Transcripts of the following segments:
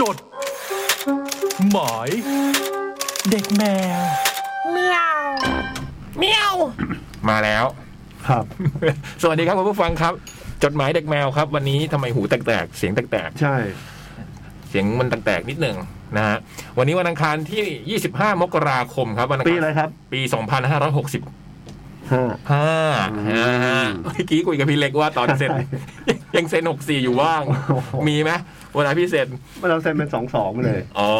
จด หมาย เด็กแมว เมียวเมียว มาแล้ว ครับ สวัสดีครับคุณผู้ฟังครับ จดหมายเด็กแมวครับ วันนี้ทำไมหูแตกๆ เสียงแตก ใช่ ๆ เสียงมันแตกๆ นิดหนึ่งนะฮะวันนี้วันอังคารที่ 25 มกราคมครับวันงคา ปีอะไรครับ ปี 2565 ห้า นะฮะเมื่อกี้คุยกับพี่เล็กว่าตอนเซ็น ใช่ ยังเซ็น 64 อยู่ว่าง โอ้โห มีไหมเวลาพี่เซ็น เราเซ็นเป็นสองสองไปเลย อ๋อ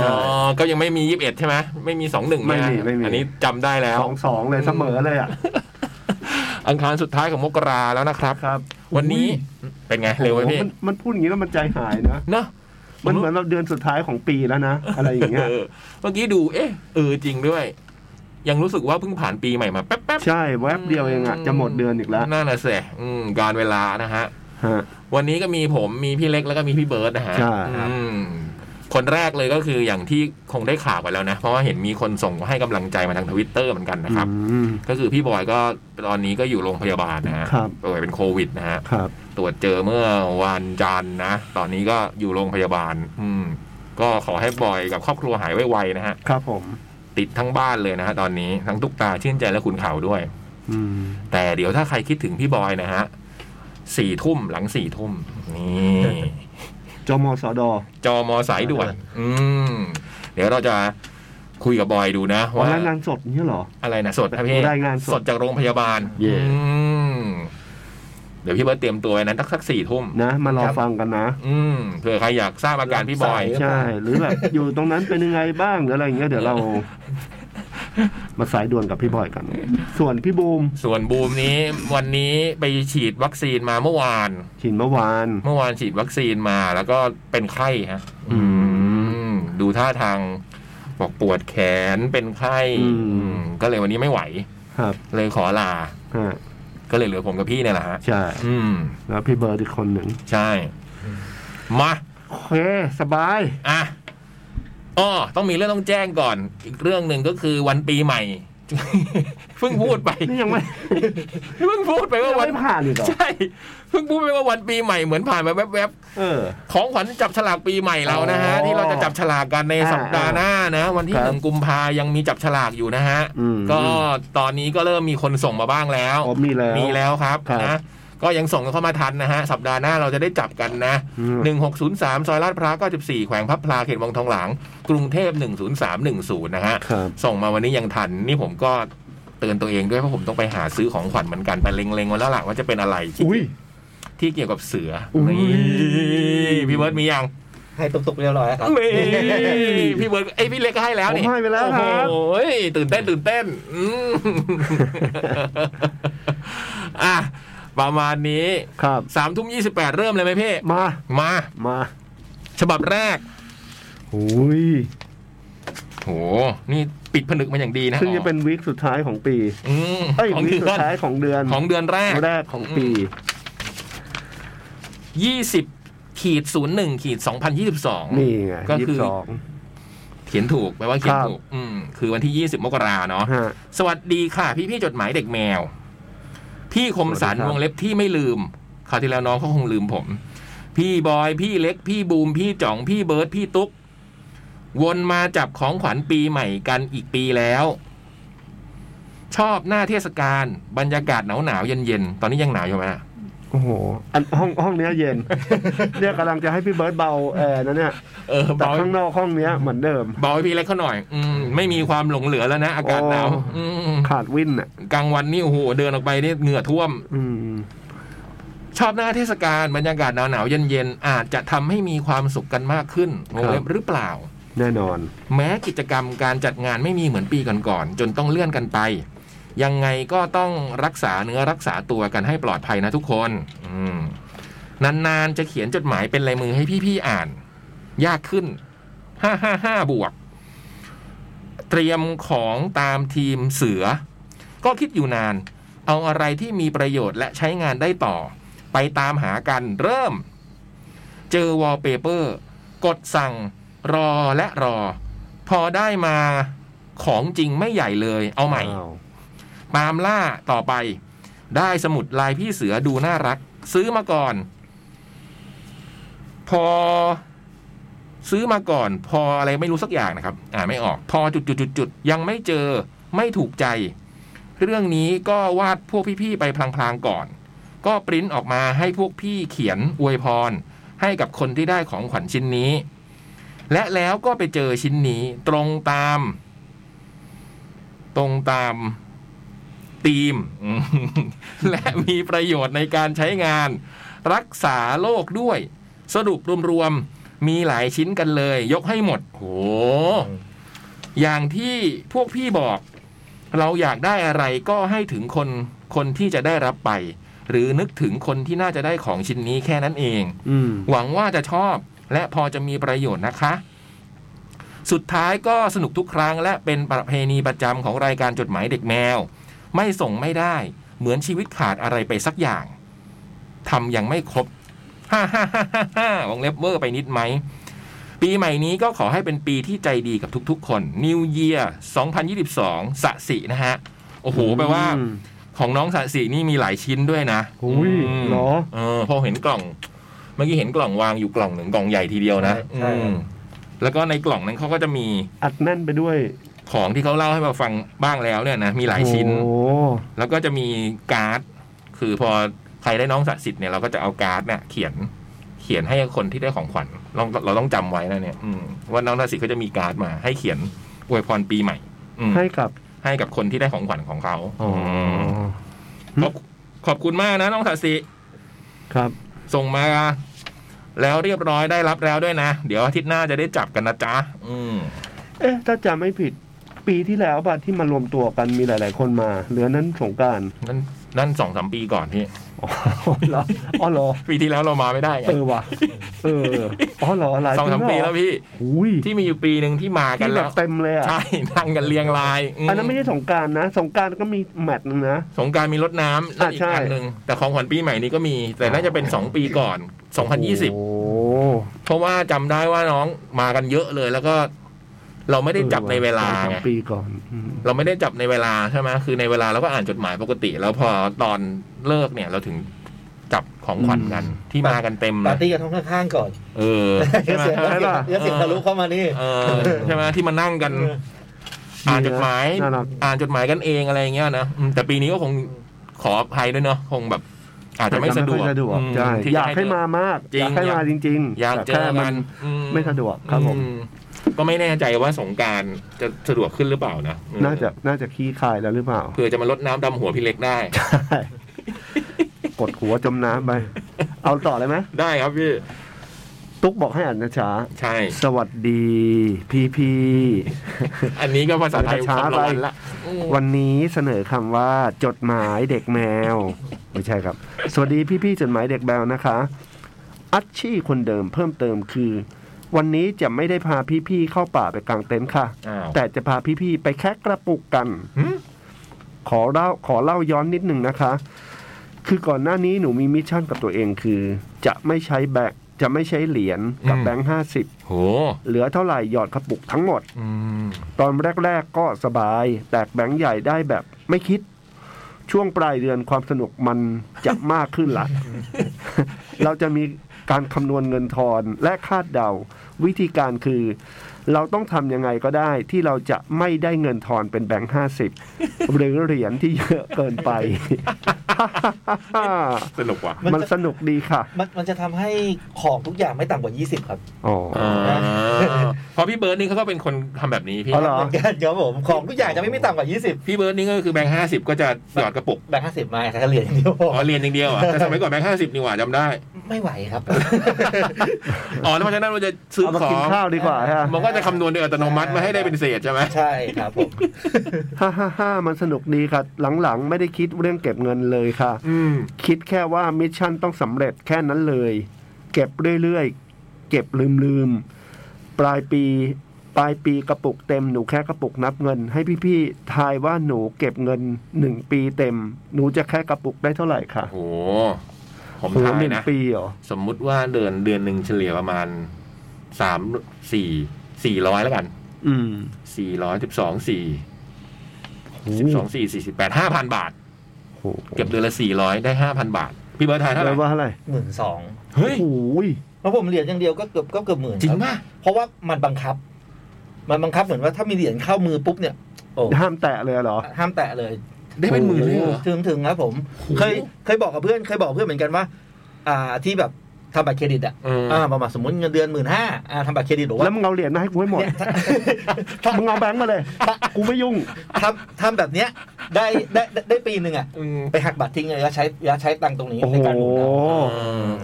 ใช่ ก็ยังไม่มี 21 ใช่ไหมไม่มี 21 ไม่มี นะ ไม่มี อันนี้จำได้แล้ว สองสองเลยเสมอเลยอ่ะ อังคารสุดท้ายของมกราแล้วนะครับ ครับ วันนี้เป็นไงเร็วไหม โอ้โห พี่ มันมันพูดอย่างนี้แล้วมันใจหายนะ เนาะ มันเหมือนเราเดือนสุดท้ายของปีแล้วนะ อะไรอย่างเงี้ย เออเมื่อกี้ดู เอ๊ะ เออ จริงด้วย ยังรู้สึกว่าเพิ่งผ่านปีใหม่มาแป๊บๆ ใช่แวบเดียวเองอ่ะ จะหมดเดือนอีกแล้ว นั่นน่ะสิอืมการเวลานะฮะ ฮะ วันนี้ก็มีผมมีพี่เล็กแล้วก็มีพี่เบิร์ดนะฮะ ใช่ อืมคนแรกเลยก็คืออย่างที่คงได้ข่าวไปแล้วนะ เพราะว่าเห็นมีคนส่งให้กำลังใจมาทางทวิตเตอร์เหมือนกันนะครับ อืม ก็คือพี่บอยก็ตอนนี้ก็อยู่โรงพยาบาลนะฮะ ครับ ป่วยเป็นโควิดนะฮะ ครับ ตรวจเจอเมื่อวันจันทร์นะ ตอนนี้ก็อยู่โรงพยาบาล อืม ก็ขอให้บอยกับครอบครัวหายไวๆนะฮะ ครับผม ติดทั้งบ้านเลยนะฮะตอนนี้ทั้งตุ๊กตาชื่นใจและคุณเขาด้วย อืม แต่เดี๋ยวถ้าใครคิดถึงพี่บอยนะฮะสี่ทุ่มหลังสี่ทุ่มนี่ จมสด จอมอสายด่วน อืม เดี๋ยวเราจะคุยกับบอยดูนะ วัน ว่า นั้นงานสดเนี่ยเหรอ อะไรนะสดครับพี่ รายงานสด สดจากโรงพยาบาล เย่ อืมเดี๋ยวพี่เบิร์ตเตรียมตัวไว้นะสักสักสี่ทุ่ม นะ มารอฟังกันนะ อืมเผื่อใครอยากทราบอาการพี่บอย ใช่ หรือแบบ อยู่ตรงนั้นเป็นยังไงบ้างหรืออะไรอย่างเงี้ยเดี๋ยวเรา มาสายด่วนกับพี่บอยกัน ส่วนพี่บูม ส่วนบูมนี้วันนี้ไปฉีดวัคซีนมาเมื่อวาน ชินเมื่อวาน เมื่อวานฉีดวัคซีนมาแล้วก็เป็นไข้ฮะ อื มดูท่าทางบอกปวดแขนเป็นไข้ อืม อืมก็เลยวันนี้ไม่ไหว ครับ เลยขอลา ฮะ ก็เลยเหลือผมกับพี่เนี่ยแหละฮะ ใช่ อืม แล้วพี่เบิร์ดอีกคนหนึ่ง ใช่ มา โอเค สบาย อ่ะอ๋อต้องมีเรื่องต้องแจ้งก่อน อีกเรื่องหนึ่งก็คือวันปีใหม่ เพิ่งพูดไป นี่ยังไม่ เพิ่งพูดไป ยั ว่าง วัน ไม่ผ่านอีกเหรอ ใช่ เพิ่งพูดไปว่าวันปีใหม่เหมือนผ่านมาแวบๆ เออ ของขวัญจับฉลากปีใหม่เรานะฮะ อ๋อ ที่เราจะจับฉลากกันใน อ่า สัปดาห์หน้านะ วันที่ ครับ หนึ่งกุมภายังมีจับฉลากอยู่นะฮะ อืม ก็ตอนนี้ก็เริ่มมีคนส่งมาบ้างแล้ว อ๋อมีแล้ว มีแล้วครับ ครับ นะก็ยังส่งเข้ามาทันนะฮะ สัปดาห์หน้าเราจะได้จับกันนะ อืม 1603 ซอยลาดพร้าว94 แขวงพับพลาเขตวังทองหลาง กรุงเทพ10310 นะฮะ ครับ ส่งมาวันนี้ยังทันนี่ผมก็เตือนตัวเองด้วยเพราะผมต้องไปหาซื้อของขวัญเหมือนกันไปเล็งๆไว้แล้วหลักว่าจะเป็นอะไรที่ อุ้ย ที่เกี่ยวกับเสืออย นี่พี่เบิร์ดมียัง ให้ตุกๆเรียบร้อยแล้วครับ นี่พี่เบิร์ดไอยพี่เล็กก็ให้แล้วนี่ ผมให้ไปแล้วครับ โอ้โหตื่นเต้นตื่นเต้นอืม อ่ะประมาณนี้ ครับ สามทุ่มยี่สิบแปดเริ่มเลยไหมพี่ มา มา มา ฉบับแรก อุ้ย โหนี่ปิดผนึกมาอย่างดีนะ ซึ่งจะเป็นวีคสุดท้ายของปี อืม เอ้ย ของ วีค เดื สุ อ ด น ท้ายของเดือน ของเดือนแรก แรกของปี ยี่สิบขีดศูนย์หนึ่งขีดสองพันยี่สิบสอง นี่ไง ก็ ยี่ คื สิ อ บสอง เขียนถูกแปลว่าเขียนถูก อืมคือวันที่ยี่สิบมกราเนาะ ฮะ สวัสดีค่ะ พี่พี่ๆจดหมายเด็กแมว พี่คมสัน สวัสดีครับ วงเล็บที่ไม่ลืมคราวที่แล้วน้องเขาคงลืมผม พี่บอย พี่เล็ก พี่บูม พี่จ่อง พี่เบิร์ดพี่ตุ๊ก วนมาจับของขวัญปีใหม่กันอีกปีแล้ว ชอบหน้าเทศกาลบรรยากาศหนาวหนาวเย็นเย็นๆ ตอนนี้ยังหนาวอยู่ไหมอะ โอ้โห อันห้องห้องเนี้ยเย็น เนี่ยกำลังจะให้พี่เบิร์ดเบาแอร์นะเนี่ย เออ แต่ เบา ข้างนอกห้องเนี้ยเหมือนเดิม เบาให้พี่เล็กเขาหน่อย อืมไม่มีความหลงเหลือแล้วนะ อากาศหนาว โอ้ อืม ขาดวินอ่ะ กลางวันนี่โอ้โหเดินออกไปนี่เหงื่อท่วม อืม ชอบหน้าเทศกาลบรรยากาศหนาวๆเย็นๆอาจจะทำให้มีความสุขกันมากขึ้นวงเล็บหรือเปล่า แน่นอน แม้กิจกรรมการจัดงานไม่มีเหมือนปีก่อนๆจนต้องเลื่อนกันไป ยังไงก็ต้องรักษาเนื้อรักษาตัวกันให้ปลอดภัยนะทุกคนอืมนานๆจะเขียนจดหมายเป็นลายมือให้พี่ๆอ่าน ยากขึ้นห้าห้าห้าบวก เตรียมของตามทีมเสือ ก็คิดอยู่นาน เอาอะไรที่มีประโยชน์และใช้งานได้ต่อ ไปตามหากันเริ่ม เจอวอลเปเปอร์ กดสั่ง รอและรอ พอได้มาของจริงไม่ใหญ่เลย เอาใหม่ อ้าว ตามล่าต่อไป ได้สมุดลายพี่เสือดูน่ารัก ซื้อมาก่อน พอ ซื้อมาก่อน พออะไรไม่รู้สักอย่างนะครับ อ่านไม่ออก พอจุดจุดจุดจุดๆๆๆยังไม่เจอไม่ถูกใจ เรื่องนี้ก็วาดพวกพี่ๆไปพลางๆก่อน ก็ปริ้นออกมาให้พวกพี่เขียนอวยพร ให้กับคนที่ได้ของขวัญชิ้นนี้ และแล้วก็ไปเจอชิ้นนี้ตรงตาม ตรงตามธีม อืมและมีประโยชน์ในการใช้งาน รักษาโรคด้วย สรุปรวมๆมีหลายชิ้นกันเลย ยกให้หมดโห อย่างที่พวกพี่บอก เราอยากได้อะไรก็ให้ถึงคนคนที่จะได้รับไป หรือนึกถึงคนที่น่าจะได้ของชิ้นนี้แค่นั้นเอง อืม หวังว่าจะชอบและพอจะมีประโยชน์นะคะ สุดท้ายก็สนุกทุกครั้งและเป็นประเพณีประจำของรายการจดหมายเด็กแมว ไม่ส่งไม่ได้ เหมือนชีวิตขาดอะไรไปสักอย่างทำยังไม่ครบ ฮ่าฮ่าฮ่าฮ่าฮ่าวงเล็บเวอร์ไปนิดไหม ปีใหม่นี้ก็ขอให้เป็นปีที่ใจดีกับทุกๆ คน New Year 2022 สะสินะฮะ โอ้โหแปลว่า ของน้องสะสีนี่มีหลายชิ้นด้วยนะ อุ้ย ม เหรอ เออพอเห็นกล่อง เมื่อกี้เห็นกล่องวางอยู่กล่องหนึ่งกล่องใหญ่ทีเดียวนะ ใช่ใช่ อืมแล้วก็ในกล่องนั้นเขาก็จะมี อัดแน่นไปด้วย ของที่เขาเล่าให้เราฟังบ้างแล้วเนี่ยนะมีหลายชิ้น โอ้ แล้วก็จะมีการ์ด คือพอใครได้น้องสะสิทธิ์เนี่ยเราก็จะเอาการ์ดเนี่ยเขียนเขียนให้คนที่ได้ของขวัญเราเราต้องจำไว้นะเนี่ยอืมว่าน้องสะสิทธิ์เขาจะมีการ์ดมา ให้เขียนอวยพรปีใหม่ อืม ให้กับ ให้กับคนที่ได้ของขวัญของเขา อ๋อ ม ขอบขอบคุณมากนะน้องสัสิ ครับ ส่งมา แล้วเรียบร้อยได้รับแล้วด้วยนะ เดี๋ยวอาทิตย์หน้าจะได้จับกันนะจ๊ะ อืม เอ๊ะ ถ้าจำไม่ผิดปีที่แล้วป่ะที่มารวมตัวกันมีหลาย ๆ คนมา เหลือนั้นสงกราร นั่นนั่นสองสามปีก่อนพี่ อ๋อเหรออ๋อเหรอ ปีที่แล้วเรามาไม่ได้ไง เออว่ะเอออ๋อเหรอหลาย สองสามปี เหร แล้วพี่ อุ้ย ที่มีอยู่ปีหนึ่งที่มากัน ที่แบ แล้ บ ว เต็มเลยอ่ะ ใช่นั่งกันเรียงรายม อันนั้นไม่ใช่สงกรารนะสงกรารก็มีแมตช์หนึงนะ สงกรารมีรถน้ำนั่นอีก อ่ะใช่ อันหนึ่งแต่ของขวัญปีใหม่นี้ก็มี แต่น่าจะเป็นสองปีก่อนสองพันยี่สิบ โอ้ เพราะว่าจำได้ว่าน้องมากันเยอะเลยแล้วก็ เราไม่ได้จับในเวลา สอง ไง ปีก่อนอืม เราไม่ได้จับในเวลาใช่ไหมคือในเวลาเราก็อ่านจดหมายปกติ แล้วพอตอนเลิกเนี่ย เราถึงจับของขวัญกันที่มากันเต็มเล ปาร์ ย ตี้กันห้องข้างๆก่อน เออใช่ไหม เสียง ใช่ป่ะ เดี๋ยวเสียงทะลุเข้ามานี่ เออใช่ไหมที่มานั่งกัน อ่านจดหมาย น่ารัก อ่านจดหมายกันเองอะไรอย่างเงี้ยนะอืมแต่ปีนี้ก็คงขออภัยด้วยเนาะคงแบบ อาจจะไม่สะดวก อาจจไม่ค่อยสะดวก อืม ใช่ ที่ อ จะ ยากให้ เจอ มามาก จริ อง ยากให้มาจริงๆ อยาก แต่ เจ แค่ อ มั กัน น อื ไม่สะดวกครับผม อืก็ไม่แน่ใจว่าสงกรารจะสะดวกขึ้นหรือเปล่านะ น่าจะน่าจะขี้คายแล้วหรือเปล่า เผื่อจะมาลดน้ำดำหัวพี่เล็กได้ กดหัวจมน้ำ ไป เอาต่อเลยไหม ได้ครับพี่ ตุ๊กบอกให้อ่านช้า ใช่ ๆสวัสดีพี่พี่ อันนี้ก็ภาษาไทย ช้า คำละ ไป วันละ ๆวันนี้เสนอคำว่าจดหมายเด็กแมว ไม่ใช่ครับ สวัสดีพี่พี่ๆจดหมายเด็กแมวนะคะ อัชชี่คนเดิมเพิ่มเติมคือ วันนี้จะไม่ได้พาพี่พี่ๆเข้าป่าไปกางเต็นท์ค่ะ อ้าว แต่จะพาพี่ๆไปแคะกระปุกกัน หืม ขอเล่าขอเล่าย้อนนิดหนึ่งนะคะ คือก่อนหน้านี้หนูมีมิชชั่นกับตัวเองคือ จะไม่ใช้แบงค์จะไม่ใช้เหรียญกับ อืม แบงค์ห้าสิบ โห เหลือเท่าไหร่หยอดกระปุกทั้งหมด ตอนแรก ๆ ก็สบาย แตกแบงค์ใหญ่ได้แบบไม่คิด ช่วงปลายเดือนความสนุกมันจะมากขึ้นละ เราจะมีการคำนวณเงินทอนและคาดเดา วิธีการคือ เราต้องทำยังไงก็ได้ที่เราจะไม่ได้เงินทอนเป็นแบงค์ห้าสิบ หรือเหรียญที่เยอะเกินไป สนุกว่ะ มันสนุกดีค่ะ มันมันจะทำให้ของทุกอย่างไม่ต่ำกว่า 20 ครับ อ๋อ เพราะพี่เบิร์ดนี่เขาก็เป็นคนทำแบบนี้พี่ อ๋อเหรอ เหมือนกันครับผมของทุกอย่างจะไม่ไม่ต่ำกว่า 20 พี่เบิร์ดนี่ก็คือแบงค์ห้าสิบก็จะหยอดกระปุก แบงค์ห้าสิบมาแค่เหรียญเดียวพอ อ๋อเรียนอย่างเดียวอ่ะแต่สมัยก่อนแบงค์ห้าสิบนี่หว่าจำได้ ไม่ไหวครับ อ๋อแล้วเพราะฉะนั้นเราจะซื้อ เอามา ขอ กิน ง ข้าวดีกว่าฮะ มันก็จะคำนวณโดยอัตโนมัติไม่ให้ได้เป็นเศษใช่ไหม ใช่ครับผม ฮ่าฮ่าฮ่ามันสนุกดีค่ะ หลังๆ ไม่ได้คิดเรื่องเก็บเงินเลยค่ะ อืม คิดแค่ว่ามิชชั่นต้องสำเร็จแค่นั้นเลย เก็บเรื่อยๆ เก็บลืมๆ ปลายปี ปลายปีกระปุกเต็มหนูแค่กระปุกนับเงิน ให้พี่ๆ ทายว่าหนูเก็บเงินหนึ่งปีเต็ม หนูจะแค่กระปุกได้เท่าไหร่ค่ะ โห ผม โอ้โห ทาย หนึ่ง นะ ปีเหรอ สมมุติว่าเดือนเดือนหนึ่งเฉลี่ยประมาณสามสี่สี่ร้อยแล้วกัน อืม สี่ร้อยสิบสองสี่ โอ้ สิบ โห สองสี่สี่สิบแปดห้าพันบาท โอ้โห เก็บเดือนละสี่ร้อยได้ห้าพันบาท พี่เบิร์ดทายเท่าไห แล้ ร่ วว่าเท่าไหร่ หมื่นสอง เฮ้ย โอ้ย เพราะผมเหรียญอย่างเดียวก็เกือบก็เกือบหมื่น จริง คบ ป่ะ เพราะว่ามันบังคับ มันบังคับเหมือนว่าถ้ามีเหรียญเข้ามือปุ๊บเนี่ยโอ้ ห้ามแตะเลยเหรอ ห้ามแตะเลย ได้เป็นหมื่นเลยเหรอ ถึงถึงครับผม โอ้โห เคยเคยบอกกับเพื่อนเคยบอกกับเพื่อนเหมือนกันว่า อ่าที่แบบทำบัตรเครดิตอ่ะ เออ อ่าประมาณสมมติเงินเดือนหมื่นห้าอ่าทำบัตรเครดิตบอกว่า แล้วมึงเอาเหรียญมาให้กูให้หมด มึงเอาแบงค์มาเลย กูไม่ยุ่ง ทำทำแบบเนี้ยได้ได้ได้ได้ปีหนึ่งอ่ะ อืม ไปหักบัตรทิ้งเลยแล้วใช้แล้วใช้ตังค์ตรงนี้ โอ้โห ในการหมุนเอา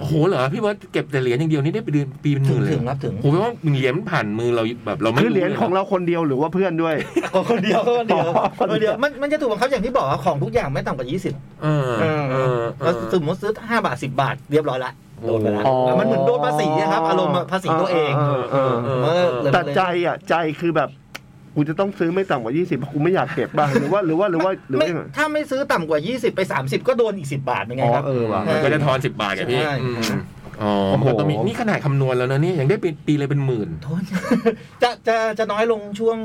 โอ้โหเหรอพี่เบิร์ตเก็บแต่เหรียญอย่างเดียวนี่ได้ไปเดือนปีเป็นห ถึ มื่นงเลย ถึ เห ง รอ ครับถึง โอ้โหแปลว่าเหรียญผ่านมือเราแบบเราไม่ คือเหรียญขอลงย เราคนเดียวหรือว่าเพื่อนด้วย คนเดียวคนเดียว คนเดียว คนเดียวมันมันจะถูกบังคับอย่างที่บอกว่าของทุกอย่างไม่ต่ำกว่า 20่สิบ เออเออเอ เรา อ สมมติซื้อ 5 บาท 10 บาท เรียบร้อยละโดนไปละ อ๋อ มันเหมือนโดนภาษีอะครับ อารมณ์อะภาษีตัวเอง เออเออเออ เออเลย แต่ใจอ่ะใจคือแบบ กูจะต้องซื้อไม่ต่ำกว่า 20เพราะกูไม่อยากเก็บบ้างหรือว่าหรือว่าหรือว่าหรือ ไม่ ว่ายังไง ถ้าไม่ซื้อต่ำกว่า 20 ไป 30 ก็โดนอีก 10 บาทเป็นไง อ๋อ ครับ เออว่ะ มันก็จะทอนสิบบาทไงพี่ ใช่ อืมอ๋อ โอ้โห มันก็มีนี่ขนาดคำนวณแล้วนะเนี่ยยังได้เป็นปีเลยเป็นหมื่น โทษ จะจะจะน้อยลงช่วง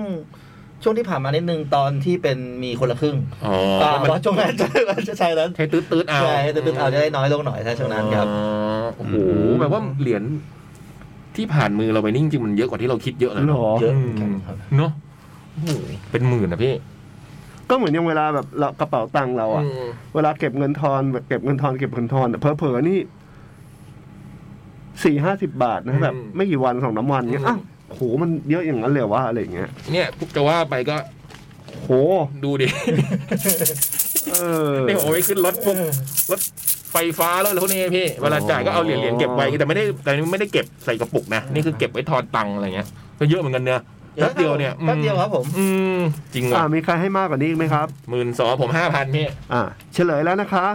ช่วงที่ผ่านมานิดนึงตอนที่เป็นมีคนละครึ่ง อ๋อ อ่า ก็มัน ว่าช่วงนั้น จะใช่แล้ว ใช้ตืดตืดๆเอา ใช่แต่ตื่นเอาจะได้น้อยลงหน่อยถ้าช่วงนั้นครับ อ๋อโอ้โหแปลว่าเหรียญที่ผ่านมือเราไปนี่จริงๆมันเยอะกว่าที่เราคิดเยอะเลย หร เนาะ อ เยอะเหมือนกันครับ เนอะโอ้โหเป็นหมื่นนะพี่ ก็เหมือนอย่างเวลาแบบเรากระเป๋าตังค์เราอ่ะ เวลาเก็บเงินทอนแบบเก็บเงินทอนเก็บเงินทอนเผลอเผลอๆนี่สี่ห้าสิบบาทนะแบบ ไม่กี่วันสองน้ำวันเงี้ยอ้าวโหมันเยอะอย่างนั้นเลยว่าอะไรอย่างเงี้ย เนี่ยจะว่าไปก็ โห ดูดิ เออ นี่ผมเอาไว้ขึ้นรถพวกรถไฟฟ้าแล้วพวกนี้ไงพี่เวลาจ่ายก็เอาเหรียญเหรียญเก็บไว้แต่ไม่ได้แต่ไม่ได้เก็บใส่กระปุกนะนี่คือเก็บไว้ทอนตังค์อะไรเงี้ยก็เยอะเหมือนกันเนอะแป๊บเดียวเนี่ยอืม แป๊บเดียวครับผม อืมจริง อ่า ว่ะ มีใครให้มากกว่านี้อีกไหมครับ หมื่นสองผมห้าพันพี่ อ่า เฉลยแล้วนะคะ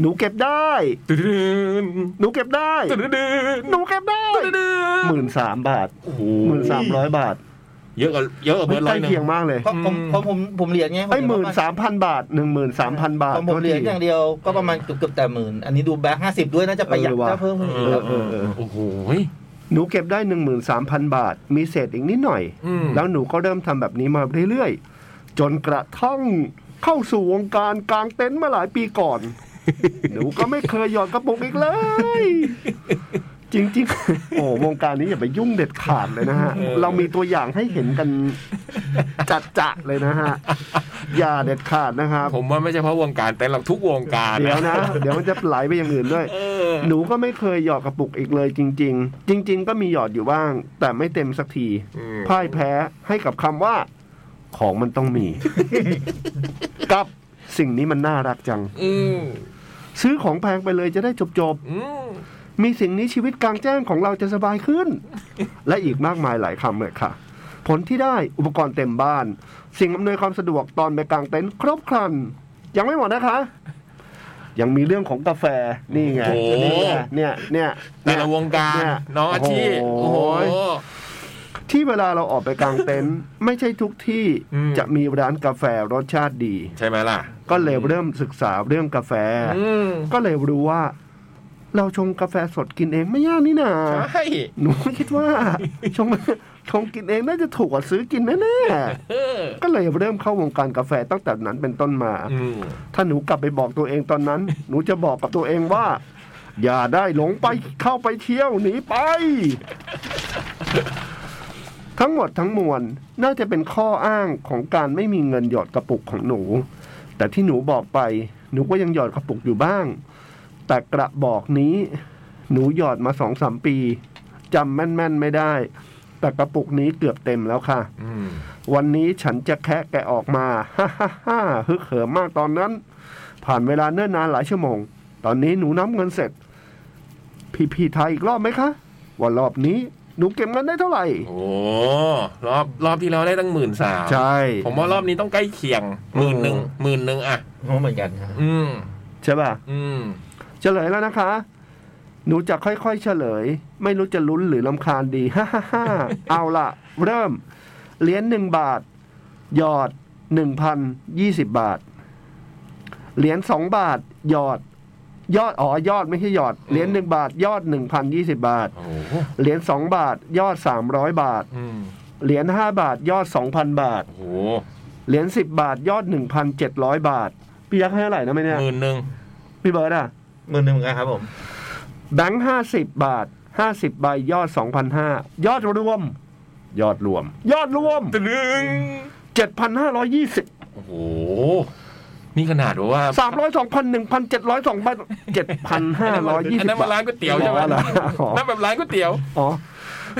หนูเก็บได้ ตื่นตื่น หนูเก็บได้ ตื่นตื่น หนูเก็บได้หมื่นสามบาท โอ้โห หมื่นสามร้อยบาท เยอะกว่าเยอะกว่า มั เบิ น ร์ด ใก ร้อยล้หนึ่ เคีย ง งมากเลย เพราะผม อืม เพราะผมผมเหรียญไง ไอ้หมื่นสามพันบาทหนึ่งหมื่นสามพันบาท ผมผมเหรียญ โทษที อย่างเดียวก็ประมาณเกือบเกือบแต่หมื่นอันนี้ดูแบงค์ห้าสิบด้วยน่าจะประหยัด เออว่ะ ถ้าเพิ่มขึ้นอีกครับ เออเออ โอ้โห หนูเก็บได้หนึ่งหมื่นสามพันบาท มีเศษอีกนิดหน่อย อืม แล้วหนูก็เริ่มทำแบบนี้มาเรื่อยๆ จนกระทั่งเข้าสู่วงการกลางเต็นท์มาหลายปีก่อน หนูก็ไม่เคยหยอดกระปุกอีกเลย จริงๆ โอ้วงการนี้อย่าไปยุ่งเด็ดขาดเลยนะฮะ เรามีตัวอย่างให้เห็นกันจัดจะๆเลยนะฮะ อย่าเด็ดขาดนะครับ ผมว่าไม่ใช่เพราะวงการแต่เราทุกวงการ เดี๋ยวนะ เดี๋ยวมันจะไหลไปอย่างอื่นด้วย เออ หนูก็ไม่เคยหยอดกระปุกอีกเลยจริง ๆ จริง ๆ ก็มีหยอดอยู่บ้าง แต่ไม่เต็มสักที อืม พ่ายแพ้ให้กับคำว่า ของมันต้องมี กับสิ่งนี้มันน่ารักจัง อืม ซื้อของแพงไปเลยจะได้จบจบ อืม ๆมีสิ่งนี้ชีวิตกลางแจ้งของเราจะสบายขึ้น และอีกมากมายหลายคำเลยค่ะ ผลที่ได้อุปกรณ์เต็มบ้าน สิ่งอำนวยความสะดวกตอนไปกลางเต็นท์ครบครัน ยังไม่หมดนะคะ ยังมีเรื่องของกาแฟนี่ไงนี่ไงเนี่ยเนี่ย แต่ละวงการ เนี่ย น้องอาชีพ โอ้ โอ้ โห โห ที่เวลาเราออกไปกลางเต็นท์ไม่ใช่ทุกที่ อืม จะมีร้านกาแฟรสชาติดี ใช่ไหมล่ะ ก็เลยเริ่มศึกษาเรื่องกาแฟ อืม ก็เลยรู้ว่า เราชงกาแฟสดกินเองไม่ยากนี่นา ใช่ หนูคิด ว่า ชงชงกินเองน่าจะถูกกว่าซื้อกินแน่ เออ ๆก็เลยเริ่มเข้าวงการกาแฟตั้งแต่นั้นเป็นต้นมา อืม ถ้าหนูกลับไปบอกตัวเองตอนนั้น หนูจะบอกกับตัวเองว่า อย่าได้หลงไปเข้าไปเที่ยวหนีไป ทั้งหมดทั้งมวลน่าจะเป็นข้ออ้างของการไม่มีเงินหยอดกระปุกของหนู แต่ที่หนูบอกไป หนูก็ยังหยอดกระปุกอยู่บ้าง แต่กระบอกนี้ หนูหยอดมาสองสามปีจำแม่นๆไม่ได้ แต่กระปุกนี้เกือบเต็มแล้วค่ะ อืม วันนี้ฉันจะแคะแกะออกมา ฮ่าฮ่าฮ่าฮึกเหิมมากตอนนั้น ผ่านเวลาเนิ่นนานหลายชั่วโมง ตอนนี้หนูนับเงินเสร็จ พี่พี่ทายอีกรอบไหมคะ ว่ารอบนี้หนูเก็บเงินได้เท่าไหร่ โอ้รอบรอบที่แล้วได้ตั้งหมื่นสาม ใช่ ผมว่ารอบนี้ต้องใกล้เคียงหมื่นหนึ่งหมื่นหนึ่งอ่ะ ผมเหมือนกันครับ อืม ใช่ป่ะ อืม เฉลยแล้วนะคะ หนูจะค่อยๆเฉลย ไม่รู้จะลุ้นหรือลำคาญดี ฮ่าฮ่าฮ่าเอาละเริ่ม เหรียญหนึ่งบาท หยอดหนึ่งพันยี่สิบบาท เหรียญสองบาท หยอด ยอดอ๋อยอดไม่ใช่หยอด เหรียญหนึ่งบาท ยอดหนึ่งพันยี่สิบบาท โอ้โห เหรียญสองบาท ยอดสามร้อยบาท อืม เหรียญห้าบาท ยอดสองพันบาท โอ้โห เหรียญสิบบาท ยอดหนึ่งพันเจ็ดร้อยบาท พี่ยักษ์ให้เท่าไหร่นะไม่เนี่ย หมื่นหนึ่ง พี่เบิร์ดอะ หมื่นหนึ่งเหมือนกันครับผม แบงค์ห้าสิบบาท ห้าสิบใบยอดสองพันห้ายอดรวม ยอดรวม ยอดรวม ตะลึง เจ็ดพันห้าร้อยยี่สิบ โอ้โห นี่ขนาดว่า สามร้อยสองพันหนึ่งพันเจ็ดร้อยสองพันเจ็ดพันห้าร้อยยี่ อั สิ น บ นั้นมาร้านก๋วยเตี๋ยวใช่ไหมนั่นแบบร้านก๋วยเตี๋ยว อ๋อ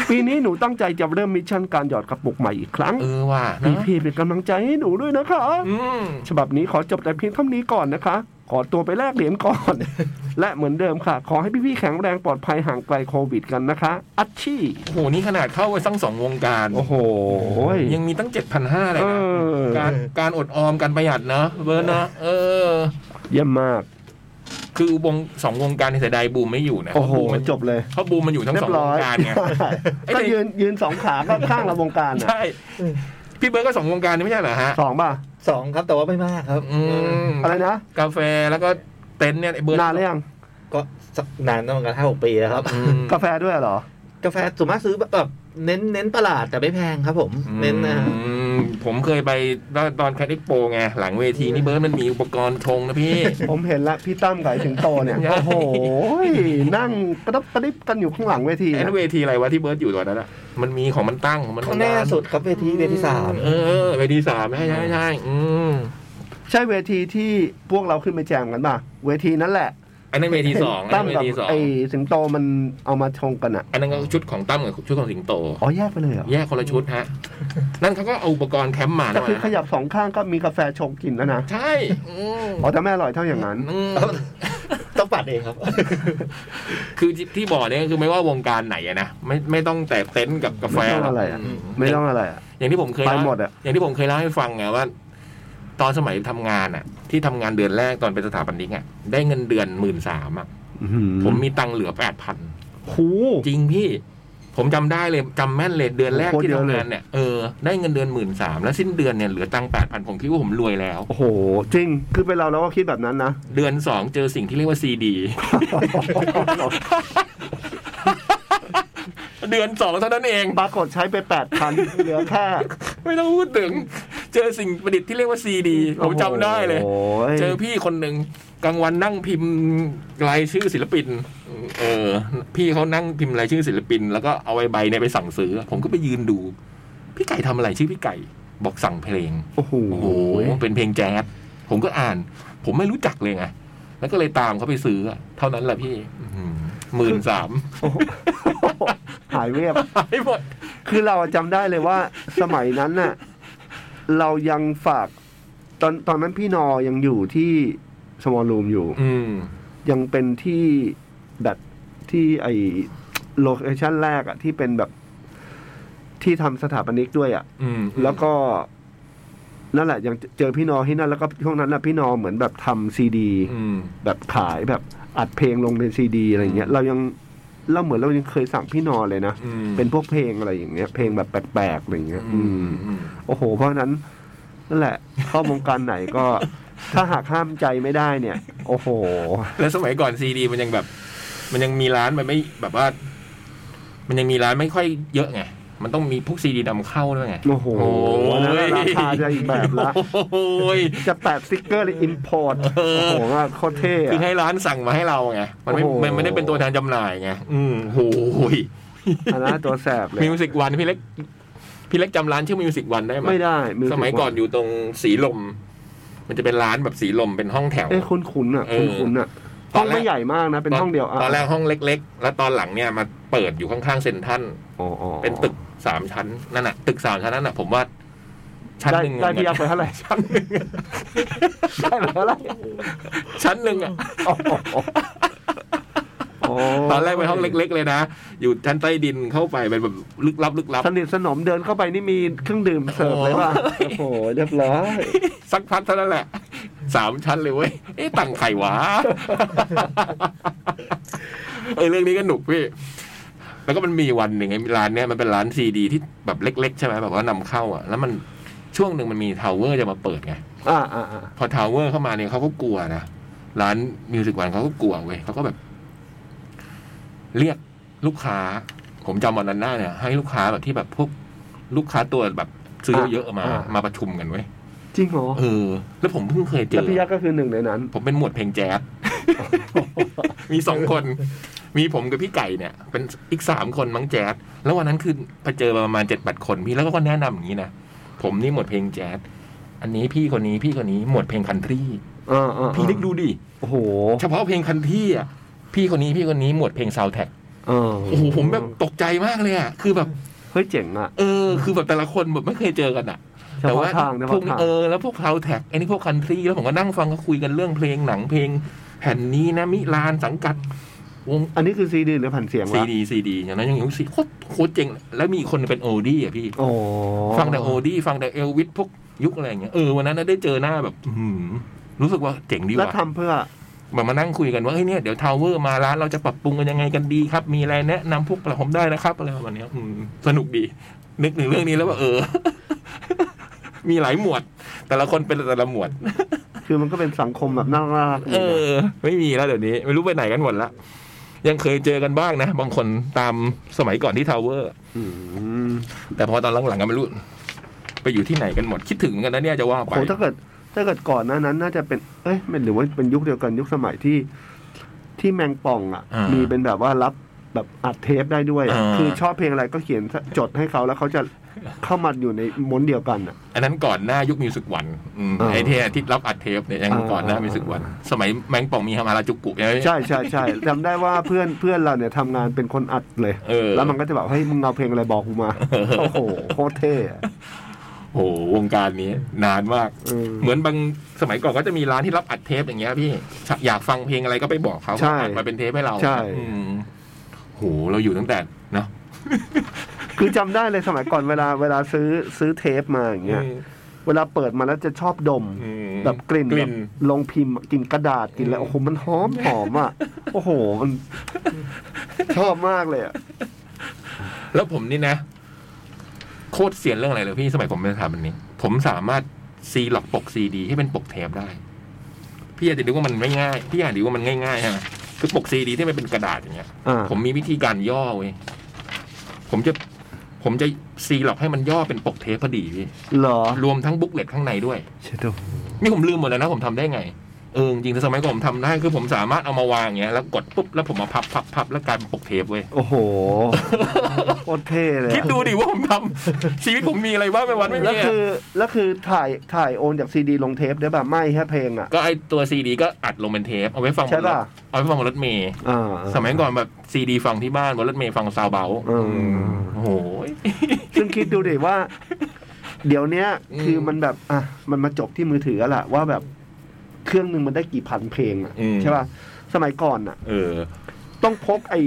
ปีนี้หนูตั้งใจจะเริ่มมิชชั่นการหยอดกระปุกใหม่อีกครั้ง เออว่ะนะ พี่พี่ๆเป็นกำลังใจให้หนูด้วยนะคะ อืม ฉบับนี้ขอจบแต่เพียงเท่านี้ก่อนนะคะ ขอตัวไปแลกเหรียญก่อน และเหมือนเดิมค่ะ ขอให้พี่ๆแข็งแรงปลอดภัยห่างไกลโควิดกันนะคะ อัชชี่ โอ้โห นี่ขนาดเข้าไปทั้งสองวงการ โอ้โห ยังมีตั้ง 7,500เลย เอ นะ อ การการอดออมการประหยัดเนอะเบิร์นเนอะเออ เยี่ยมมาก คือวงสองวงการในยเสียดายบูมไม่อยู่นะ โอ้โห เพราะบูมมัน จบเลย เพราะบูมมันอยู่ทั้ง เรีย สอง บ ว ร้องย การไง ไอ้ ก็ เด็ก ยืนยืนสองขาก็ข้างละวงการอ่ะ ใช่ พี่เบิร์ดก็สองวงการนี่ไม่ใช่เหรอฮะ สองป่ะ สองครับแต่ว่าไม่มากครับ อืม อะไรนะ กาแฟแล้วก็เต็นท์เนี่ยไอ้เบิร์ด นานหรือยัง ก็สักนานตั้งแต่ห้าหกปีแล้วครับ อืม กาแฟด้วยเหรอ กาแฟส่วนมากซื้อแบบเน้นเน้นตลาดแต่ไม่แพงครับผม เน้นนะฮะ อืมผมเคยไปตอนตอนแคดเอ็กโปไง หลังเวทีนี่เบิร์ดมันมีอุปกรณ์ชงนะพี่ ผมเห็นละพี่ตั้มกับไอ้ถึงโตเนี่ย โอ้โห นั่งกระดับกระดิบกันอยู่ข้างหลังเวที ไอ้ นะ นั่นเวทีอะไรวะที่เบิร์ดอยู่ตอนนั้นอะมันมีของมันตั้งของมัน ข้างหน้าสุดครับเวทีเวทีสาม เออเวทีสามใช่ใช่ใช่อืม ใช่เวทีที่พวกเราขึ้นไปแจมกันป่ะ เวทีนั่นแหละ อันนั้นเวทีสองอัน ตั้ นั้นมเว กับ ทีสอง ไอ้สิงโตมันเอามาชงกันอ่ะ อันนั้นก็ชุดของตั้มกับชุดของสิงโต อ๋อแยกไปเลยเหรอ แยกคนละชุด ฮะ นั่นเขาก็เอาอุปกรณ์แคมป์มา แต่ นะ คือขยับสองข้างก็มีกาแฟชงกินแล้วนะ ใช่อืม อ๋อแต่ไม่อร่อยเท่าอย่างนั้น อืม ต้องปัดเองครับ คือที่ที่บอกเนี่ยคือไม่ว่าวงการไหนอะนะไม่ไม่ต้องแต่เต็นท์กับกาแฟ ไม่ต้อง หรอก อะไรอะ ม ไม่ต้องอะไรอ่ะ อย่างที่ผมเคย ไป เล่า หมดอะ อย่างที่ผมเคยเล่าให้ฟังไงว่า ตอนสมัยทำงานอ่ะ ที่ทำงานเดือนแรกตอนเป็นสถาปนิกอ่ะได้เงินเดือนหมื่นสามอ่ะผมมีตังค์เหลือแปดพัน โห จริงพี่ ผมจำได้เลยจำแม่นเลยเดือนแรก โคตร ที่ เยอะ ทำ เลย งานเนี่ยเออได้เงินเดือนหมื่นสามแล้วสิ้นเดือนเนี่ยเหลือตังค์แปดพันผมคิดว่าผมรวยแล้ว โอ้โห จริง คือเป็นเราเราก็คิดแบบนั้นนะ เดือนสองเจอสิ่งที่เรียกว่าซี ดี เดือนสองเท่านั้นเอง ปรากฏใช้ไปแปดพันเหลือแค่ ไม่ต้องพูดถึง เจอสิ่งประดิษฐ์ที่เรียกว่าซีดี ผมจำได้เลย โอ้ย เจอพี่คนหนึ่งกลางวันนั่งพิมพ์รายชื่อศิลปิน เออ พี่เขานั่งพิมพ์รายชื่อศิลปิน แล้วก็เอาไอ้ใบเนี่ยไปสั่งซื้อ ผมก็ไปยืนดู พี่ไก่ทำอะไรชื่อพี่ไก่บอกสั่งเพลง โอ้โห โอ้โหเป็นเพลงแจ๊สผมก็อ่าน ผมไม่รู้จักเลยไงแล้วก็เลยตามเขาไปซื้ออะเท่านั้นแหละพี่หมื่นสาม หายเรียบ หายหมด คือเราจำได้เลยว่า สมัยนั้นน่ะ เรายังฝาก ตอนตอนนั้นพี่นอยังอยู่ที่สมอลรูมอยู่ อืม ยังเป็นที่แบบที่ไอโลเคชันแรกอะที่เป็นแบบที่ทำสถาปนิกด้วยอะ อืม แล้วก็ นั่นแหละยังเจอพี่นอที่นั่นแล้วก็ช่วงนั้นนะพี่นอเหมือนแบบทำซีดี อืม แบบขายแบบอัดเพลงลงในซีดีอะไรเงี้ยเรายังเราเหมือนเรายังเคยสั่งพี่นอเลยนะ อืม เป็นพวกเพลงอะไรอย่างเงี้ย เพลงแบบแปลกๆอะไรเงี้ย อื อื ม ม อืม โอ้โห เพราะฉะนั้นนั่นแหละ เข้าวงการไหนก็ ถ้าหากห้ามใจไม่ได้เนี่ย โอ้โห แล้วสมัยก่อนซีดี มันยังแบบ มันยังมีร้านมันไม่แบบว่า มันยังมีร้านไม่ค่อยเยอะไงมันต้องมีพวกซีดีนำเข้าด้วยไง โอ้โหอันนั้นราคาจะอีกแบบละ โอ้ย จะแปะสติกเกอร์เลยอินพอร์ต เอ โอ้ อ โหว่าโคตรเท่ คือ อะ ให้ร้านสั่งมาให้เราไงมันไม่ โอ้โห มันไม่ได้เป็นตัวแทนจำหน่ายไงอืมโอ้ย อันนั้นตัวแสบเลย มิวสิกวันพี่เล็ก พี่เล็กจำร้านชื่อมิวสิกวันได้ไหม ไม่ได้ สมัยก่อนอยู่ตรงสีลม มันจะเป็นร้านแบบสีลมเป็นห้องแถว เอ้ยคุ้นๆอ่ะ เออ คุ้นๆอ่ะ ต ห้ อ อน ง แรก ไม่ใหญ่มากนะ เป็นห้องเดียวะ ตอนแรกห้องเล็ก ๆ แล้วตอนหลังเนี่ยมาเปิดอยู่ข้างๆเซ็นทรัล อ๋ออ๋อ เป็นตึกสามชั้นนั่นน่ะตึกสามชั้นนั่นน่ะผมว่าชั้น ได้ หนึ่งอะ ได้พี่ยักษ์ไปเท่าไหร่ ชั้นหนึ่งอะ ได้ไปเท่าไหร่ ชั้นหนึ่งอะ อ๋ออ๋อ ตอนแรกไปนห้องเล็ก ๆ เลยนะ อยู่ชั้นใต้ดินเข้าไปเป็นแบบลึกลับลึกลับ สนิทสนมเดินเข้าไปนี่มีเครื่องดื่มเสิร์ฟเลยว่ะ โอ้ย โอ้โหเรียบร้อย สักพักเท่านั้นแหละสามชั้นเลยเว้ยเอ๊ะตังไข่วะ เออเรื่องนี้ก็หนุกพี่แล้วก็มันมีวันหนึ่งไอ้ร้านเนี้ยมันเป็นร้านซีดี ที่แบบเล็ก ๆ ใช่ไหมแบบว่านำเข้าอ่ะแล้วมันช่วงหนึ่งมันมีทาวเวอร์จะมาเปิดไง อ่าอ่าอ่า พอทาวเวอร์เข้ามาเนี่ยเขาก็กลัวนะร้านมิวสิกวันเขาก็กลัวเว้ยเขาก็แบบ เรียกลูกค้า ผมจำวันนั้นได้เนี่ย ให้ลูกค้าแบบที่แบบพวกลูกค้าตัวแบบซื้อเยอะๆมามาประชุมกันเว้ย จริงเหรอ เออ แล้วผมเพิ่งเคยเจ แล้ว อ พี่ยักษ์ก็คือหนึ่งในนั้น ผมเป็นหมวดเพลงแจ๊ส มีสองคน มีผมกับพี่ไก่เนี่ย เป็นอีกสามคนมั้งแจ๊สแล้ววันนั้นคือไปเจอประมาณเจ็ดแปดคนพี่แล้วก็แนะนำอย่างนี้นะผมนี่หมวดเพลงแจ๊สอันนี้พี่คนนี้พี่คนนี้หมวดเพลงคันทรี เออเออเออ พี่นึกดูดิ โอ้โห เฉพาะเพลงคันทรีอ่ะพี่คนนี้พี่คนนี้หมวดเพลงซาวแท็ก เออ โอ้โหผมแบบตกใจมากเลยอ่ะคือแบบ เฮ้ยเจ๋งอ่ะ เออ คือแบบแต่ละคนแบบไม่เคยเจอกันอ่ะ เฉ แต่ พาะ ว่า ทางเฉ พว พาะ กนี้ ทาง เออแล้วพวกคลาวแท็กไอ้นี่พวกคันทรีแล้วผมก็นั่งฟังก็คุยกันเรื่องเพลงหนังเพลงแผ่นนี้นะมิลานสังกัดวง อันนี้คือซีดีหรือแผ่นเสียง ซี วะ ดีซีดีอย่างนั้นยังอยู่สิโคตรโคตรเจ๋งเลยแล้วมีอีกคนเป็นโอดี้อ่ะพี่ โอ้ ฟังแต่โอดี้ฟังแต่เอลวิสพวกยุคอะไรอย่างเงี้ยเออวันนั้นน่ะได้เจอหน้าแบบอื้อหือรู้สึกว่าเจ๋งดี แล้ว ว่ะ ทำเพื่อ แบบมานั่งคุยกันว่าเฮ้ยเนี่ยเดี๋ยวทาวเวอร์มาร้านเราจะปรับปรุงกันยังไงกันดีครับ มีอะไรแนะนำพวกผมได้นะครับอะไรประมาณเนี้ยอืมสนุกดี นึกถึงเรื่องนี้แล้วว่าเอ อ มีหลายหมวด แต่ละคนเป็นแต่ละหมวด คือมันก็เป็นสังคมแบบน่ารักๆ เอ ดีนะ อ ไม่มีแล้วเดี๋ยวนี้ ไม่รู้ไปไหนกันหมดละยังเคยเจอกันบ้างนะ บางคนตามสมัยก่อนที่ทาวเวอร์ ม แต่พอตอนหลังๆก็ไม่รู้ ไปอยู่ที่ไหนกันหมด คิดถึงเหมือนกันนะเนี่ยจะว่า โอ้ ไป โหถ้าเกิด ถ้าเกิดก่อนหน้านั้น น่าจะเป็น เอ้ยมันหรือว่าเป็นยุคเดียวกันยุคสมัยที่ ที่แมงป่องอ่ะ ามี มีเป็นแบบว่ารับแบบอัดเทปได้ด้วยอะ อ่า คือชอบเพลงอะไรก็เขียนจดให้เขาแล้วเขาจะเข้ามาอยู่ในม้วนเดียวกันอ่ะ อันนั้นก่อนหน้ายุคมิวสิกวันอืม อ่า ไอ้เทที่รับอัดเทปเนี่ยยัง อ่า ก่อนหน้ามิวสิกวัน สมัยแมงป่องมีฮามาราจุกุใช่ไหม ใช่ใช่ใช่ จำได้ว่าเพื่อนเพื่อนเราเนี่ยทำงานเป็นคนอัดเลย เออ แล้วมันก็จะแบบเฮ้ยมึงเอาเพลงอะไรบอกกูมา โอ้โหโคตรเท่อะ โอ้โหวงการนี้ นานมาก เออ เหมือนบางสมัยก่อนก็จะมีร้านที่รับอัดเทปอย่างเงี้ยพี่อยากฟังเพลงอะไรก็ไปบอกเขา ใช่ อัดมาเป็นเทปให้เรา ใช่ อืมโหเราอยู่ตั้งแต่เนาะ คือจำได้เลยสมัยก่อนเวลาเวลาซื้อซื้อเทปมาอย่างเงี้ย เวลาเปิดมาแล้วจะชอบดม อืม แบบกลิ่น กลิ่ แบบ น ลงพิมพ์กลิ่นกระดาษกลิ่นอะไรโอ้โหมันหอมหอม อ่ะ โอ้โหมันชอบมากเลยอ่ะ แล้วผมนี่นะ โคตรเสียนเรื่องอะไรเลยพี่สมัยผมเป็นสถาบันนี้ ผมสามารถซีหลอกปกซีดี ให้เป็นปกเทปได้ พี่อาจจะนึกว่ามันไม่ง่าย พี่อาจจะนึกว่ามันง่ายๆฮะคือปกซีดีที่มันเป็นกระดาษอย่างเงี้ย อ่า ผมมีวิธีการย่อเว้ยผมจะ ผมจะซีหลอกให้มันย่อเป็นปกเทปพอดีพี่ เหรอ รวมทั้งบุ๊กเลตข้างในด้วย เชดโด นี่ผมลืมหมดแล้วนะผมทำได้ไง เออจริงๆแต่สมัยก่อนผมทำได้คือผมสามารถเอามาวางอย่างเงี้ยแล้วกดปุ๊บแล้วผมมาพับพับพับแล้วกลายเป็นปกเทปเว้ย โอ้โหโคตรเท่เลย คิด อะ ดูดิว่าผมทำ ชีวิตผมมีอะไรบ้างในวันไม่ แล้ว มีอะ คือแล้วคือถ่ายถ่ายโอนจากซีดีลงเทปได้ป่ะไม่แค่เพลงอ่ะ ก็ไอตัวซีดีก็อัดลงเป็นเทปเอาไว้ฟังบน ใช่ รถ ป่ะ เอาไว้ฟังบนรถเมย์ อ่า สมัยก่อนแบบซีดีฟังที่บ้านบนรถเมย์ฟังซาวเบล อืม โอ้โห ซึ่งคิดดูดิว่า เดี๋ยวเนี้ย อืม คือมันแบบ อ่ะ มันมาจบที่มือถือแหละว่าแบบเครื่องหนึ่งมันได้กี่พันเพลงอ่ะใช่ป่ะสมัยก่อนอ่ะ เออ ต้องพกไอ้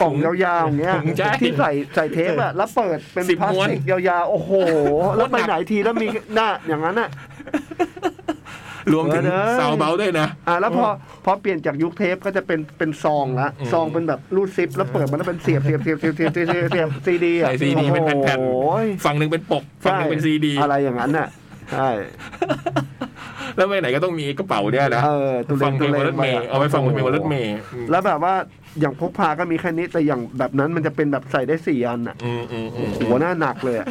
กล่องยาวๆอย่างเงี้ย ถุงใช่ ที่ใส่ใส่เทปอะแล้วเปิดเป็น สิบ พลาส ม้วน ติกยาวๆโอ้โห แล้วไปไหนทีแล้วมีหน้าอย่างนั้นอะ รวมถึง เออเนอะ ซาวเบลด้วยนะ อ่ะแล้วพอพอเปลี่ยนจากยุคเทปก็จะเป็นเป็นซองละ อืม ซองเป็นแบบรูดซิป แล้วเปิดมันแล้วเป็นเสียบเสียบเสียบเสียบเสียบเสียบเสียบเสียบซีดีอะ ใส่ CD เป็นแผ่นๆ โอ้ย ฝั่งหนึ่งเป็นปกฝั่งหนึ่งเป็นซีดี อะไรอย่างนั้นอะใช่ แล้วไปไหนก็ต้องมีกระเป๋าเนี่ยนะ เออตุเร ฟังนเพ ตุ ลงบนเรร น ถเมย์เอาไว้ฟังเพลงบนรถเมย์ แล้วแบบว่าอย่างพกพาก็มีแค่นี้แต่อย่างแบบนั้นมันจะเป็นแบบใส่ได้สี่อันอะ อืมอืมอืม หัวหน้าหนักเลยอะ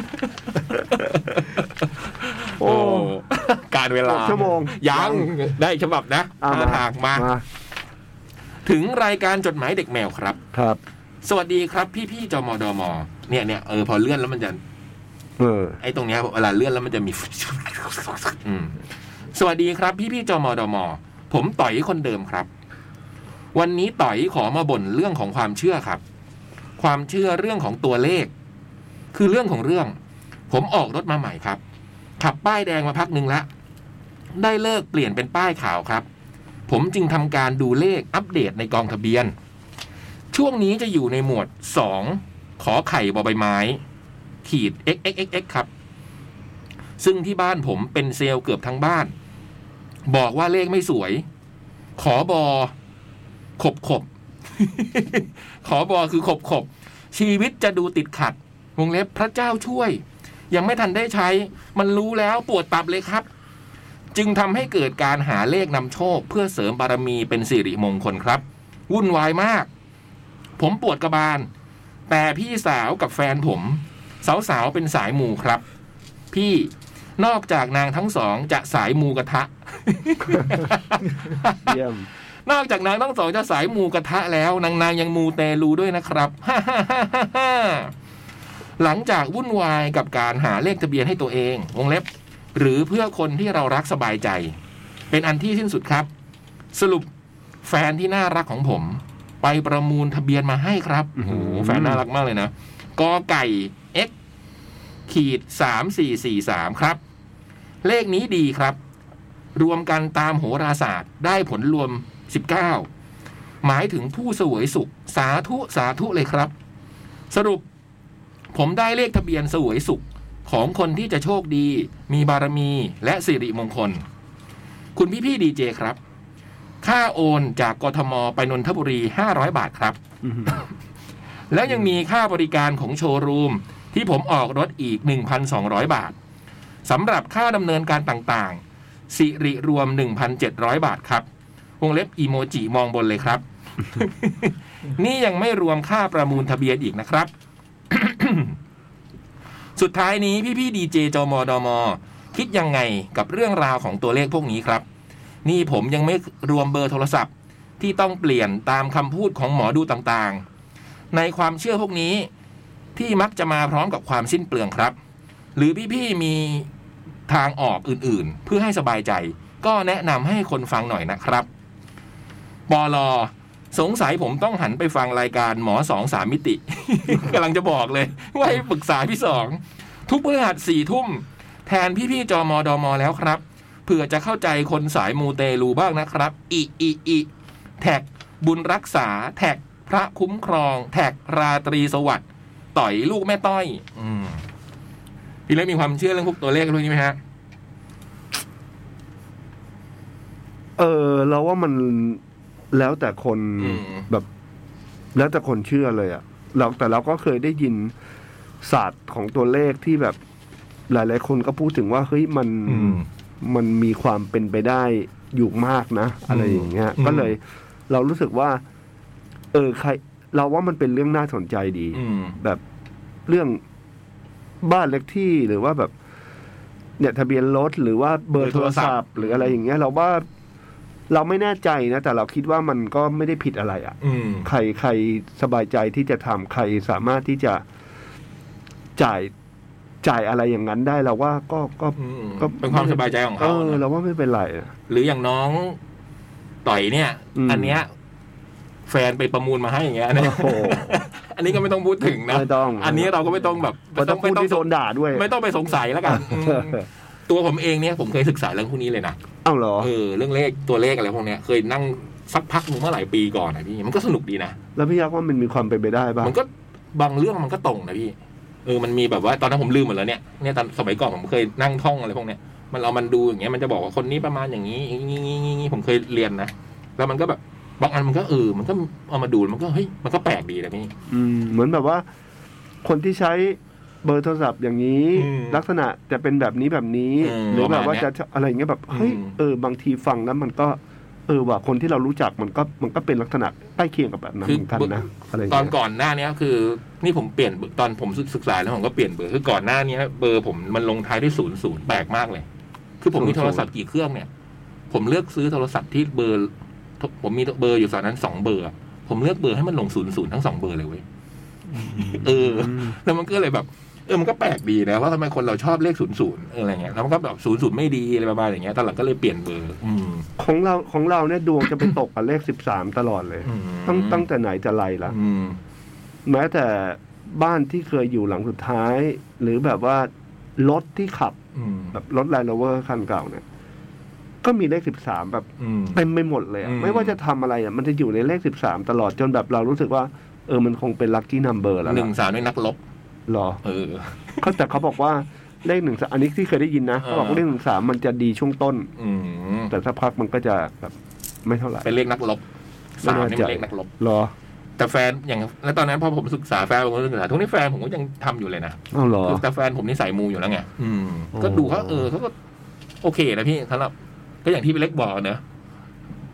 โอ้ โอ้การเวลา หกชั่วโมง ยังได้ฉบับนะ อ่ะ ถ้าหากมา ถึงรายการจดหมายเด็กแมวครับ ครับ สวัสดีครับพี่พี่ๆจมดมเนี่ยเนี่ยเออพอเลื่อนแล้วมันจะ เออ ไอ้ตรงเนี้ยเวลาเลื่อนแล้วมันจะมี อืมสวัสดีครับพี่พี่ๆจมดมผมต่อยคนเดิมครับ วันนี้ต่อยขอมาบ่นเรื่องของความเชื่อครับ ความเชื่อเรื่องของตัวเลข คือเรื่องของเรื่อง ผมออกรถมาใหม่ครับ ขับป้ายแดงมาพักหนึ่งแล้วได้เลิกเปลี่ยนเป็นป้ายขาวครับ ผมจึงทำการดูเลขอัปเดตในกองทะเบียน ช่วงนี้จะอยู่ในหมวด 2 ขอไข่บอใบไม้ ขีด xxxx ครับ ซึ่งที่บ้านผมเป็นเซลล์เกือบทั้งบ้าน บอกว่าเลขไม่สวย ขอบอ ขบขบ ขอบอคือขบขบ ชีวิตจะดูติดขัด วงเล็บพระเจ้าช่วย ยังไม่ทันได้ใช้ มันรู้แล้วปวดตับเลยครับ จึงทำให้เกิดการหาเลขนำโชค เพื่อเสริมบารมีเป็นสิริมงคลครับ วุ่นวายมาก ผมปวดกระบาล แต่พี่สาวกับแฟนผม สาวๆเป็นสายมูครับ พี่น อกจากนางทั้งสองจะสายมูกระทะ เยี่ยม นอกจากนางทั้งสองจะสายมูกระทะแล้ว นางนางยังมูเตลูด้วยนะครับ ฮ่าฮ่าฮ่าฮ่าฮ่าหลังจากวุ่นวายกับการหาเลขทะเบียนให้ตัวเอง วงเล็บ หรือเพื่อคนที่เรารักสบายใจ เป็นอันที่สิ้นสุดครับ สรุปแฟนที่น่ารักของผม ไปประมูลทะเบียนมาให้ครับโอ้โหแฟนน่ารักมากเลยนะกอไก่ x ขีดสามสี่สี่สามครับ เลขนี้ดีครับ รวมกันตามโหราศาสตร์ได้ผลรวม 19 หมายถึงผู้เสวยสุข สาธุสาธุเลยครับ สรุป ผมได้เลขทะเบียนเสวยสุขของคนที่จะโชคดี มีบารมีและสิริมงคล คุณพี่พี่ดีเจครับ ค่าโอนจากกทมไปนนทบุรี 500 บาทครับ อื้อหือ แล้วยังมีค่าบริการของโชว์รูม ที่ผมออกรถอีก 1,200 บาทสำหรับค่าดำเนินการต่างๆ สิริรวม 1,700 บาทครับ วงเล็บอีโมจิมองบนเลยครับ นี่ยังไม่รวมค่าประมูลทะเบียนอีกนะครับ สุดท้ายนี้พี่ๆดีเจจมดม คิดยังไงกับเรื่องราวของตัวเลขพวกนี้ครับ นี่ผมยังไม่รวมเบอร์โทรศัพท์ ที่ต้องเปลี่ยนตามคำพูดของหมอดูต่างๆ ในความเชื่อพวกนี้ที่มักจะมาพร้อมกับความสิ้นเปลืองครับ หรือพี่ๆมีทางออกอื่นๆ เพื่อให้สบายใจ ก็แนะนำให้คนฟังหน่อยนะครับปอลอสงสัยผมต้องหันไปฟังรายการหมอสองสามมิ ติ กำลังจะบอกเลย ว่าให้ปรึกษาพี่สอง ทุกพฤหัสสี่ทุ่ม แทนพี่ๆจอมอดอมอแล้วครับ เผื่อจะเข้าใจคนสายมูเตลูบ้างนะครับอิอิอิแท็กบุญรักษา แท็กพระคุ้มครอง แท็กราตรีสวัสดิ์ต่อยลูกแม่ต้อย อืมพี่เล็กมีความเชื่อเรื่องพวกตัวเลขพวกนี้ไหมฮะ เออ เราว่ามันแล้วแต่คน อืม แบบ แล้วแต่คนเชื่อเลยอะเราแต่เราก็เคยได้ยินศาสตร์ของตัวเลขที่แบบ หลาย ๆ คนก็พูดถึงว่าเฮ้ยมัน มันมีความเป็นไปได้อยู่มากนะ อะไรอย่างเงี้ย อืม ก็เลย เรารู้สึกว่า เออใคร เราว่ามันเป็นเรื่องน่าสนใจดี อืม แบบเรื่องบ้านเล็กที่หรือว่าแบบ เนี่ยทะเบียนรถหรือว่าเบอร์โทรศัพท์ หรืออะไรอย่างเงี้ย เราว่าเราไม่แน่ใจนะ แต่เราคิดว่ามันก็ไม่ได้ผิดอะไรอะ่ะ อืม ใครใครสบายใจที่จะทำใครสามารถที่จะจ่ายจ่ายอะไรอย่างนั้นได้เราว่าก็ก็ อืม ก็ เป็นความสบายใจของ เอ เขา อ นะ เราว่าไม่เป็นไรอะ หรืออย่างน้องต่อยเนี่ย อืม อันเนี้ยแฟนไปประมูลมาให้อย่างเงี้ยนะ โอ้โห อันนี้ก็ไม่ต้องพูด ถึงนะ ไม่ต้อง นนี้เราก็ไม่ต้องแบบ มันต้องพูดที่โดนด่าด้วย ไม่ต้องไปสงสัยแล้วกันอืมตัวผมเองเนี่ยผมเคยศึกษาเรื่องพวกนี้เลยนะ เอ้าเหรอ เออเรื่องเลขตัวเลขอะไรพวกเนี้ยเคยนั่งสักพักหนึ่งเมื่อหลายปีก่อนนะพี่มันก็สนุกดีนะ แล้วพี่ยักษ์ว่ามันมีความเป็นไปได้ป่ะ มันก็บางเรื่องมันก็ตรงนะพี่เออมันมีแบบว่าตอนนั้นผมลืมหมดแล้วเนี่ยเนี่ยตอนสมัยก่อนผมเคยนั่งท่องอะไรพวกเนี้ยมันเอามันดูอย่างเงี้ยมันจะบอกว่าคนนี้ประมาณอย่างนี้อย่างนี้อย่างนี้อย่างนี้ผมเคยเรียนนะแล้วมันก็แบบบางอันมันก็เออมันก็เอามาดูมันก็เฮ้ยมันก็แปลกดีนะพี่ อืมเหมือนแบบว่า คนที่ใช้เบอร์โทรศัพท์อย่างนี้ อืม ลักษณะจะเป็นแบบนี้แบบนี้ อืม หรือแบบประมาว่าณเนี้ จะ ย อะไรอย่างเงี้ยแบบเฮ้ย อืม เออบางทีฟังแล้วมันก็ เออว่าคนที่เรารู้จักมันก็มันก็เป็นลักษณะใกล้เคียงกับแบบนั้นเหมือนกันนะอะไรอย่าง ตอน เงี้ย ก่อนหน้าเนี้ยคือ นี่ผมเปลี่ยนเบอร์ตอนผมศึกษาแล้วผมก็เปลี่ยนเบอร์คือก่อนหน้าเนี้ยเบอร์ผมมันลงท้ายด้วยศูนย์ศูนย์แปลกมากเลย คือผมมีโทรศัพท์กี่เครื่องเนี่ย ผมเลือกซื้อโทรศัพท์ที่เบอร์ ผมมีเบอร์อยู่ตอนนั้นสองเบอร์อะผมเลือกเบอร์ให้มันลงศูนย์ศูนย์ทั้งสองเบอร์เลยเว้ยเออ แล้วมันก็เลยแบบ เออมันก็แปลกดีนะว่าทำไมคนเราชอบเลขศูนย์ศูนย์อะไรเงี้ยแล้วมันก็แบบศูนย์ศูนย์ไม่ดีอะไรประมาณอย่างเงี้ยตอนหลังก็เลยเปลี่ยนเบอร์ อืม ของเราของเราเนี่ยดวงจะไปตกกับเลขสิบสามตลอดเลย อืม ตั้งตั้งแต่ไหนแต่ไรละ อืม แม้แต่บ้านที่เคยอยู่หลังสุดท้าย หรือแบบว่ารถที่ขับ อืม แบบรถไลน์โรเวอร์คันเก่าเนี่ย ก็มีเลขสิบสามแบบ อืม เต็มไปหมดเลยอะ อืม ไม่ว่าจะทำอะไรอ่ะมันจะอยู่ในเลขสิบสามตลอดจนแบบเรารู้สึกว่า เออมันคงเป็นลัคกี้นัมเบอร์แล้ว ห ล่ะ นึ่งสาวด้วยนักลบ หรอ เออ เขาแต่เขาบอกว่าเลขหนึ่งสามอันนี้ที่เคยได้ยินนะเขาบอกว่าเลขหนึ่งสามมันจะดีช่วงต้น อืม แต่สักพักมันก็จะแบบไม่เท่าไหร่ เป็นเลขนักลบ ไม่ สาม น่า นี่ จะ เป็นเลขนักลบ หรอ แต่แฟนอย่างแล้วตอนนั้นพอผมศึกษาแฟนผมก็ศึกษาทุกนี้แฟนผมก็ยังทำอยู่เลยนะ อ้าวหรอ คือแต่แฟนผมนี่ใส่มูอยู่แล้วไงอืม โอ้ ก็ดูเขาเออเขาก็โอเคนะพี่สำหรับก็อย่างที่พี่เล็กบอกเนอะ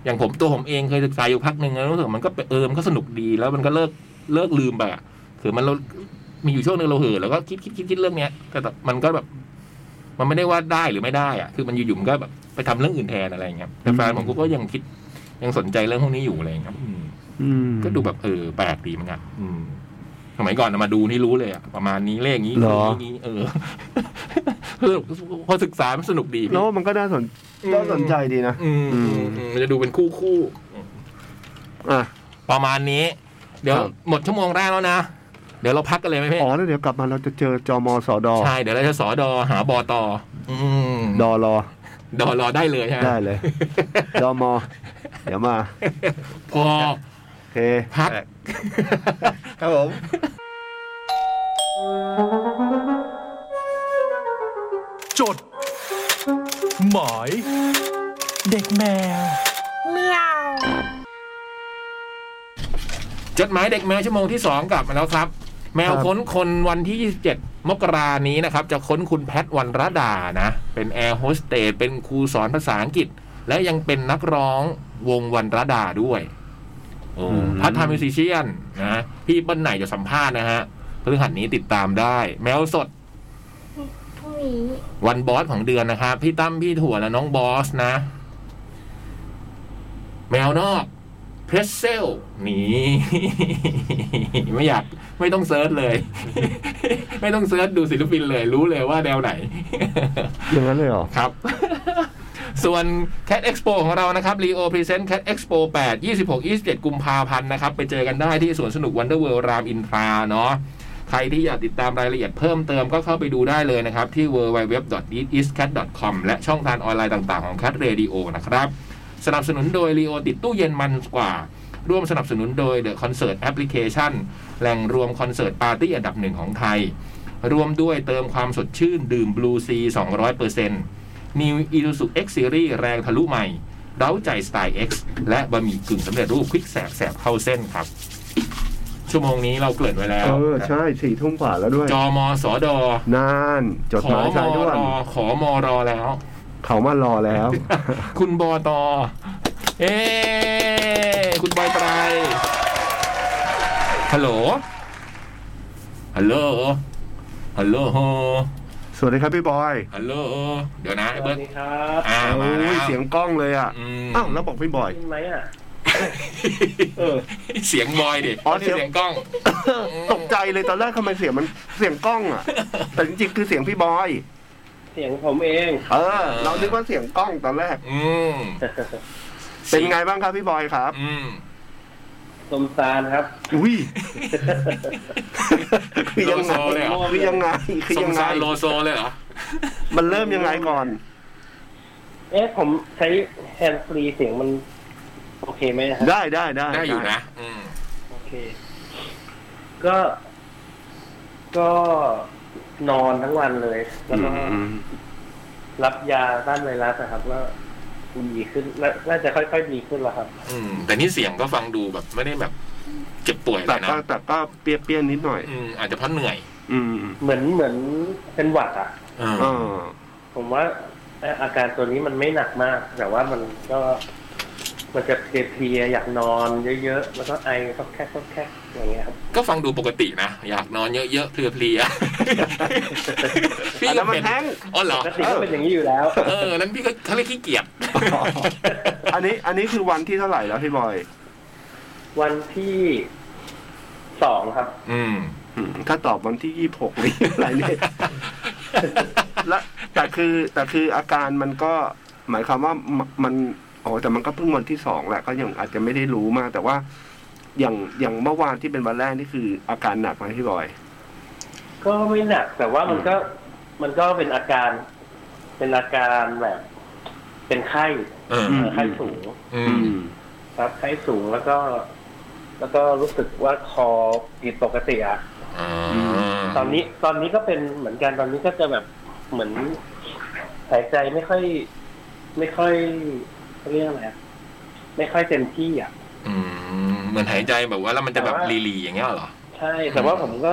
อย่างผมตัวผมเองเคยศึกษาอยู่พักหนึ่งแล้วรู้สึกมันก็เออมันก็สนุกดีแล้วมันก็เลิกเลิกลืมไปอะคือมันเรามีอยู่ช่วงหนึ่งเราเห่อแล้วก็คิดคิดคิดคิดเรื่องเนี้ยแต่แต่มันก็แบบ มันไม่ได้ว่าได้หรือไม่ได้อะคือมันอยู่ๆมันก็แบบไปทำเรื่องอื่นแทนอะไรอย่างเงี้ยแต่แฟนผมก็ยังคิด ยังสนใจเรื่องพวกนี้อยู่อะไรอย่างเลยครับอืม อืม ก็ดูแบบเออแปลกดีเหมันกันอืมสมัยก่อนเอามาดูนี่รู้เลยอะประมาณนี้เลขนี้ เหรอ นี้นี้เออ คือพอศึกษามันสนุกดีพี่ แล้วมันก็น่าสน อืม น่าสนใจดีนะ อืมอืมอืมมันจะดูเป็นคู่คู่ อ่ะ ประมาณนี้ เดี๋ยว ครับ หมดชั่วโมงแรกแล้วนะ เดี๋ยวเราพักกันเลยไหมพี่ อ๋อแล้วเดี๋ยวกลับมาเราจะเจอจอมอสอดอ ใช่เดี๋ยวเราจะสอดอหาบอตออืม ดอรอ ดอรอได้เลยใช่ไหม ได้เลย จอมอ เดี๋ยวมา พอ โอเค พัก ครับผม จด หมาย เด็กแมว จดหมายเด็กแมวชั่วโมงที่ 2 กลับมาแล้วครับ แมว ครับ ค้นคนวันที่ 27 มกรานี้นะครับ จะค้นคุณแพทวันรดานะ เป็นแอร์โฮสเตสเป็นครูสอนภาษาอังกฤษ และยังเป็นนักร้องวงวันรดาด้วย โอ้พัฒนามิวสิเชียนนะพี่เปิ้ลไหนจะสัมภาษณ์นะฮะพฤหัสนี้ติดตามได้ แมวสด พรุ่งนี้ วันบอสของเดือนนะครับ พี่ตั้มพี่ถั่วและน้องบอสนะ แมวนอกเพรสเซลนี่ ไม่อยาก ไม่ต้องเซิร์ชเลย ไม่ต้องเซิร์ชดูศิลปินเลย รู้เลยว่าแนวไหน อย่างนั้นเลยเหรอ ครับ ส่วน Cat Expo ของเรานะครับ Leo Present Cat Expo 8 26 27 กุมภาพันธ์นะครับ ไปเจอกันได้ที่สวนสนุก Wonder World รามอินทราเนาะ ใครที่อยากติดตามรายละเอียดเพิ่มเติมก็เข้าไปดูได้เลยนะครับ ที่ www.eatiscat.com และช่องทางออนไลน์ต่างๆของ Cat Radio นะครับ สนับสนุนโดย Leo ติดตู้เย็นมันกว่า ร่วมสนับสนุนโดย The Concert Application แหล่งรวมคอนเสิร์ตปาร์ตี้อันดับหนึ่งของไทย รวมด้วยเติมความสดชื่นดื่ม Blue C 200% New Isuzu X Series แรงทะลุใหม่ เร้าใจสไตล์ X และบะหมี่กึ่งสำเร็จรูปควิกแสบแสบเข้าเส้นครับ ชั่วโมงนี้เราเกริ่นไว้แล้ว เออ ใช่สี่ทุ่มกว่าแล้วด้วย จอมอสอดอน านจด ข ห อ มาย ม สาย อ ด่ว ร น อขอมอรอแล้ว เขามารอแล้ว คุณบอตอ เอ้คุณบอยไตรฮัลโหล ฮัลโหล ฮัลโหล สวัสดีครับพี่บอย ฮัลโหล เดี๋ยวนะไอ้ ส เบิ วัสร์ด ดีครับ อ่า โอ้ มาแล้ ยว เสียงกล้องเลยอ่ะ อืม อ้าวแล้วบอกพี่บอย จริงไหมอ่ะ เออ เสียงบอยดิ อ๋อ ไม่ เสี ใช่ ยง เสียงกล้อง ตกใจเลยตอนแรกทำไมเสียงมันเสียงกล้องอ่ะ แต่จริงๆคือเสียงพี่บอย เสียงผมเอง เออ เรานึกว่าเสียงกล้องตอนแรก อืม เป็นไงบ้างครับพี่บอยครับ อืม สมซานครับ อุ้ย คือยัง โล ไง โซเลยเหรอ คือยังไงคือ ส ยั ม งไง ซารโลโซเลยเหรอ มันเริ่มยังไงก่อน เอ๊ะ ผมใช้แฮนด์ฟรีเสียงมัน โอเคไหมครับ ได้ได้ได้ ได้อยู่นะ อืม โอเค ก็ ก็นอนทั้งวันเลย แล้วก็ อืม รับยาต้านไวรัสนะครับ แล้วดีขึ้นน่าน่าจะค่อยๆดีขึ้นแล้วครับ อืม แต่นี่เสียงก็ฟังดูแบบไม่ได้แบบ เจ็บป่วยเล แต่ ยนะ ก็แต่ก็เปรี้ยนๆนิดหน่อย อืม อาจจะเพราะเหนื่อย อืม เหมือนเหมือนเป็นหวัดอ่ะ อ่า อ่า ผมว่าอาการตัวนี้มันไม่หนักมาก แต่ว่ามันก็มันจะเพลียๆอยากนอนเยอะๆ แล้วก็ไอก็แค่ก็แค่อย่างเงี้ยครับ ก็ฟังดูปกตินะ อยากนอนเยอะๆเพลียๆพี่ก็ แล้วมัน เป็น แท้ง อ๋อเหรอ ปกติก็เป็นอย่างนี้อยู่แล้ว เออ นั้นพี่ก็เขาเรียกขี้เกียจ อ๋ออันนี้อันนี้คือวันที่เท่าไหร่แล้วพี่บอย วันที่สองครับ อืม อืมก็ตอบวันที่ยี่หกนี่อะไรเนี่ยและแต่คือแต่คืออาการมันก็หมายความว่ามันอ๋อแต่มันก็เพิ่งวันที่สองแหละก็ยังอาจจะไม่ได้รู้มาก แต่ว่า อย่างอย่างเมื่อวานที่เป็นวันแรกนี่คืออาการหนักไหมพี่บอย ก็ไม่หนัก แต่ว่ามันก็มันก็เป็นอาการ เป็นอาการแบบ เป็นไข้ เออ ไข้สูง อืม ครับไข้สูงแล้วก็ แล้วก็รู้สึกว่าคอผิดปกติอ่ะ อ่า ตอนนี้ตอนนี้ก็เป็นเหมือนกันตอนนี้ก็จะแบบเหมือนหายใจไม่ค่อย ไม่ค่อยเรียกอะไรอะไม่ค่อยเต็มที่อ่ะ อืมเหมือนหายใจแบบว่าแล้วมันจะแบบลีๆอย่างเงี้ยเหรอ ใช่ แต่ว่าผมก็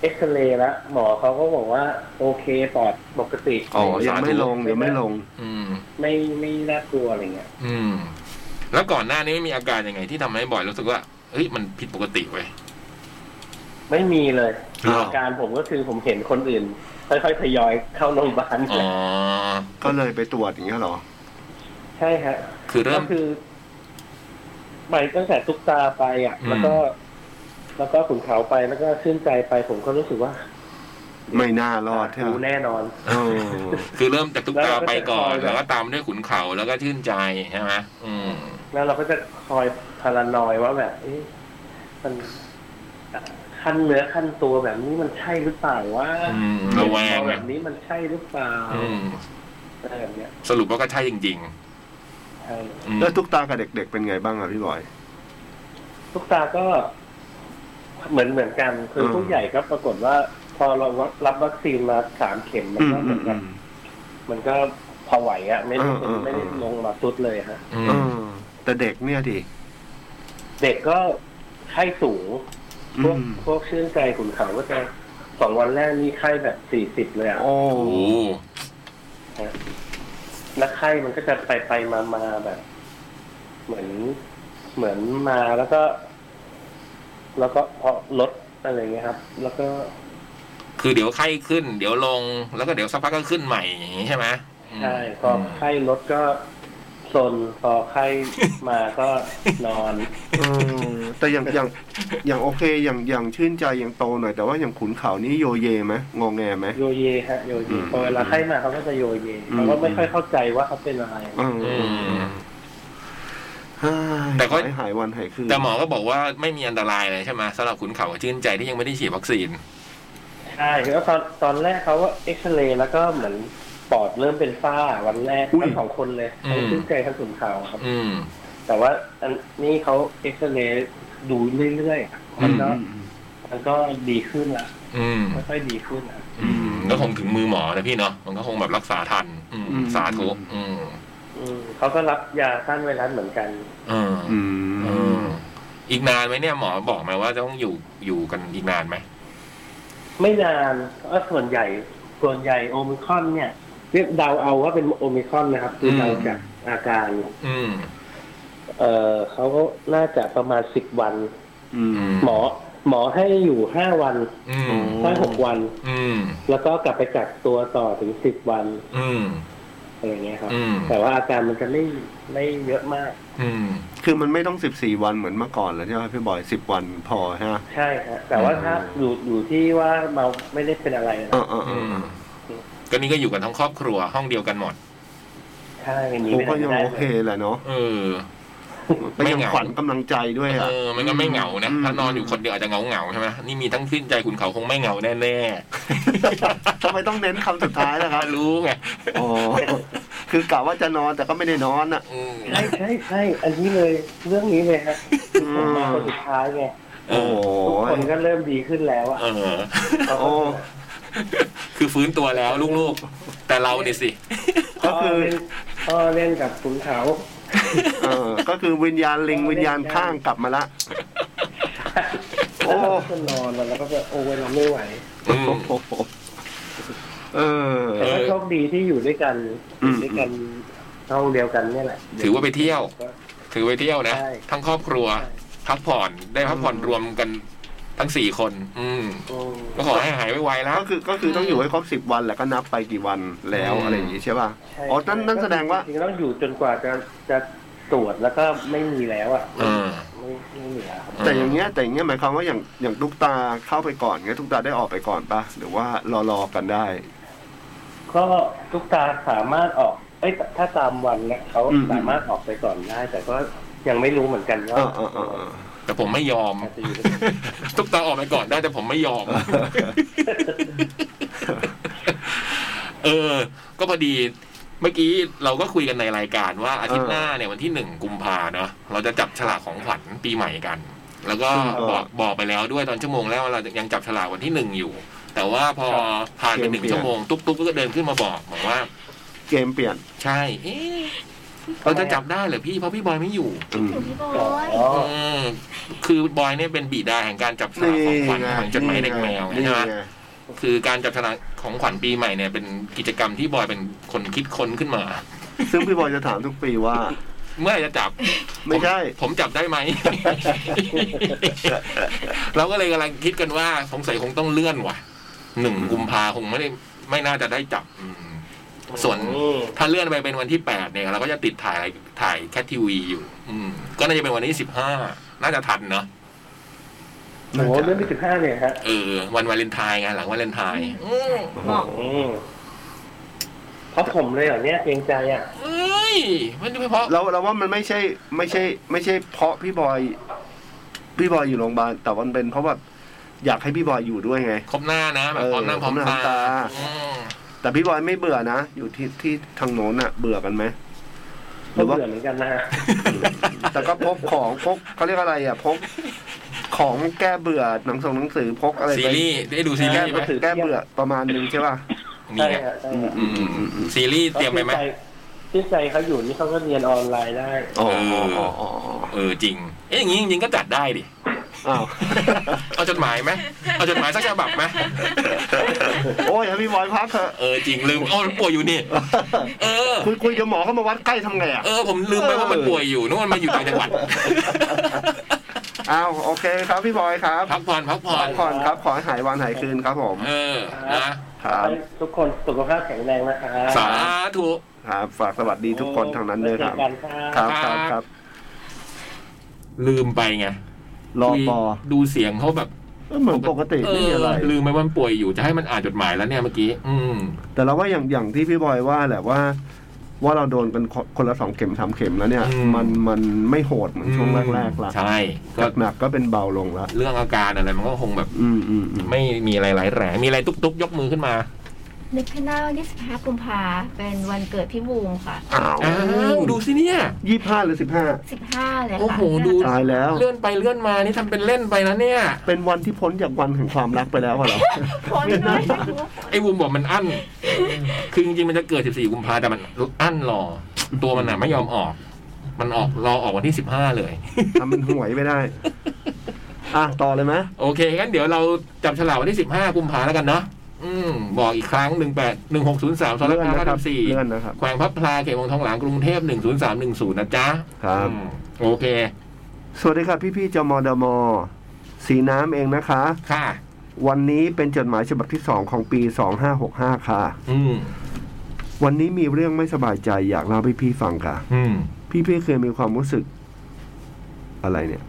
เอ็กซเรย์แล้วหมอเขาก็บอกว่า โอเคปอดปกติ อ๋อ ยังไม่ลงยังไม่ลง อืม ไม่ไม่น่ากลัวอะไรเงี้ย อืม แล้วก่อนหน้านี้ไม่มีอาการยังไงที่ทำให้บ่อยรู้สึกว่าเฮ้ยมันผิดปกติเว้ย ไม่มีเลย อ้าว อาการผมก็คือผมเห็นคนอื่น ค่อยๆทยอยเข้าโรงพยาบาล อ๋อ ก็เลยไปตรวจอย่างเงี้ยเหรอ ใช่ฮะ คือเริ่ ก็ ม คือ ไปตั้งแต่ตุกตาไปอ่ะ อืม แล้วก็ แล้วก็ขุนเขาไปแล้วก็ชื่นใจไปผมก็รู้สึกว่า ไม่น่ารอดใช่ไหม รู้แน่นอน เออ คือเริ่มจากตุ๊กตาไปก่อน แล้วก็จะคอยแบบ แล้วก็ตามด้วยขุนเขาแล้วก็ชื่นใจใช่ไหมอืม แล้วเราก็จะคอยพารานอยว่าแบบเอ๊ะมันขั้นเนื้อขั้นตัวแบบนี้มันใช่หรือเปล่าว่า อืมระแวงอะ แบบนี้มันใช่หรือเปล่า อืม อะไรแบบเนี้ย สรุปว่าก็ใช่จริง ใช่ ๆอืม แล้วทุกตากับเด็ก ๆ เป็นไงบ้างอ่ะพี่บอย ทุกตาก็เหมือนเหมือนกัน คืออ ม ผู้ใหญ่ก็ปรากฏว่า พอเรารับวัคซีนมาสามเข็มมัน อืม ก็เห อื มือนมอื กับ ม มันก็พอไหวอ่ะ ไม่ได้ เออเออเออ ไม่ได้ลงมาสุดเลยฮะ อืม เออแต่เด็กเนี่ยดิ เด็กก็ไข้สูง พวก อืม พวกชื่นใจขุนเขาก็จะสองวันแรกนี่ไข้แบบสี่สิบ40 เลยอ่ะ โอ้ โอ้โห แล้วไข้มันก็จะไปไปมามาแบบ เหมือนเหมือนมาแล้วก็ แล้วก็พอลดอะไรเงี้ยครับ แล้วก็ คือเดี๋ยวไข้ขึ้น เดี๋ยวลงแล้วก็เดี๋ยวสักพักก็ขึ้นใหม่อย่างนี้ใช่ไหมอืม ใช่พอไข้ลดก็ซนพอไข้มาก็นอน เออแต่อย่างอย่างอย่างโอเคอย่างอย่างชื่นใจอย่างโตหน่อย แต่ว่าอย่างขุนเขานี่โยเยไหมงองแงไหม โยเยฮะโยเย อืม พอเวลาไข้มาเขาก็จะโยเย อืม เขาก็ไม่ค่อยเข้าใจว่าเขาเป็นอะไร เออ อืม เฮ้ย แต่ก็ ขอให้หายวันหายคืน แต่หมอก็บอกว่าไม่มีอันตรายเลยใช่ไหมสำหรับขุนเขากับชื่นใจที่ยังไม่ได้ฉีดวัคซีน ใช่แล้วตอนตอนแรกเขาก็เอ็กซเรย์แล้วก็เหมือนปอดเริ่มเป็นฝ้าวันแรกทั้งสองคนเลย อืม ทั้งชื่นใจทั้งขุนเขาครับ อืม แต่ว่าอันนี่เขาเอ็กซเรย์ดูเรื่อยๆมันก็ อืมอืม มันก็ดีขึ้นละ อืม ค่อยๆดีขึ้นละ อืมก็คงถึงมือหมอนะพี่เนาะมันก็คงแบบรักษาทันอืม อืม สาธุอืม อืมเขาก็รับยาต้านไวรัสเหมือนกัน เออ อื เออมอีกนานไหมเนี่ยหมอบอกไหมว่าต้องอยู่อยู่กันอีกนานไหม ไม่นานก็ส่วนใหญ่ส่วนใหญ่โอมิครอนเนี่ยเรียกเดาเอาว่าเป็นโอมิครอนนะครับคือเดาจากอาการ อืม เออเขาก็น่าจะประมาณสิบวัน อืม หมอหมอให้อยู่ห้าวัน อืม ม ห้าหกวัน อืม แล้วก็กลับไปกักตัวต่อถึงสิบวัน อืม อะไรเงี้ยครับ อืม แต่ว่าอาการมันจะไม่ไม่เยอะมาก อืม คือมันไม่ต้องสิบสี่วันเหมือนเมื่อก่อนแล้วใช่ไหมพี่บอยสิบวันพอฮะ ใช่ฮะแต่ว่าถ้าอยู่อยู่ที่ว่าเราไม่ได้เป็นอะไรนะ เออเออเอ อื อ มก็นี่ก็อยู่กันทั้งครอบครัวห้องเดียวกันหมด ใช่หนี ผม ไม่ ก็ ได้ ยัง ได้ โอเคแหละเนาะ เออ ก็ยัง ไม่เหงา ขวัญกำลังใจด้วยอ่ะ เออมันก็ไม่เหงานะถ้านอนอยู่คนเดียวอาจจะเหงาเหงาๆใช่ไหมนี่มีทั้งขึ้นใจขุนเขาคงไม่เหงาแน่ ทำไมต้องเน้นคำสุดท้ายนะ ๆ ครับ ถ้ารู้ไง อ๋อ คือกะว่าจะนอนแต่ก็ไม่ได้นอนอ่ะ อืม ใช่ใช่ใช่อันนี้เลยเรื่องนี้เลยฮะ อืม ผมมาคนสุดท้ายไง เอ โอ้ อ ทุกคยนก็เริ่มดีขึ้นแล้วอ่ะ เออ เขาก็ โอ้ คือฟื้นตัวแล้วลูกๆ แต่เราเนี่ยสิ ก็คือ พ่เล่นพ่อเล่นกับขุนเขา เออ ก็คือวิญญาณลิงวิญญาณข้างกลับมาละ โอ้ แล้วเราก็นอนแล้วก็แบบโอ้ยเราไม่ไหว อืม โอ้โหเออ แต่ก็ เออ โชคดีที่อยู่ด้วยกัน อือมยู่ด้วยกันห้องเดียวกันเนี่ยแหละ ถือว่าไปเที่ยว ถือไปเที่ยวนะ ใช่ ทั้งครอบครัว พักผ่อน ได้พักผ่อนรวมกันทั้งสี่คน อืม อืม ก็ขอให้หายไวๆแล้ว ก็คือก็คือต้องอยู่ให้ครบสิบวันแล้วก็นับไปกี่วันแล้ว อืม อะไรอย่างงี้ใช่ป่ะ ใช่ อ๋อ นั่นนั่นแสดงว่า จริงๆต้องอยู่จนกว่าจะจะตรวจแล้วก็ไม่มีแล้วอ่ะ เออ ไม่ไม่เหลือครับ แต่อย่างเงี้ยแต่อย่างเงี้ยหมายความว่าอย่างอย่างทุกตาเข้าไปก่อนเงี้ยทุกตาได้ออกไปก่อนป่ะ หรือว่ารอรอกันได้ ก็ทุกตาสามารถออกเอ้ยถ้าตามวันนะเขา อืม สามารถออกไปก่อนได้ แต่ก็ยังไม่รู้เหมือนกัน เอ ว่า อเออเออเออ แต่ผมไม่ยอม อาจจะอยู่ด้วยกัน ทุกตาออกไปก่อนได้แต่ผมไม่ย อม เออ ก็พอดีเมื่อกี้เราก็คุยกันในรายการว่าอาทิตย์หน้าเนี่ยวันที่หนึ่งกุมภาเนาะเราจะจับฉลากของขวัญปีใหม่กัน แล้วก็บอกบอกไปแล้วด้วยตอนชั่วโมงแล้วว่าเรายังจับฉลากวันที่หนึ่งอยู่ แต่ว่าพอผ่านไปหนึ่งชั่วโมงตุ๊กตุ๊กก็เดินขึ้นมาบอกบอกว่า เกมเปลี่ยน ใช่ เอ๊ะเราจะจับได้เหรอพี่เพราะพี่บอยไม่อยู่ อืม ถึงพี่บอ อ๋ ย อ อืมคือบอยเนี่ยเป็นบิดาแห่งการจับฉลากของขวัญ นี่ไง ของจดหมายเด็กแมวไง นี่ ใช่ไหม ไง คือการจับฉลากของขวัญปีใหม่เนี่ยเป็นกิจกรรมที่บอยเป็นคนคิดค้นขึ้นมา ซึ่งพี่บอยจะถามทุกปีว่า เมื่อไหร่จะจับ ไม่ใช่ ผมผมจับได้ไหม เราก็เลยกำลังคิดกันว่าสงสัยคงต้องเลื่อนว่ะหนึ่งกุมภาคงไม่ได้ไม่น่าจะได้จับอืม ส่วน อืม ถ้าเลื่อนไปเป็นวันที่แปดเนี่ยเราก็จะติดถ่ายถ่ายแคททีวีอยู่ อืม ก็น่าจะเป็นวันที่สิบห้าน่าจะทันเนาะ โอ้โหเรื่องที่สิบห้าเนี่ยฮะ เออวันวาเลนไทน์ไงหลังวาเลนไทน์อืม บอก อืมเพราะผมเลยเหรอเนี่ยเกรงใจอ่ะ เอ้ยมันไม่เพราะ เราเราว่ามันไม่ใช่ไม่ใช่ ไม่ใช่เพราะพี่บอย พี่บอยอยู่โรงพยาบาลแต่มันเป็นเพราะแบบอยากให้พี่บอยอยู่ด้วยไง ครบหน้านะแบบ เออ พร้อมหน้าพร้อม พร้อมหน้า ตา พร้อมตา อืม แต่พี่บอยไม่เบื่อนะ อยู่ที่ที่ทางโน้นอะเบื่อกันไหมห ก็ รือว่า เบื่อเหมือนกันนะฮะ แต่ก็พกของพกเขาเรียกอะไรอ่ะพกของแก้เบื่อหนังส่งหนังสือพกอะไร ซี ไป รีส์ได้ดูซีรี แก้ ส์ไหม เบื่อแก้เบื่อประมาณนึงใช่ป่ะ นี่ ใช่ ไง ฮะใช่ อืมซีรีส์เตรียมไปไหม ที่ใจเขาอยู่นี่เขาก็เรียนออนไลน์ได้ อ๋อ เออ อ๋ออ๋อ เออจริง เอ๊ะอย่างนี้จริงๆก็จัดได้ดิ อ้าว เอาจดหมายไหมเอาจดหมายสักฉบั บไหม โอ้ยให้พี่บอยพักเถอะ เออจริงลืมเอามันป่วยอยู่นี่ เออ คุยคุยกับหมอเขามาวัดไข้ทำไงอ่ะ เออผมลืมไปว่ามันป่วยอยู่นู่นมันอยู่ต่างจังหวัด อ้าวโอเคครับพี่บอยครับ พักผ่อนพักผ่อ พั น กผ่อนครับขอให้หายวันหายคืนครับผม เออนะครับ ให้ทุกคนสุขภาพแข็งแรงนะคะ สาธุ ครับฝากสวัสดีทุกคนทางนั้นเลยครับ จอกันค่ะ ครับครับครับ ลืมไปไง รอปอ ดูเสียงเขาแบบ เออเหมือนปกติ เอ ไม่มี อ อะไร ลืมไปว่ามันป่วยอยู่จะให้มันอ่านจดหมายแล้วเนี่ยเมื่อกี้ อืม แต่เราว่าอย่างอย่างที่พี่บอยว่าแหละว่า ว่าเราโดนกันคนคนละสองเข็มสามเข็มแล้วเนี่ย อืม มันมันไม่โหดเหมือนช่วงแรกๆละ ใช่ก็ หนักๆก็เป็นเบาลงละ เรื่องอาการอะไรมันก็คงแบบ อืมอืมอืม ไม่มีอะไรหลายแรงมีอะไรตุ๊กตุ๊กยกมือขึ้นมา นึกขึ้นได้วันที่15กุมภาเป็นวันเกิดพี่บูมค่ะ อ้าว อ้าวดูสิเนี่ย ยี่ห้าหรือสิบห้า 15 เลยค่ะ โอ้โหดู ตายแล้ว เลื่อนไปเลื่อนมานี่ทำเป็นเล่นไปนะเนี่ย เป็นวันที่พ้นจากวันแห่งความรักไปแล้วอะเหรอ คนด้วย ไอ้วุมบอกมันอั้น คือจริงๆมันจะเกิด 14 กุมภาแต่มันอั้นรอ ตัวมันน่ะไม่ยอมออก มันออกรอออกวันที่ 15 เลย ทำเป็นหวยไม่ได้ อ่ะต่อเลยไหม โอเคงั้นเดี๋ยวเราจับฉลากวันที่ 15 กุมภาแล้วกันเนาะอืมบอกอีกครั้ง 18 1603ซอยลาด เลื่อพนร้าว นะครับ 94 เลื่อนนะครับ แขวงพับพลาเขตวังทองหลางกรุงเทพ10310นะจ๊ะ ครับ อืมโอเค สวัสดีครับพี่ๆจมดมสีน้ำเองนะคะ ค่ะ วันนี้เป็นจดหมายฉบับที่สองของปีสองห้าหกห้าค่ะ อืม วันนี้มีเรื่องไม่สบายใจอยากเล่าให้พี่ฟังค่ะ อืม พี่พี่เคยมีความรู้สึก อะไรเนี่ย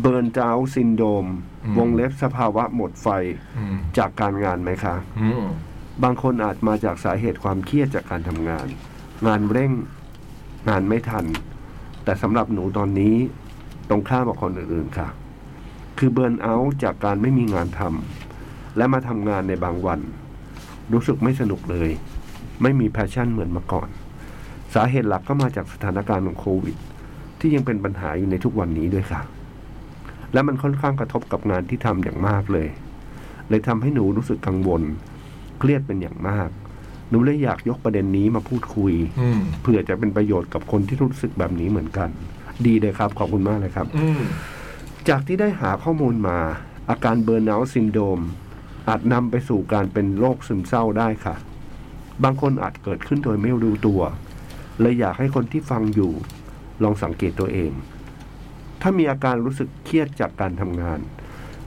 เบิร์นดาวซินโดม อืม วงเล็บสภาวะหมดไฟ อืม จากการงานไหมคะ อืม บางคนอาจมาจากสาเหตุความเครียดจากการทำงาน งานเร่ง งานไม่ทัน แต่สำหรับหนูตอนนี้ ตรงข้ามกับคนอื่นๆค่ะ คือเบิร์นเอาท์จากการไม่มีงานทำและมาทำงานในบางวัน รู้สึกไม่สนุกเลย ไม่มีแพชชั่นเหมือนเมาก่อน สาเหตุหลักก็มาจากสถานการณ์ของโควิด ที่ยังเป็นปัญหาอยู่ในทุกวันนี้ด้วยค่ะ และมันค่อนข้างกระทบกับงานที่ทำอย่างมากเลย เลยทำให้หนูรู้สึกกังวล เครียดเป็นอย่างมาก หนูเลยอยากยกประเด็นนี้มาพูดคุย อืม เพื่อจะเป็นประโยชน์กับคนที่รู้สึกแบบนี้เหมือนกัน ดีเลยครับ ขอบคุณมากเลยครับ อืม จากที่ได้หาข้อมูลมา อาการเบ r ร์น u อ s ซินโดมอาจนำไปสู่การเป็นโรคซึมเศร้าได้ค่ะ บางคนอาจเกิดขึ้นโดยไม่รู้ตัว เลยอยากให้คนที่ฟังอยู่ ลองสังเกตตัวเอง ถ้ามีอาการรู้สึกเครียดจากการทำงาน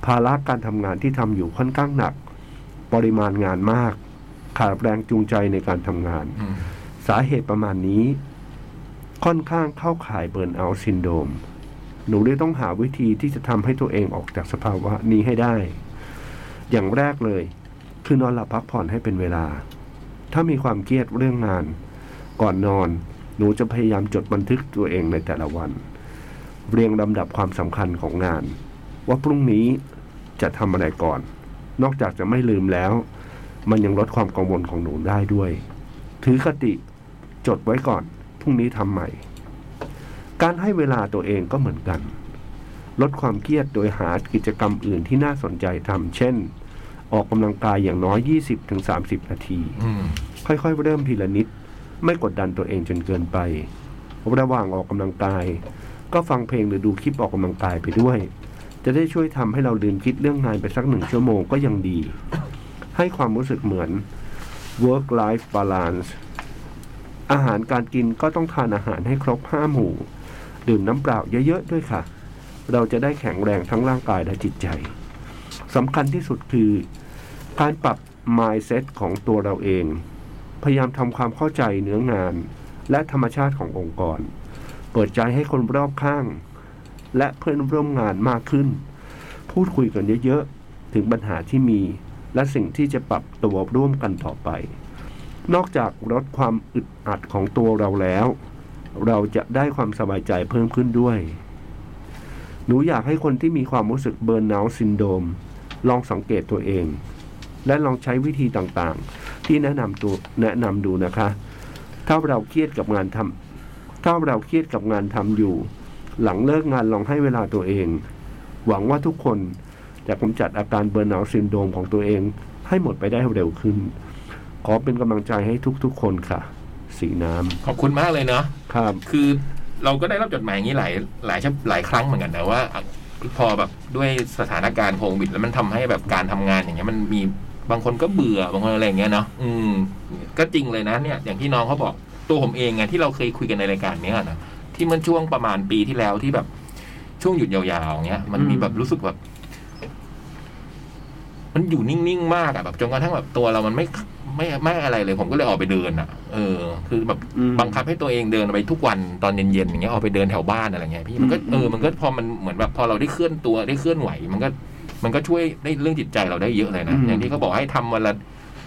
ภาระการทำงานที่ทำอยู่ค่อนข้างหนัก ปริมาณงานมาก ขาดแรงจูงใจในการทำงาน อืม สาเหตุประมาณนี้ ค่อนข้างเข้าข่ายเบิร์นเอาท์ซินโดม หนูเลยต้องหาวิธีที่จะทำให้ตัวเองออกจากสภาวะนี้ให้ได้ อย่างแรกเลย คือนอนหลับพักผ่อนให้เป็นเวลา ถ้ามีความเครียดเรื่องงาน ก่อนนอน หนูจะพยายามจดบันทึกตัวเองในแต่ละวัน เรียงลำดับความสำคัญของงาน ว่าพรุ่งนี้จะทำอะไรก่อน นอกจากจะไม่ลืมแล้ว มันยังลดความกังวลของหนูได้ด้วย ถือคติจดไว้ก่อน พรุ่งนี้ทำใหม่ การให้เวลาตัวเองก็เหมือนกัน ลดความเครียดโดยหากิจกรรมอื่นที่น่าสนใจทำเช่น ออกกำลังกายอย่างน้อย 20-30 นาที อืม ค่อยๆ เริ่มทีละนิด ไม่กดดันตัวเองจนเกินไป ระหว่างออกกำลังกาย ก็ฟังเพลงหรือดูคลิปออกกำลังกายไปด้วย จะได้ช่วยทำให้เราลืมคิดเรื่องงานไปสักหนึ่งชั่วโมงก็ยังดี ให้ความรู้สึกเหมือน work life balance อาหารการกินก็ต้องทานอาหารให้ครบห้าหมู่ ดื่มน้ำเปล่าเยอะๆด้วยค่ะ เราจะได้แข็งแรงทั้งร่างกายและจิตใจสำคัญที่สุดคือ การปรับ mindset ของตัวเราเอง พยายามทำความเข้าใจเนื้องาน และธรรมชาติขององค์กร เปิดใจให้คนรอบข้าง และเพื่อนร่วมงานมากขึ้น พูดคุยกันเยอะๆ ถึงปัญหาที่มี และสิ่งที่จะปรับตัวร่วมกันต่อไป นอกจากลดความอึดอัดของตัวเราแล้ว เราจะได้ความสบายใจเพิ่มขึ้นด้วย หนูอยากให้คนที่มีความรู้สึกเบิร์นเอาซินโดม ลองสังเกตตัวเอง และลองใช้วิธีต่างๆ ที่แนะนำตัวแนะนำดูนะคะ ถ้าเราเครียดกับงานทำถ้าเราเครียดกับงานทำอยู่ หลังเลิกงานลองให้เวลาตัวเอง หวังว่าทุกคนจะกำจัดอาการเบิร์นเอาซินโดมของตัวเองให้หมดไปได้เร็วขึ้น ขอเป็นกำลังใจให้ทุกๆ คนค่ะ สีน้ ขอบคุณมากเลยเนาะ ำครับ คือเราก็ได้รับจดหมายอย่างนี้หลายหลายฉบับหลายครั้งเหมือนกันนะว่าอ่ะพอแบบด้วยสถานการณ์โควิด แล้วมันทำให้แบบการทำงานอย่างเงี้ยมันมีบางคนก็เบื่อบางคนอะไรอย่างเงี้ยเนาะอืม ก็จริงเลยนะเนี่ย อย่างที่น้องเขาบอกตัวผมเองไงที่เราเคยคุยกันในรายการเนี้ยนะที่มันช่วงประมาณปีที่แล้วที่แบบช่วงหยุดยาวๆอย่างเงี้ย มันมีแบบรู้สึกแบบ มันอยู่นิ่งๆมากอะแบบจนกระทั่งแบบตัวเรามันไม่ไม่ไม่อะไรเลย ผมก็เลยออกไปเดินอะเออ คือแบบ อืม บังคับให้ตัวเองเดินไปทุกวันตอนเย็นๆอย่างเงี้ยออกไปเดินแถวบ้านอะไรเงี้ยพี่มันก็เออมันก็พอมันเหมือนแบบพอเราได้เคลื่อนตัวได้เคลื่อนไหว มันก็มันก็ช่วยได้เรื่องจิตใจเราได้เยอะเลยนะ อืม อย่างที่เขาบอกให้ทำวันละ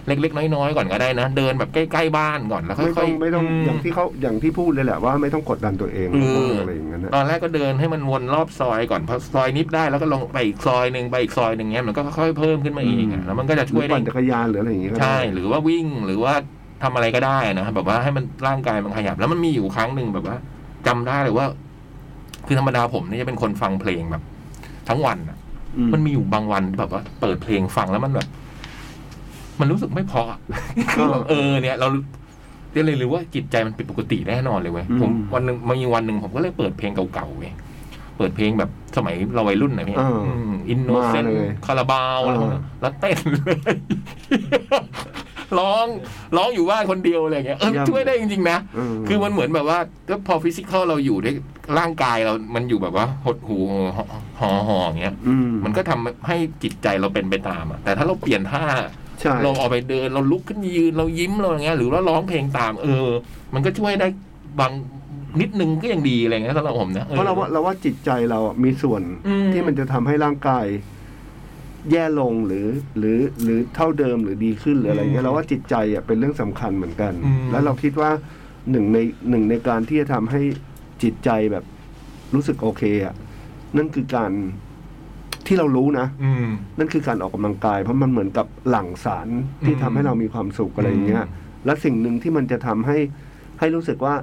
เล็ก ๆ น้อยๆก่อนก็ได้นะเดินแบบใกล้ๆบ้านก่อนแล้วค่ ไม่ต้ อ อย ง ๆ ไม่ต้อง ม อย่างที่เขาอย่างที่พูดเลยแหละว่าไม่ต้องกดดันตัวเอง อืม อะไรอย่างนั้นนะ ตอนแรกก็เดินให้มันวนรอบซอยก่อนพอซอยนิดได้แล้วก็ลงไปอีกซอยหนึ่งไปอีกซอยหนึ่งเงี้ยมันก็ค่อยๆเพิ่มขึ้นมาเองอะแล้วมันก็จะ หรื ช่ว อย ได้ ปั่นจักรยานหรืออะไรอย่างเงี้ย ใช่ หรือว่าวิ่งหรือว่าทำอะไรก็ได้นะครับแบบว่าให้มันร่างกายมันขยับ แล้วมันมีอยู่ครั้งหนึ่งแบบว่าจำได้เลยว่า คือธรรมดาผมเนี่ยจะเป็นคนฟังเพลงแบบ ทั้งวันน่ะ มันมีอยู่บางวันที่แบบว่า เปิดเพลงฟังแล้วมันแบบ มันรู้สึกไม่เพออะ คือแบบเออเนี่ย เราเราเลยรู้ว่าจิตใจมันผิดปกติแน่นอนเลยเว้ยผมวันหนึ่งมีวันหนึ่งผมก็เลยเปิดเพลงเก่าๆเว้ยเปิดเพลงแบบสมัยเราวัยรุ่นนะพี่อินโนเซน มาเลย คาราบาวอะไรพวกนั้นแล้วเต้นเลย ร้องร้องอยู่บ้านคนเดียวอะไรอย่างเงี้ยเออ เยี่ยม ช่วยได้จริงๆนะ คือมันเหมือนแบบว่าก็พอฟิสิกอลเราอยู่ด้วยร่างกายเรา มันอยู่แบบว่าหดหูห่อห่อห่ออย่างเงี้ย อื มันก็ทำให้จิตใจเราเป็นไปตามอะแต่ถ้าเราเปลี่ยนท่า ใช่ เราออกไปเดินเราลุกขึ้นยืนเรายิ้มเราอย่างเงี้ย หรือว่าร้องเพลงตาม เออ มันก็ช่วยได้บางนิดนึงก็ยังดีอะไรเงี้ยสำหรับผมนะออ เพราะเราว่าเราว่าจิตใจเราอ่ะมีส่วน อืม ที่มันจะทำให้ร่างกาย แย่ลงหรือ หรือหรือเท่าเดิมหรือดีขึ้นหรืออะไรเงี้ยเราว่าจิตใจอ่ะเป็นเรื่องสำคัญเหมือนกัน อืม แล้วเราคิดว่าหนึ่งในหนึ่งในการที่จะทำให้จิตใจแบบรู้สึกโอเคอ่ะนั่นคือการที่เรารู้นะ อืม นั่นคือการออกกำลังกาย เพราะมันเหมือนกับหลั่งสารที่ อืม ทำให้เรามีความสุขอะไรอย่างเงี้ย อืม และสิ่งหนึ่งที่มันจะทำให้ให้รู้สึกว่า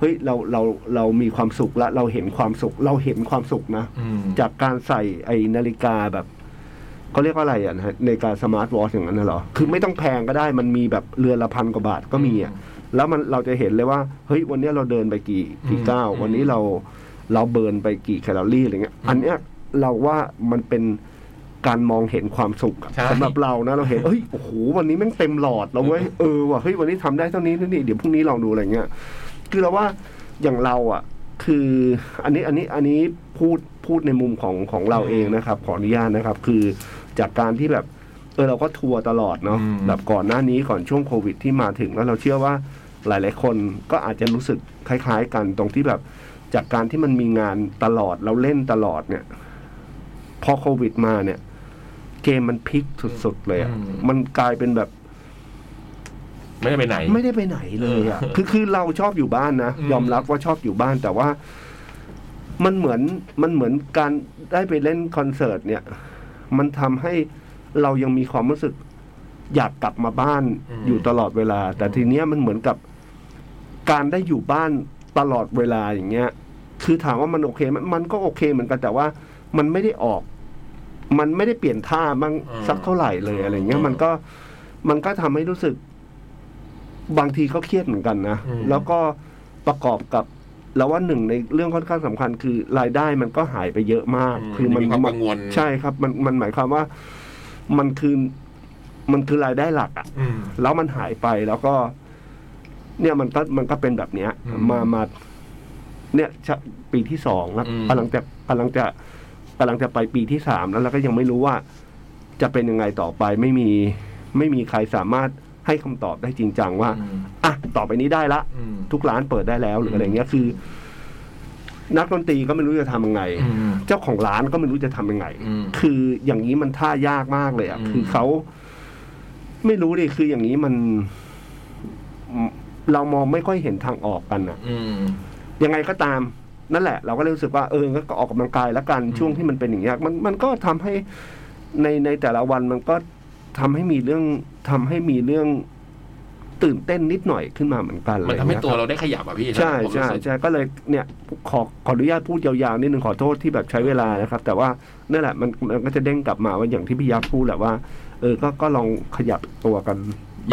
เฮ้ยเราเราเรามีความสุขและเราเห็นความสุข เราเห็นความสุขนะ อืม จากการใส่ไอ้นาฬิกาแบบเขาเรียกว่าอะไรอ่ะนะฮะนาฬิกาสมาร์ทวอทอย่างนั้นน่ะเหรอ คือไม่ต้องแพงก็ได้มันมีแบบเรือนละพันกว่าบาทก็มีอ่ะ แล้วมันเราจะเห็นเลยว่า เฮ้ยวันนี้เราเดินไปกี่กี่ก้าววันนี้เราเราเบิร์นไปกี่แคลอรี่อะไรเงี้ย อันเนี้ยเราว่ามันเป็นการมองเห็นความสุขอะ ใช่ สำหรับเรานะเราเห็นเฮ้ยโอ้โหวันนี้แม่งเต็มหลอดเราเว้ยเออว่ะเฮ้ยวันนี้ทำได้เท่านี้เท่านี่เดี๋ยวพรุ่งนี้ลองดูอะไรเงี้ยคือเราว่าอย่างเราอ่ะ คืออันนี้อันนี้อันนี้พูดพูดในมุมของของเราเองนะครับ ขออนุญาตนะครับ คือจากการที่แบบเออเราก็ทัวร์ตลอดเนาะ อืม แบบก่อนหน้านี้ก่อนช่วงโควิดที่มาถึงแล้วเราเชื่อว่า หลาย ๆ คนก็อาจจะรู้สึกคล้าย ๆ กันตรงที่แบบจากการที่มันมีงานตลอดเราเล่นตลอดเนี่ย พอโควิดมาเนี่ย เกมมันพลิกสุด ๆ เลยอะ อืม มันกลายเป็นแบบ ไม่ได้ไปไหน ไม่ได้ไปไหนเลยอ่ะ คือคือเราชอบอยู่บ้านนะ อืม ยอมรับว่าชอบอยู่บ้าน แต่ว่า มันเหมือนมันเหมือนการได้ไปเล่นคอนเสิร์ตเนี่ย มันทำให้เรายังมีความรู้สึก อยากกลับมาบ้านอยู่ตลอดเวลา แต่ทีเนี้ยมันเหมือนกับ การได้อยู่บ้านตลอดเวลาอย่างเงี้ย คือถามว่ามันโอเคไหมันมันก็โอเคเหมือนกันแต่ว่ามันไม่ได้ออก มันไม่ได้เปลี่ยนท่ามั้ง อืม สักเท่าไหร่เลยอะไรเงี้ อื ย ม มันก็มันก็ทำให้รู้สึก บางทีก็เครียดเหมือนกันนะ อืม แล้วก็ประกอบกับแล้วว่าหนึ่งในเรื่องค่อนข้างสำคัญ คือรายได้มันก็หายไปเยอะมาก ม คือมัน มีความ มั กังวล นใช่ครับ มันมันหมายความว่า มันคือมันคือรายได้หลักอะ อืม แล้วมันหายไปแล้วก็ เนี่ยมันก็มันก็เป็นแบบเนี้ย อืม มามาเนี่ยจะปีที่สองแล้ว อืม กำลังจะกำลังจะกำลังจะไปปีที่สามแล้วเราก็ยังไม่รู้ว่า จะเป็นยังไงต่อไป ไม่มี ไม่มีใครสามารถ ให้คำตอบได้จริงจังว่า อืม อ่ะ ต่อไปนี้ได้ละ อืม ทุกร้านเปิดได้แล้วหรืออะไรเงี้ยคือ นักดนตรีก็ไม่รู้จะทำยังไง อืม เจ้าของร้านก็ไม่รู้จะทำยังไง อืม คืออย่างนี้มันท่ายากมากเลยอ่ะ อืม คือเขาไม่รู้ดิคืออย่างนี้มัน เรามองไม่ค่อยเห็นทางออกกันอ่ะ อืม ยังไงก็ตาม นั่นแหละ เราก็เลยรู้สึกว่าเอองั้นก็ออกกำลังกายละกัน อืม ช่วงที่มันเป็นอย่างเงี้ยมันมันก็ทำให้ในในแต่ละวันมันก็ทำให้มีเรื่องทำให้มีเรื่องตื่นเต้นนิดหน่อยขึ้นมาเหมือนกัน มันทำให้ อะไร ตัว เงี้ย เราได้ขยับอ่ะพี่ ใช่ ผมรู้ ใช่ สึก ใช่ก็เลยเนี่ยขอขออนุญาตพูดยาวๆนิดนึงขอโทษที่แบบใช้เวลานะครับ แต่ว่านั่นแหละมันมันก็จะเด้งกลับมาว่าอย่างที่พี่ยักษ์พูดแหละว่า เออก็ก็ลองขยับตัวกัน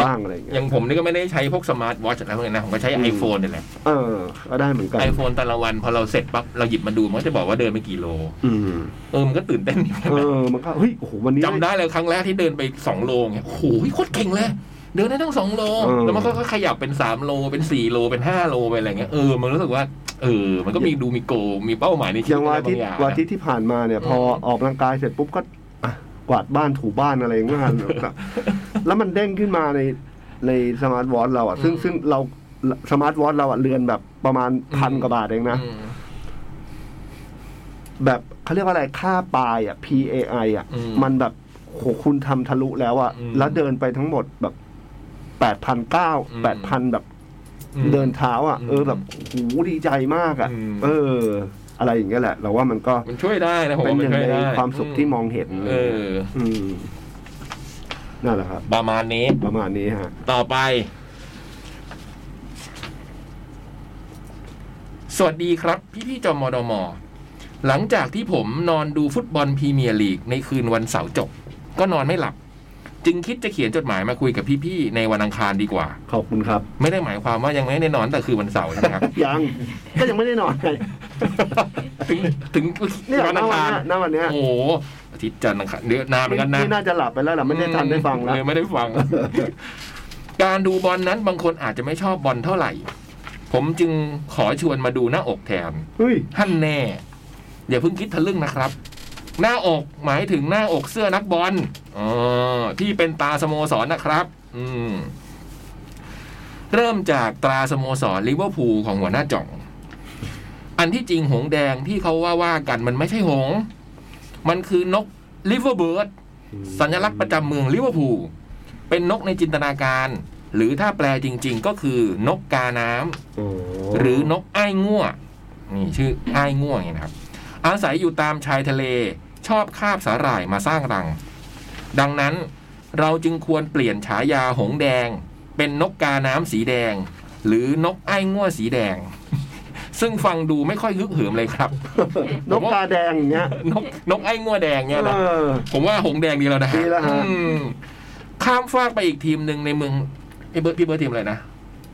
บ้างอะไรอย่างเงี้ อย ย่างผมนี่ก็ไม่ได้ใช้พวกสมาร์ทวอชอะไรพวกนี้นะ ผมก็ใช้ อืม iPhone นี่แหละ เออก็ได้เหมือนกัน iPhone แต่ละวันพอเราเสร็จปั๊บเราหยิบมาดู มันก็จะบอกว่าเดินไปกี่โล อืม เออ มันก็ตื่นเต้นดีเหมือนกัน เอ นะ อมันก็เฮ้ยโอ้โหวันนี้ จำได้เลยครั้งแรกที่เดินไป 2 โลเนี่ยโอ้โหโคตรเก่งเลย เดินได้ทั้งสองโล เออ แล้วมันก็ค่อยๆขยับเป็น 3 โล เป็น 4 โล เป็น 5 โล ไปอะไรเงี้ย เออ มันรู้สึกว่า เออ มันก็มีดูมีโกลมีเป้าหมายในชี อ วิ ย่า ต งวันอาทิต บางอย์ย่าง วันอาทินะตย์ที่ผ่านมาเนี่ย อืม พอออกกำลังกายเสร็จปุ๊บก็อ่ะกวาดบ้านถูบ้านอะไรอย่างเงี้ย แล้วมันเด้งขึ้นมาในในสมาร์ทวอทเราอ่ะ ซึ่งซึ่งเราสมาร์ทวอทเราอ่ะเรือนแบบประมาณพันกว่าบาทเองนะ อืม แบบเขาเรียกว่าอะไรค่าปลายอ่ะ PAI อ่ะ อืม มันแบบโหคุณทำทะลุแล้วอ่ะ อืม แล้วเดินไปทั้งหมดแบบแปดพันเก้า อืม แปดพันแบบ อืม เดินเท้าอ่ะ อืม เออแบบโหดีใจมากอ่ะ อืม เออ อะไรอย่างเงี้ยแหละ เราว่ามันก็ มันช่วยได้นะผม เป็น ว่ามันหนึ่ง ช่วย ใน ได้ ความสุขที่มองเห็น เออ อืมนั่นแหละครับ ประมาณนี้ ประมาณนี้ฮะ ต่อไป สวัสดีครับ พี่พี่ๆจอมดม หลังจากที่ผมนอนดูฟุตบอลพรีเมียร์ลีกในคืนวันเสาร์จบ ก็นอนไม่หลับ จึงคิดจะเขียนจดหมายมาคุยกับพี่ ๆ ในวันอังคารดีกว่า ขอบคุณครับ ไม่ได้หมายความว่ายังไม่ได้นอนแต่คือวันเสาร์ นะครับ ยัง ก็ยังไม่ได้นอนไง ถึงถึง เนี่ย วัน ณ อัง วัน คาร เนี้ยณวันเนี้ย โอ้โหอาทิตย์จันทร์อังคารเดือนนานเหมือนกันนะ ที่น่าจะหลับไปแล้วแหละไม่ได้ทันได้ฟังแล้ว เออไม่ได้ฟั ง การดูบอลนั้นบางคนอาจจะไม่ชอบบอลเท่าไหร่ ผมจึงขอชวนมาดูหน้าอกแทน เฮ้ย ท่านแน่ อย่าเพิ่งคิดทะลึ่งนะครับ หน้าอกหมายถึงหน้าอกเสื้อนักบอลออที่เป็นตราสโมสรนะครับ อืม เริ่มจากตราสโมสรลิเวอร์พูลของหัวหน้าจ่อง อันที่จริงหงส์แดงที่เขาว่าว่ากันมันไม่ใช่หงส์มันคือนกลิเวอร์เบิร์ด สัญลักษณ์ประจำเมืองลิเวอร์พูลเป็นนกในจินตนาการ หรือถ้าแปลจริง ๆ ก็คือนกกาน้ำ โโ หรือนกอ้ายง่วนี่ชื่ออ้ายง่วไงนะครับ อาศัยอยู่ตามชายทะเลชอบคาบสาหร่ายมาสร้างรัง ดังนั้นเราจึงควรเปลี่ยนฉายาหงส์แดง เป็นนกกาน้ำสีแดง หรือนกอ้ายง่วสีแดง ซึ่งฟังดูไม่ค่อยฮึกเหิมเลยครับ นกตาแดงอย่างเงี้ย นกนกไอ้ายง่วแดงเนี่ยนะ เออ ผมว่าหงแดงดีแล้วนะ ดีแล้วฮะ อืมข้ามฟากไปอีกทีมหนึ่งในเมืองพี่เบิร์ดพี่เบิร์ดทีมอะไรนะ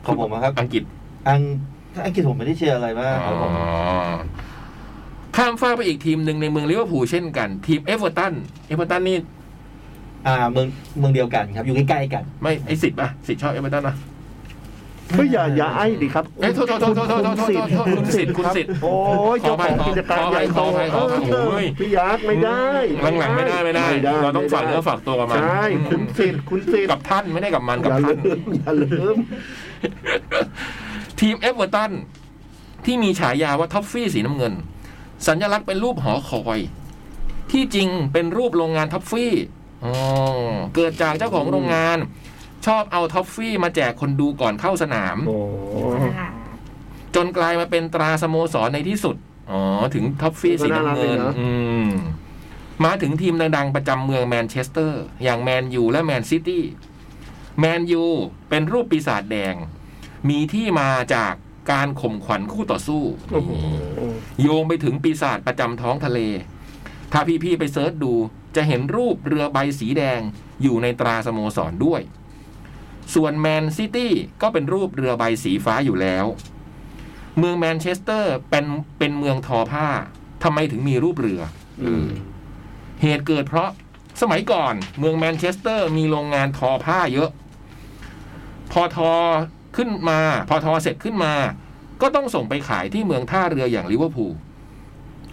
ของผมอะครับ อังกฤษ อังอังกฤษผมไม่ได้เชียร์อะไรมากครับผม ข้ามฟากไปอีกทีมหนึ่งในเมืองลิเวอร์พูลเช่นกัน ทีมเอเวอร์ตันเอเวอร์ตันนี่ อ่าเมืองเมืองเดียวกันครับอยู่ใกล้ๆกัน ไม่ไอสิทธิ์ป่ะสิทธิ์ชอบเอเวอร์ตันนะ เฮ้ยอย่าอย่าไอ้ดิครับ เอ้ยโทษโทษโทษโทษโทษโทษโทษโทษคุณสิทธิ์คุณสิทธิ์ โอ้ยเจ้าของกิจการใหญ่ขโตออภัยขออภัยขออภัย เออ โอ้ย พี่ยักษ์ไม่ได้ หลังๆไม่ได้ไม่ได้ เราต้องฝากเนื้อฝากตัวกับมัน ใช่คุณสิทธิ์คุณสิทธิ์ กับท่านไม่ได้กับมัน อ กับท่าย่าลื น มอย่าลืม ทีมเอเวอร์ตันที่มีฉายาว่าท็อฟฟี่สีน้ำเงิน สัญลักษณ์เป็นรูปหอคอย ที่จริงเป็นรูปโรงงานท็อฟฟี่อ๋อเกิดจากเจ้าของโรงงาน ชอบเอาท็อฟฟี่มาแจกคนดูก่อนเข้าสนาม โอ้ ค่ะ จนกลายมาเป็นตราสโมสรในที่สุด อ๋อ ถึงท็อฟฟี่สีน้ำเงินอืมมาถึงทีมดังๆ ประจำเมืองแมนเชสเตอร์ อย่างแมนยูและแมนซิตี้แมนยูเป็นรูปปีศาจแดง มีที่มาจากการข่มขวัญคู่ต่อสู้ โยงไปถึงปีศาจประจำท้องทะเล ถ้าพี่ๆไปเซิร์ชดูจะเห็นรูปเรือใบสีแดงอยู่ในตราสโมสรด้วย ส่วนแมนซิตี้ก็เป็นรูปเรือใบสีฟ้าอยู่แล้ว เมืองแมนเชสเตอร์เป็นเป็นเมืองทอผ้าทำไมถึงมีรูปเรือ เหตุเกิดเพราะสมัยก่อนเมืองแมนเชสเตอร์มีโรงงานทอผ้าเยอะ พอทอขึ้นมา พอทอเสร็จขึ้นมา ก็ต้องส่งไปขายที่เมืองท่าเรืออย่างลิเวอร์พูล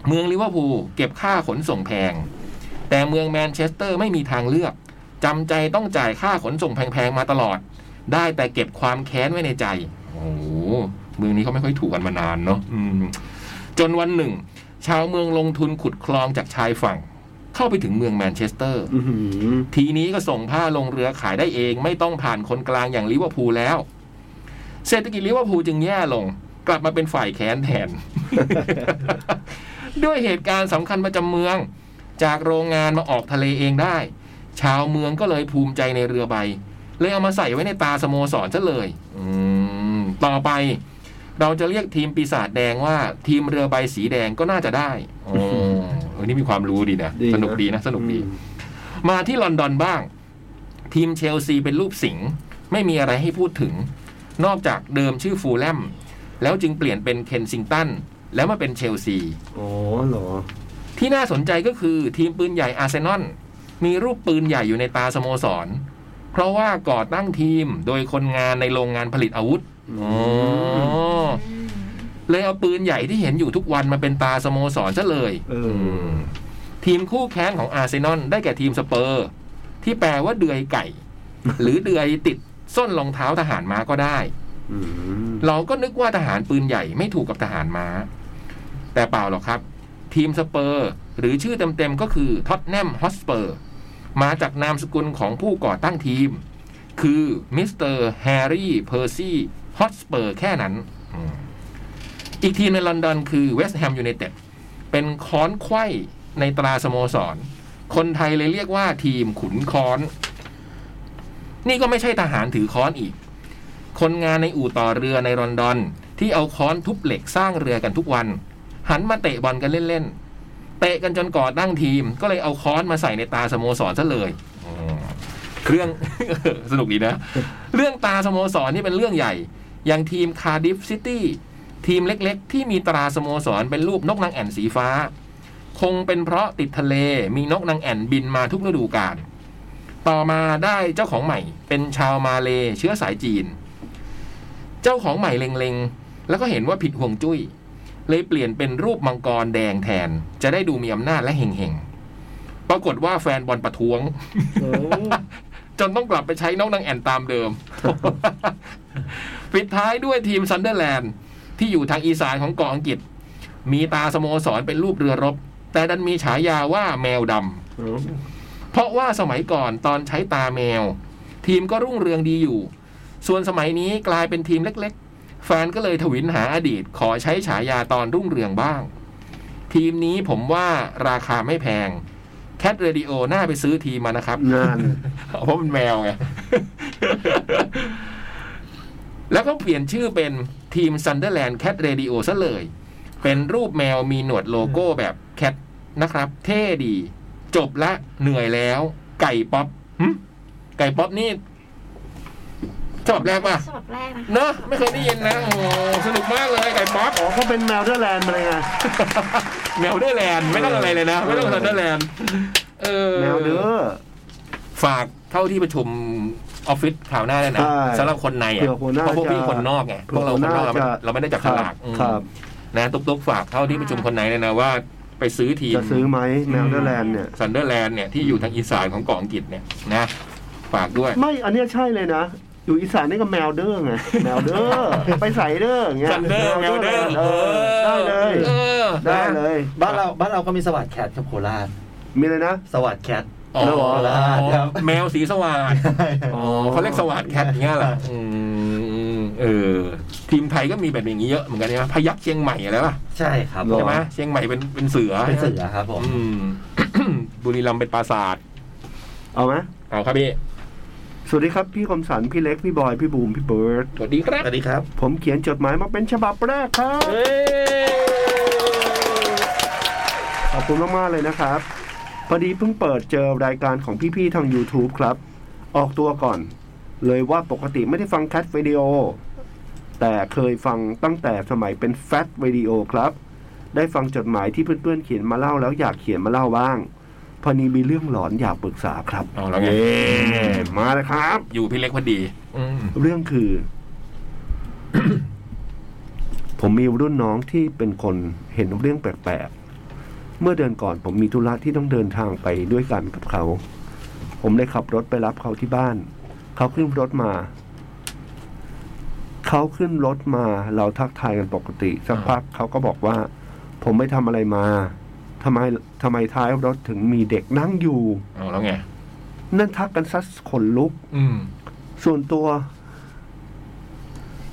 เมืองลิเวอร์พูลเก็บค่าขนส่งแพง แต่เมืองแมนเชสเตอร์ไม่มีทางเลือกจำใจต้องจ่ายค่าขนส่งแพงๆมาตลอด ได้แต่เก็บความแค้นไว้ในใจ โอ้โหเมืองนี้เขาไม่ค่อยถูกกันมานานเนาะอืมจนวันหนึ่ง ชาวเมืองลงทุนขุดคลองจากชายฝั่ง เข้าไปถึงเมืองแมนเชสเตอร์ อื้อหือ ทีนี้ก็ส่งผ้าลงเรือขายได้เอง ไม่ต้องผ่านคนกลางอย่างลิเวอร์พูลแล้ว เศรษฐกิจลิเวอร์พูลจึงแย่ลง กลับมาเป็นฝ่ายแค้นแทน ด้วยเหตุการณ์สำคัญประจำเมือง จากโรงงานมาออกทะเลเองได้ ชาวเมืองก็เลยภูมิใจในเรือใบ เลยเอามาใส่ไว้ในตาสโมสรซะเลย อืมต่อไป เราจะเรียกทีมปีศาจแดงว่า ทีมเรือใบสีแดงก็น่าจะได้ อ๋อเออนี่มีความรู้ดีนะสนุกดีนะสนุกดี อืม มาที่ลอนดอนบ้าง ทีมเชลซีเป็นรูปสิงห์ไม่มีอะไรให้พูดถึง นอกจากเดิมชื่อฟูลแลม แล้วจึงเปลี่ยนเป็นเคนซิงตัน แล้วมาเป็นเชลซี อ๋อเหรอ ที่น่าสนใจก็คือทีมปืนใหญ่อาร์เซนอลมีรูปปืนใหญ่อยู่ในตาสโมสร เพราะว่าก่อตั้งทีมโดยคนงานในโรงงานผลิตอาวุธ อื ม เลยเอาปืนใหญ่ที่เห็นอยู่ทุกวันมาเป็นตาสโมสรซะเลย เออ อืมทีมคู่แข่งของอาร์เซนอลได้แก่ทีมสเปอร์ ที่แปลว่าเดือยไก่ หรือเดือยติดส้นรองเท้าทหารม้าก็ได้ อืม เราก็นึกว่าทหารปืนใหญ่ไม่ถูกกับทหารม้า แต่เปล่าหรอกครับ ทีมสเปอร์ หรือชื่อเต็มๆก็คือท็อตแนมฮอตสเปอร์ มาจากนามสกุลของผู้ก่อตั้งทีม คือมิสเตอร์แฮร์รี่เพอร์ซี่ฮอตสเปอร์แค่นั้นอืมอีกทีมในลอนดอนคือเวสต์แฮมยูไนเต็ดเป็นค้อนไขว้ในตราสโมสร คนไทยเลยเรียกว่าทีมขุนค้อน นี่ก็ไม่ใช่ทหารถือค้อนอีก คนงานในอู่ต่อเรือในลอนดอน ที่เอาค้อนทุบเหล็กสร้างเรือกันทุกวัน หันมาเตะบอลกันเล่นๆ เตะกันจนก่อตั้งทีม ก็เลยเอาค้อนมาใส่ในตาสโมสรซะเลยอืมเรื่อง สนุกดีนะ เรื่องตาสโมสรนี่เป็นเรื่องใหญ่ อย่างทีมคาร์ดิฟซิตี้ทีมเล็กๆ ที่มีตราสโมสรเป็นรูปนกนางแอ่นสีฟ้า คงเป็นเพราะติดทะเลมีนกนางแอ่นบินมาทุกฤดูกาลต่อมาได้เจ้าของใหม่ เป็นชาวมาเลเชื้อสายจีน เจ้าของใหม่เล็งๆ แล้วก็เห็นว่าผิดห่วงจุ้ย เลยเปลี่ยนเป็นรูปมังกรแดงแทน จะได้ดูมีอำนาจและเฮงๆ ปรากฏว่าแฟนบอลประท้วง โอ้ จนต้องกลับไปใช้นกนางแอ่นตามเดิม ปิดท้ายด้วยทีมซันเดอร์แลนด์ที่อยู่ทางอีสานของเกาะอังกฤษ มีตาสโมสรเป็นรูปเรือรบ แต่ดันมีฉายาว่าแมวดำ โอ้ เพราะว่าสมัยก่อนตอนใช้ตาแมว ทีมก็รุ่งเรืองดีอยู่ ส่วนสมัยนี้กลายเป็นทีมเล็กๆ แฟนก็เลยถวิลหาอดีตขอใช้ฉายาตอนรุ่งเรืองบ้าง ทีมนี้ผมว่าราคาไม่แพง แคทเรดิโอน่าไปซื้อทีมมานะครับ งาน เพราะมันแมวไง แล้วก็เปลี่ยนชื่อเป็นทีมซันเดอร์แลนด์แคทเรดิโอซะเลย เป็นรูปแมวมีหนวดโลโก้แบบแคทนะครับ เท่ดี จบละเหนื่อยแล้ว ไก่ป๊อปหึไก่ป๊อปนี่ฉบับแรกป่ะ ฉบับแรกนะคะ เนอะไม่เคยได้ยินนะ โอ้โหสนุกมากเลยไก่ป๊อป อ๋อเขาเป็นแมวเดอร์แลนด์มาเลยไง แมวเดอร์แลนด์ไม่ต้องอะไรเลยนะ ไม่ต้องซันเดอร์แลนด์เออ แมวเด้อ ฝากเข้าที่ประชุมออฟฟิศข่าวหน้าเลยนะ ใช่ สำหรับคนในอะ เผื่อหัวหน้า เพราะพวกพี่ จะ คนนอกไงพวกเราคนนอกเราไม่ จะ เราไม่ได้จับ ค ฉ รั ลากอืม ครับ นะตุ๊กตุ๊กฝากเข้าที่ประชุมคนในเลยนะว่า ไปซื้อทีม จะซื้อไหมแมวเดอร์แลนด์เนี่ย ซันเดอร์แลนด์เนี่ยที่อยู่ทางอีสานของเกาะอังกฤษเนี่ยนะฝากด้วย ไม่ อันเนี้ยใช่เลยนะ อยู่อีสานนี่ก็แมวเด้อไง แมวเด้อ ไปใส่เด้ออย่างเงี้ย ซันเดอร์แมวเดอร์ เออได้เลย เออ ได้เลย บ้านเราบ้านเราก็มีสวัสดแคทครับโคราช มีเลยนะ สวัสดแคท อ๋อ แล้วเหรอ ครับ แมวสีสว่างอ๋อเขาเรียกสว่างแคทอย่างเงี้ยเหรออืมเออทีมไทยก็มีแบบอย่างนี้เยอะเหมือนกันใช่ไหมพยักเชียงใหม่อะไรป่ะ ใช่ครับ หรอ ใช่ไหมเชียงใหม่เป็นเป็นเสือ เป็นเสือครับผม อืม บุรีรัมย์เป็นปราสาท เอาไหม เอาครับพี่ สวัสดีครับพี่คมสัน พี่เล็ก พี่บอย พี่บูม พี่เบิร์ด สวัสดีครับ สวัสดีครับ ผมเขียนจดหมายมาเป็นฉบับแรกครับ เฮ้ย ขอบคุณมาก ๆ เลยนะครับ พอดีเพิ่งเปิดเจอรายการของพี่ ๆ ทาง YouTube ครับ ออกตัวก่อน เลยว่าปกติไม่ได้ฟังแคทวิดีโอ แต่เคยฟังตั้งแต่สมัยเป็นแฟตวิดีโอครับ ได้ฟังจดหมายที่เพื่อน ๆ เขียนมาเล่าแล้วอยากเขียนมาเล่าบ้าง พอดีมีเรื่องหลอนอยากปรึกษาครับ เอาแล้วไง เอ่อมาเลยครับ อยู่พี่เล็กพอดี อืม เรื่องคือ ผมมีรุ่นน้องที่เป็นคนเห็นเรื่องแปลกๆ เมื่อเดือนก่อนผมมีธุระที่ต้องเดินทางไปด้วยกันกับเขา ผมเลยขับรถไปรับเขาที่บ้าน เขาขึ้นรถมา เขาขึ้นรถมาเราทักทายกันปกติสักพักเขาก็บอกว่า ผมไม่ทำอะไรมาทำไมทำไมท้ายรถถึงมีเด็กนั่งอยู่ เอาแล้วไง นั่นทักกันซัดขนลุก อืม ส่วนตัว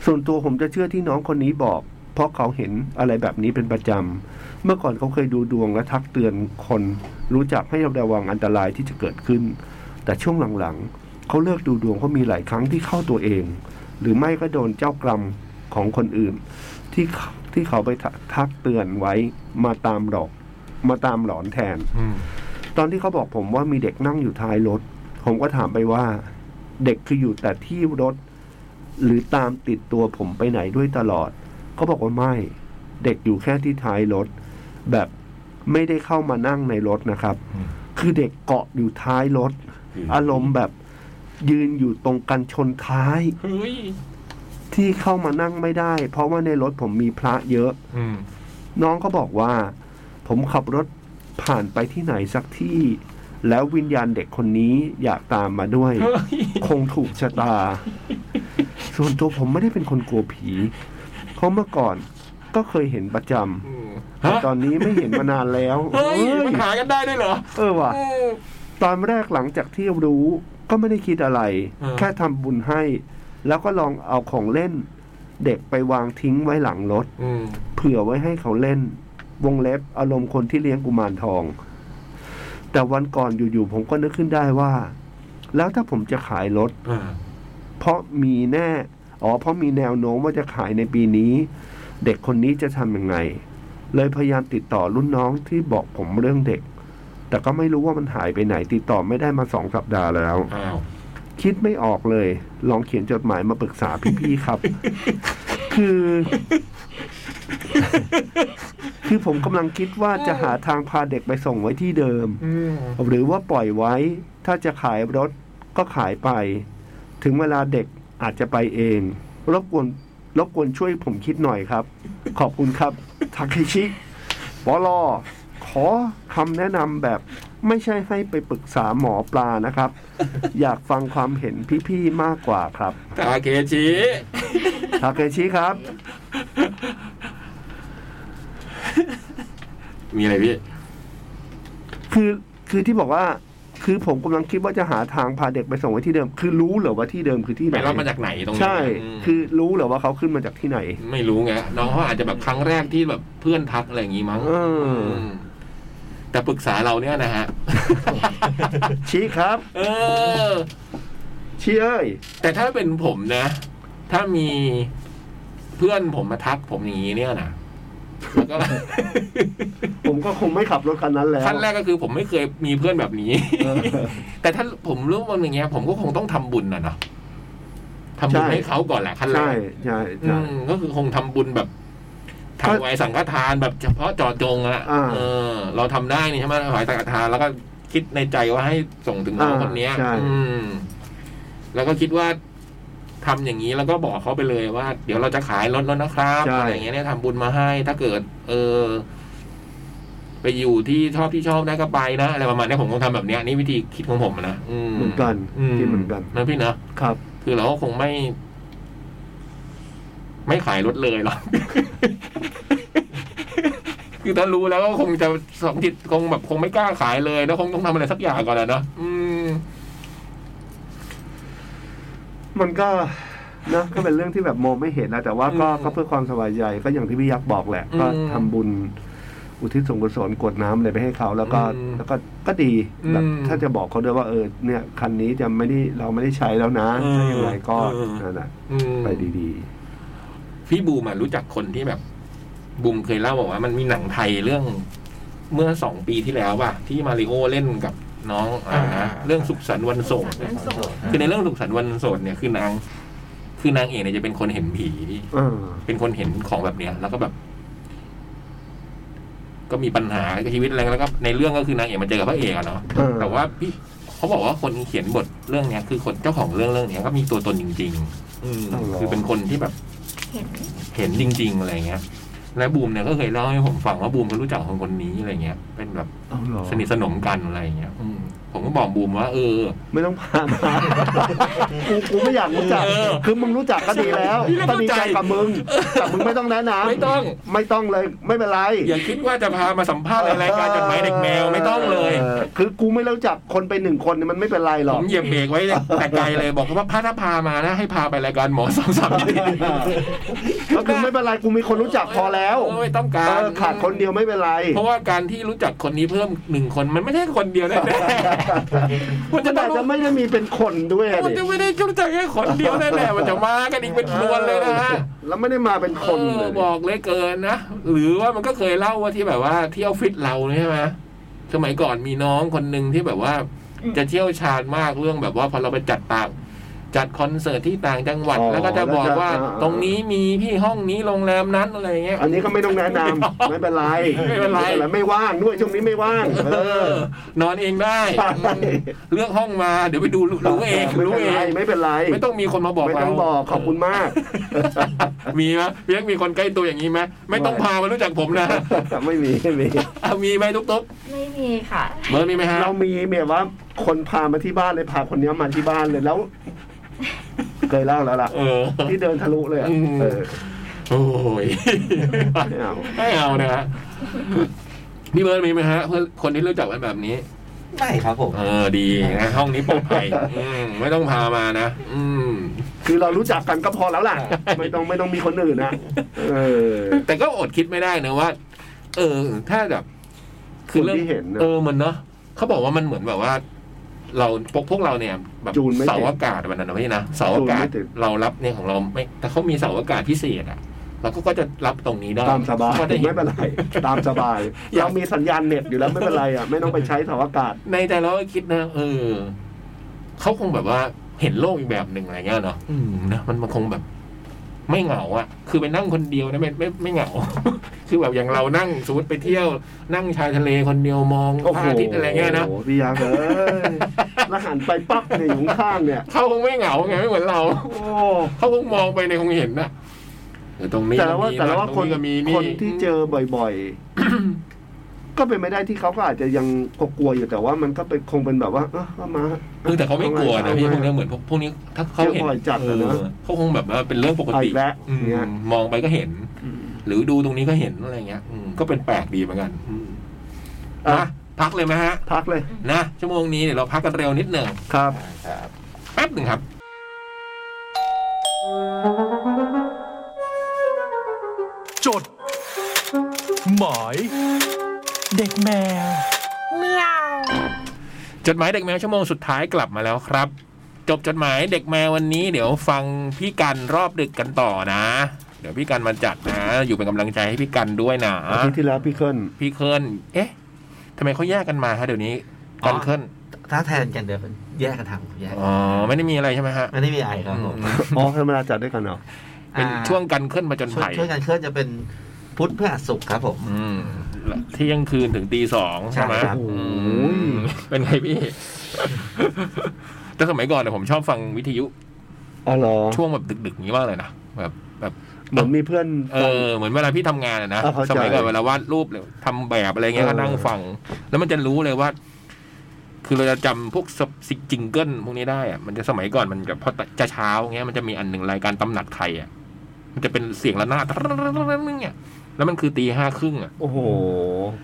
ส่วนตัวผมจะเชื่อที่น้องคนนี้บอก เพราะเขาเห็นอะไรแบบนี้เป็นประจำ เมื่อก่อนเขาเคยดูดวงและทักเตือนคน รู้จักให้ระวังอันตรายที่จะเกิดขึ้น แต่ช่วงหลังๆ เขาเลิกดูดวงเพราะมีหลายครั้งที่เข้าตัวเอง หรือไม่ก็โดนเจ้ากรรมของคนอื่น ที่เขาที่เขาไปทักทักเตือนไว้มาตามหลอก มาตามหลอนแทน อืม ตอนที่เขาบอกผมว่ามีเด็กนั่งอยู่ท้ายรถ ผมก็ถามไปว่า เด็กคืออยู่แต่ที่รถ หรือตามติดตัวผมไปไหนด้วยตลอด เขาบอกว่าไม่ เด็กอยู่แค่ที่ท้ายรถ แบบไม่ได้เข้ามานั่งในรถนะครับ อืม คือเด็กเกาะอยู่ท้ายรถ อารมณ์แบบยืนอยู่ตรงกันชนท้าย เฮ้ย ที่เข้ามานั่งไม่ได้ เพราะว่าในรถผมมีพระเยอะ อืม น้องก็บอกว่า ผมขับรถผ่านไปที่ไหนสักที่ แล้ววิญญาณเด็กคนนี้อยากตามมา ด้วย เฮ้ย คงถูกชะตา ส่วนตัวผมไม่ได้เป็นคนกลัวผีเพราะเมื่อก่อนก็เคยเห็นประจำแต่ ฮะ ตอนนี้ไม่เห็นมานานแล้ว เฮ้ย เอ้ย มันหากันได้ด้วยเหรอ เออว่ะ อืม ตอนแรกหลังจากที่รู้ก็ไม่ได้คิดอะไร เออ แค่ทำบุญให้ แล้วก็ลองเอาของเล่น เด็กไปวางทิ้งไว้หลังรถ อืม เผื่อไว้ให้เขาเล่น วงเล็บอารมณ์คนที่เลี้ยงกุมารทอง แต่วันก่อนอยู่ๆผมก็นึกขึ้นได้ว่า แล้วถ้าผมจะขายรถ อ่า เพราะมีแน่ อ๋อ เพราะมีแนวโน้มว่าจะขายในปีนี้ เด็กคนนี้จะทำยังไง เลยพยายามติดต่อรุ่นน้องที่บอกผมเรื่องเด็ก แต่ก็ไม่รู้ว่ามันหายไปไหน ติดต่อไม่ได้มาสองสัปดาห์แล้ว อ้าว คิดไม่ออกเลย ลองเขียนจดหมายมาปรึกษาพี่ๆ ครับ คือ คือผมกำลังคิดว่าจะหาทางพาเด็กไปส่งไว้ที่เดิม อืม หรือว่าปล่อยไว้ ถ้าจะขายรถก็ขายไป ถึงเวลาเด็กอาจจะไปเอง รบกวนรบกวนช่วยผมคิดหน่อยครับ ขอบคุณครับทาเคชิบอลอขอคำแนะนำแบบไม่ใช่ให้ไปปรึกษาหมอปลานะครับ อยากฟังความเห็นพี่ๆมากกว่าครับ ตาเคชิ ทาเคชิครับ มีอะไรพี่ คือคือที่บอกว่า คือผมกำลังคิดว่าจะหาทางพาเด็กไปส่งไว้ที่เดิม คือรู้เหรอว่าที่เดิมคือที่ไหน ไปรับมาจากไหนตรงนี้ ใช่ ม คือรู้เหรอว่าเขาขึ้นมาจากที่ไหน ไม่รู้ไง น้องเขาอาจจะแบบครั้งแรกที่แบบเพื่อนทักอะไรอย่างงี้มั้ง เออ มแต่ปรึกษาเราเนี่ย นะฮะ ชี้ครับ เออ ชี้เอ้ย แต่ถ้าเป็นผมนะ ถ้ามีเพื่อนผมมาทักผมอย่างนี้เนี่ยนะ แล้วก็ ผมก็คงไม่ขับรถคันนั้นแล้ว ขั้นแรกก็คือผมไม่เคยมีเพื่อนแบบ นี้ เออ แต่ถ้าผมรู้ว่ามันอย่างเงี้ย ผมก็คงต้องทำบุญนะเนาะทำบุญ ใช่ ให้เขาก่อนแหละขั้นแร ใช่ ก ใช่ อื ใช่ มก็คือคงทำบุญแบบ ก็ ทำไว้สังฆทานแบบเฉพาะเจอจงอะ อ่า เออ เราทำได้นี่ใช่ไหมถวายสังฆทานแล้วก็คิดในใจว่าให้ส่งถึงน้องคนเนี้ยอืม แล้วก็คิดว่าทำอย่างนี้แล้วก็บอกเขาไปเลยว่า เดี๋ยวเราจะขายรถแล้วนะครับ ใช่ อะไรอย่างเงี้ยเนี่ยทำบุญมาให้ ถ้าเกิด เออ ไปอยู่ที่ชอบที่ชอบได้ก็ไปนะอะไรประมาณเนี้ยผมคงทำแบบเนี้ยนี่วิธีคิดของผมนะอืม เหมือนกันคิดเหมือนกัน นะพี่นะครับ คือเราก็คงไม่ ไม่ขายรถเลยหรอก คือถ้ารู้แล้วก็คงจะสองจิตคงแบบคงไม่กล้าขายเลยแล้วคงต้องทำอะไรสักอย่างก่อนนะเนอะอืม มันก็นะก็เป็นเรื่องที่แบบมองไม่เห็นนะ แต่ว่าก็ อืม ก็เพื่อความสบายใจก็อย่างที่พี่ยักษ์บอกแหละ อืม ก็ทำบุญ อุทิศส่วนกุศลกรวดน้ำอะไรไปให้เขา แล้วก็ อืม แล้วก็ก็ดีแบบ อืม ถ้าจะบอกเขาด้วยว่าเออเนี่ยคันนี้จะไม่ได้เราไม่ได้ใช้แล้วนะ เออ ถ้าอย่างไรก็ เออ นั่นน่ะ อืม ไปดี พี่บูมอะรู้จักคนที่แบบ บูมเคยเล่าบอกว่ามันมีหนังไทยเรื่อง เมื่อสองปีที่แล้วป่ะที่มาริโอเล่นกับน้องอะไร อ่า นะเรื่องสุขสันต์วันโสด นั้นส่ง คือในเรื่องสุขสันต์วันโสดเนี่ยคือนาง คือนางเอกเนี่ยจะเป็นคนเห็นผี ๆเออ เป็นคนเห็นของแบบเนี้ยแล้วก็แบบ ก็มีปัญหากับชีวิตอะไรแล้วก็ในเรื่องก็คือนางเอกมาเจอกับพระเอกอะเนาะ เออ แต่ว่าพี่เขาบอกว่าคนเขียนบทเรื่องเนี้ย คือคนเจ้าของเรื่องเรื่องเนี้ยก็มีตัวตนจริง ๆ อืมคือเป็นคนที่แบบ เห็น เห็นจริง ๆ อะไรเงี้ย และบูมเนี่ยก็เคยเล่าให้ผมฟังว่าบูมเขารู้จักคนคนนี้อะไรเงี้ย เป็นแบบ เอาเหรอ สนิทสนมกันอะไรอย่างเงี้ยอืมผมก็บอกบูมว่าเออ ไม่ต้องพามา กูกูไม่อยากรู้จัก เออ คือมึงรู้จักก็ดีแล้ว พี่ไม่ ก็ เข้า ดี ใจ ใจกับมึงแต่มึงไม่ต้องแนะนำ ไม่ต้อง ไม่ต้องเลยไม่เป็นไร อย่าคิดว่าจะพามาสัมภาษณ์ในรายการจดหมายเด็กแมวไม่ต้องเลย ออคือกูไม่รู้จักคนไปหนึ่งคนเนี่ยมันไม่เป็นไรหร ผ อก มเหยียบเบรกไว้แต่ไกลเลยบอกว่าพระถ้าพามานะ ให้พาไปรายการหมอสามสามนิดนึง ก็คือไม่เป็นไรกูมีคนรู้จักพอแล้ว เออไม่ต้อง เอ การ อขาดคนเดียวไม่เป็นไร เพราะว่าการที่รู้จักคนนี้เพิ่มหนึ่งคนมันไม่ใช่คนเดียวแน่ๆมัน มั จะ น ต้อ อาจ ง จะไม่ได้มีเป็นคนด้วยอะ มัน ดิ จะไม่ได้รู้จักแค่คนเดียวแน่ๆมันจะมากันอีกเป็นพวนเลยนะฮะ แล้วไม่ได้มาเป็นคน เอ เล อย บอกเลยเกินนะ หรือว่ามันก็เคยเล่าว่าที่แบบว่าเที่ยวฟิตเราเนี่ยใช่ไหมสมัยก่อนมีน้องคนหนึ่งที่แบบว่า อืม จะเที่ยวชาญมากเรื่องแบบว่าพอเราไปจัดต่างจัดคอนเสิร์ตที่ต่างจังหวัด แล้วก็จะบอกว่าตรงนี้มีพี่ห้องนี้โรงแรมนั้นอะไรอย่างเงี้ย อันนี้ก็ไม่ต้องแนะนำไม่เป็นไร ไม่เป็นไร ไม่ว่างด้วยช่วงนี้ไม่ว่าง เออ นอนเองได้ ใช่ เลือกห้องมาเดี๋ยวไปดูรู้เองรู้เอง ไม่เป็นไร ไม่ต้องมีคนมาบอก ไม่ เรา ต้องบอกขอบคุณมาก มีไหมเพียงมีคนใกล้ตัวอย่างนี้ไหมไม่ต้องพามารู้จักผม นะ ไม่มีไม่มี เอามีไหมตุ๊กตุ๊ก ไม่มีค่ะ เบิร์ดมีไหมฮะ เรามีแบบว่าคนพามาที่บ้านเลยพาคนเนี้ยมาที่บ้านเลยแล้ว เคยเล่าแล้วล่ะ เออ ที่เดินทะลุเลยอะ อืม เออ โอ้ย ไม่เอา ไม่เอานะฮะพี่เบิร์ดมีไหมฮะเพื่อนคนที่รู้จักกันแบบนี้ ไม่ครับผม เออดีนะห้องนี้ปลอดภัยอืมไม่ต้องพามานะอืม คือเรารู้จักกันก็พอแล้วล่ะ ไม่ต้องไม่ต้องมีคนอื่นนะเออ แต่ก็อดคิดไม่ได้นะว่า เออ ถ้าแบบ คนที่เห็นนะ เออมันเนาะเขาบอกว่ามันเหมือนแบบว่า เราพวกพวกเราเนี่ยแบบ จูนไม่ติด เสาอากาศมันนะพี่นะเสาอากาศจูนไม่ติด เรารับเนี่ยของเราไม่ แต่เขามีเสาอากาศพิเศษอะเราก็ก็จะรับตรงนี้ได้ ตามสบาย ก็ได้เห็ ไม่ น เป็นไรตามสบาย อยาก เรามีสัญญาณเน็ตอยู่แล้วไม่เป็นไรอ่ะไม่ต้องไปใช้เสาอากาศ ในใจเราก็คิดนะเออเขาคงแบบว่าเห็นโลกอีกแบบหนึ่งอะไรเงี้ยเนาะอืมนะมันมันคงแบบ ไม่เหงาอะคือไปนั่งคนเดียวนะไม่ไม่ไม่เหงา คือแบบอย่างเรานั่งสมมติไปเที่ยว นั่งชายทะเลคนเดียวมอง โอ้โห พระอาทิตย์อะไรเงี้ยนะ โอ้โหพี่ยักษ์เอ้ยแล้วหันไปปั๊บเนี่ยอยู่ข้างๆเนี่ย เขาคงไม่เหงาไงไม่เหมือนเรา โอ้ เขาคงมองไปในยคงเห็นนะเออตรงนี้ แต่เรา ก็ ว่า มี แต่เราว่า ต ค รง น ก็มีนี่ คนที่เจอบ่อย ๆ ก็เป็นไม่ได้ที่เขาก็อาจจะยังกลัวๆอยู่แต่ว่ามันก็เป็นคงเป็นแบบว่าเออเอามา เออแต่เขาไม่กลัวนะพี่พวกเนี้ยเหมือนพวกพวกนี้ถ้าเขาเห็น เจอบ่อยจัดอะนะ เออเขาคงแบบว่าเป็นเรื่องปกติ อีกแล้ว อืม เนี่ย มองไปก็เห็น หรือดูตรงนี้ก็เห็นอะไรเงี้ยอืมก็เป็นแปลกดีเหมือนกันอืม อ่ะ นะพักเลยไหมฮะ พักเลย นะชั่วโมงนี้เดี๋ยวเราพักกันเร็วนิดหนึ่ง ครับ แป๊บหนึ่งครับ จด หมาย เด็กแมว จดหมายเด็กแมวชั่วโมงสุดท้ายกลับมาแล้วครับ จบจดหมายเด็กแมววันนี้เดี๋ยวฟังพี่กันรอบดึกกันต่อนะ เดี๋ยวพี่กันมาจัดนะ อยู่เป็นกำลังใจให้พี่กันด้วยนะ อาทิตย์ที่แล้วพี่เคิล พี่เคิร์นเอ๊ะทำไมเขาแยกกันมาฮะเดี๋ยวนี้ อ๋อ กันเคิร์น ถ้าแทนกันเดี๋ยวแยกกันทำแยก อ๋อไม่ได้มีอะไรใช่ไหมฮะ ไม่ได้มีไอครับผม อ๋อธรรมดาจัดด้วยกันเหรอ เป็น อ่า ช่วงกันเคิร์นมาจน ช่วย ไผ่ ช่วยกันเคลื่อนจะเป็นพุธพฤหัสศุกร์ครับผม อืมเที่ยงคืนถึงตีสอง ใช่ ใช่ไหม ครับ อืมเป็นไงพี่ แต่สมัยก่อนเนี่ยผมชอบฟังวิทยุ อ๋อเหรอ ช่วงแบบดึกๆนี้มากเลยนะแบบแบบ เหมือนมีเพื่อน เออเหมือนเวลาพี่ทำงานอะนะ อ่ะเข้าใจ สมัยก่อนเวลาวาดรูปหรือทำแบบอะไรเงี้ย เออ ก็นั่งฟัง แล้วมันจะรู้เลยว่า คือเราจะจำพวกสิกจิงเกิลพวกนี้ได้อะมันจะสมัยก่อนมันจะพอจะเช้าเงี้ยมันจะมีอันหนึ่งรายการตำหนักไทยอ่ะมันจะเป็นเสียงระนาดเนี่ยแล้วมันคือตีห้าครึ่งอ่ะ โอ้โห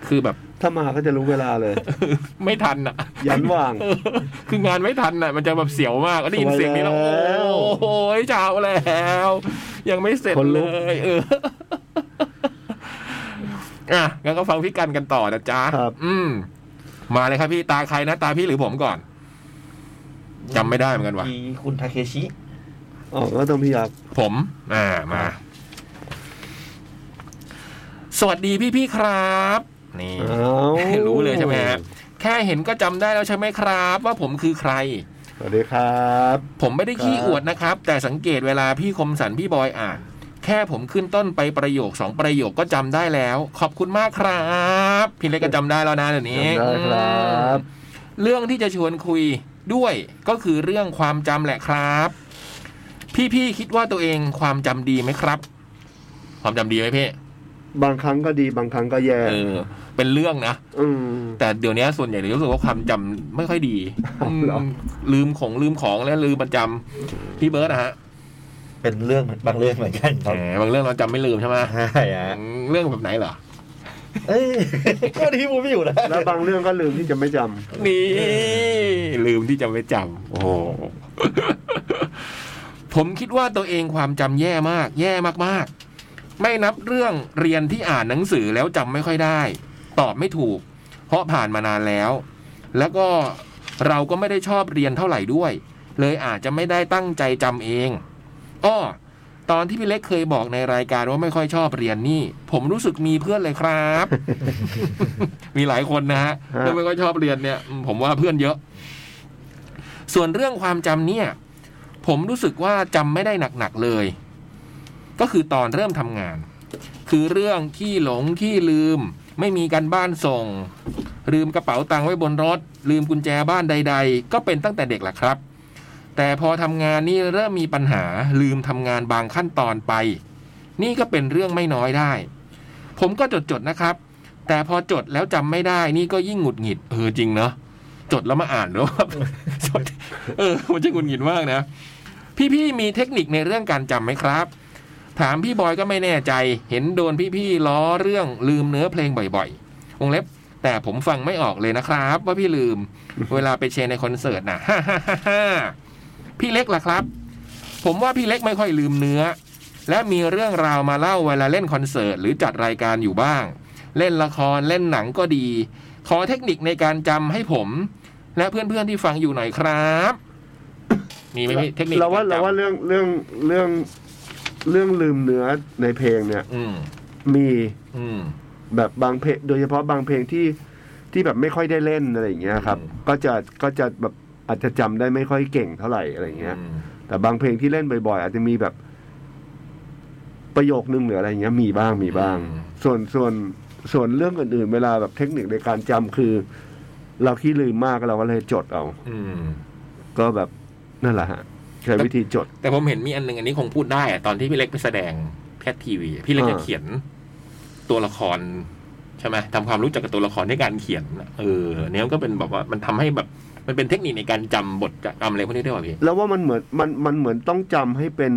คือแบบ ถ้ามาก็จะรู้เวลาเลย ไม่ทันอ่ะ ยันว่าง เออคืองานไม่ทันอ่ะ มันจะแบบเสียวมากได้ยินเสียงนี้แล้ว สวโอ้ยแล้ว โหเช้าแล้ว ยังไม่เสร็จเลยเอออ่ะงั้นก็ฟังพี่กันกันต่อนะจ๊ะ ครับ อืม มาเลยครับพี่ตาใครนะตาพี่หรือผมก่อนจำไม่ได้เหมือนกันว่ะ มีคุณทาเคชิ อ๋อก็ต้องพี่ยักษ์ ผม อ่ามา สวัสดีพี่พี่ๆครับ นี่ อ้า รู้เลยใช่ไหมฮะแค่เห็นก็จำได้แล้วใช่ไหมครับ ว่าผมคือใคร สวัสดีครับ ผมไม่ได้ขี้อวดนะครับ แต่สังเกตเวลาพี่คมสันพี่บอยอ่าน แค่ผมขึ้นต้นไปประโยคสองประโยคก็จำได้แล้ว ขอบคุณมากครับ พี่เล็กก็จำได้แล้วนะเดี๋ยวนี้ จำได้ครับ อืมเรื่องที่จะชวนคุยด้วยก็คือเรื่องความจำแหละครับ พี่ๆคิดว่าตัวเองความจำดีไหมครับ ความจำดีไหมพี่ บางครั้งก็ดีบางครั้งก็แย่ เออ เป็นเรื่องนะ อืม แต่เดี๋ยวนี้ส่วนใหญ่รู้สึกว่าความจำไม่ค่อยดีอืม เหรอ ลืมของลืมของและลืมประจำพี่เบิร์ดนะฮะ เป็นเรื่องเหมือนบางเรื่องเหมือนกันครับ แหมบางเรื่องเราจำไม่ลืมใช่ไหม ใช่ฮะ อืมเรื่องแบบไหนเหรอ เอ้ย ก็ที่พูดไม่อยู่แล้ว แล้วบางเรื่องก็ลืมที่จะไม่จำ นี่ ลืมที่จะไม่จำโอ้โห ผมคิดว่าตัวเองความจำแย่มาก แย่มากๆ ไม่นับเรื่องเรียนที่อ่านหนังสือแล้วจำไม่ค่อยได้ ตอบไม่ถูก เพราะผ่านมานานแล้ว แล้วก็เราก็ไม่ได้ชอบเรียนเท่าไหร่ด้วย เลยอาจจะไม่ได้ตั้งใจจำเองอ้อตอนที่พี่เล็กเคยบอกในรายการว่าไม่ค่อยชอบเรียนนี่ ผมรู้สึกมีเพื่อนเลยครับ มีหลายคนนะฮะที่ไม่ค่อยชอบเรียนเนี่ยอืมผมว่าเพื่อนเยอะ ส่วนเรื่องความจำเนี่ย ผมรู้สึกว่าจำไม่ได้หนักๆเลย ก็คือตอนเริ่มทำงาน คือเรื่องขี้หลงขี้ลืม ไม่มีการบ้านส่ง ลืมกระเป๋าตังค์ไว้บนรถ ลืมกุญแจบ้านใด ๆ ก็เป็นตั้งแต่เด็กแหละครับ แต่พอทำงานนี่เริ่มมีปัญหาลืมทำงานบางขั้นตอนไป นี่ก็เป็นเรื่องไม่น้อยได้ ผมก็จดจดๆนะครับ แต่พอจดแล้วจำไม่ได้ นี่ก็ยิ่งหงุดหงิดเออจริงเนาะจดแล้วมาอ่านด้วย ว่าจดเออมันจะหงุดหงิดมากนะ พี่ๆมีเทคนิคในเรื่องการจำไหมครับ ถามพี่บอยก็ไม่แน่ใจ เห็นโดนพี่ๆล้อเรื่องลืมเนื้อเพลงบ่อยๆวงเล็บ แต่ผมฟังไม่ออกเลยนะครับ ว่าพี่ลืม เวลาไปเชียร์ในคอนเสิร์ตนะ พี่เล็กล่ะครับ ผมว่าพี่เล็กไม่ค่อยลืมเนื้อ และมีเรื่องราวมาเล่าเวลาเล่นคอนเสิร์ตหรือจัดรายการอยู่บ้าง เล่นละครเล่นหนังก็ดี ขอเทคนิคในการจำให้ผม และเพื่อนๆที่ฟังอยู่หน่อยครับ มีไหมพี่เทคนิค เราว่า ในก เรา จำ ว่าเรื่องเรื่องเรื่องเรื่องลืมเนื้อในเพลงเนี่ย อืม มี อืม แบบบางเพลงโดยเฉพาะบางเพลงที่ที่แบบไม่ค่อยได้เล่นอะไรอย่างเงี้ยครับ อืม ก็จะก็จะแบบอาจจะจำได้ไม่ค่อยเก่งเท่าไหร่อะไรอย่างเงี้ย แต่บางเพลงที่เล่นบ่อยๆ อาจจะมีแบบ ประโยคนึงหรืออะไรอย่างเงี้ยมีบ้างมีบ้าง อืม ส่วนส่วนส่วนเรื่องอื่นๆ เวลาแบบเทคนิคในการจำคือ เราขี้ลืมมากเราก็เลยจดเอา อืม ก็แบบนั่นแหละฮะใช้วิธีจด แต่ผมเห็นมีอันหนึ่งอันนี้คงพูดได้อะตอนที่พี่เล็กไปแสดงแพทย์ทีวีอะพี่เล็ก อ่า จะเขียนตัวละคร ใช่ไหมทำความรู้จักกับตัวละครด้วยการเขียนอะเอออันนี้มันก็เป็นแบบว่ามันทำให้แบบ มันเป็นเทคนิคในการจำบทจำอะไรพวกนี้ด้วยว่ะพี่ แล้วว่ามันเหมือนมันมันเหมือนต้องจำให้เป็น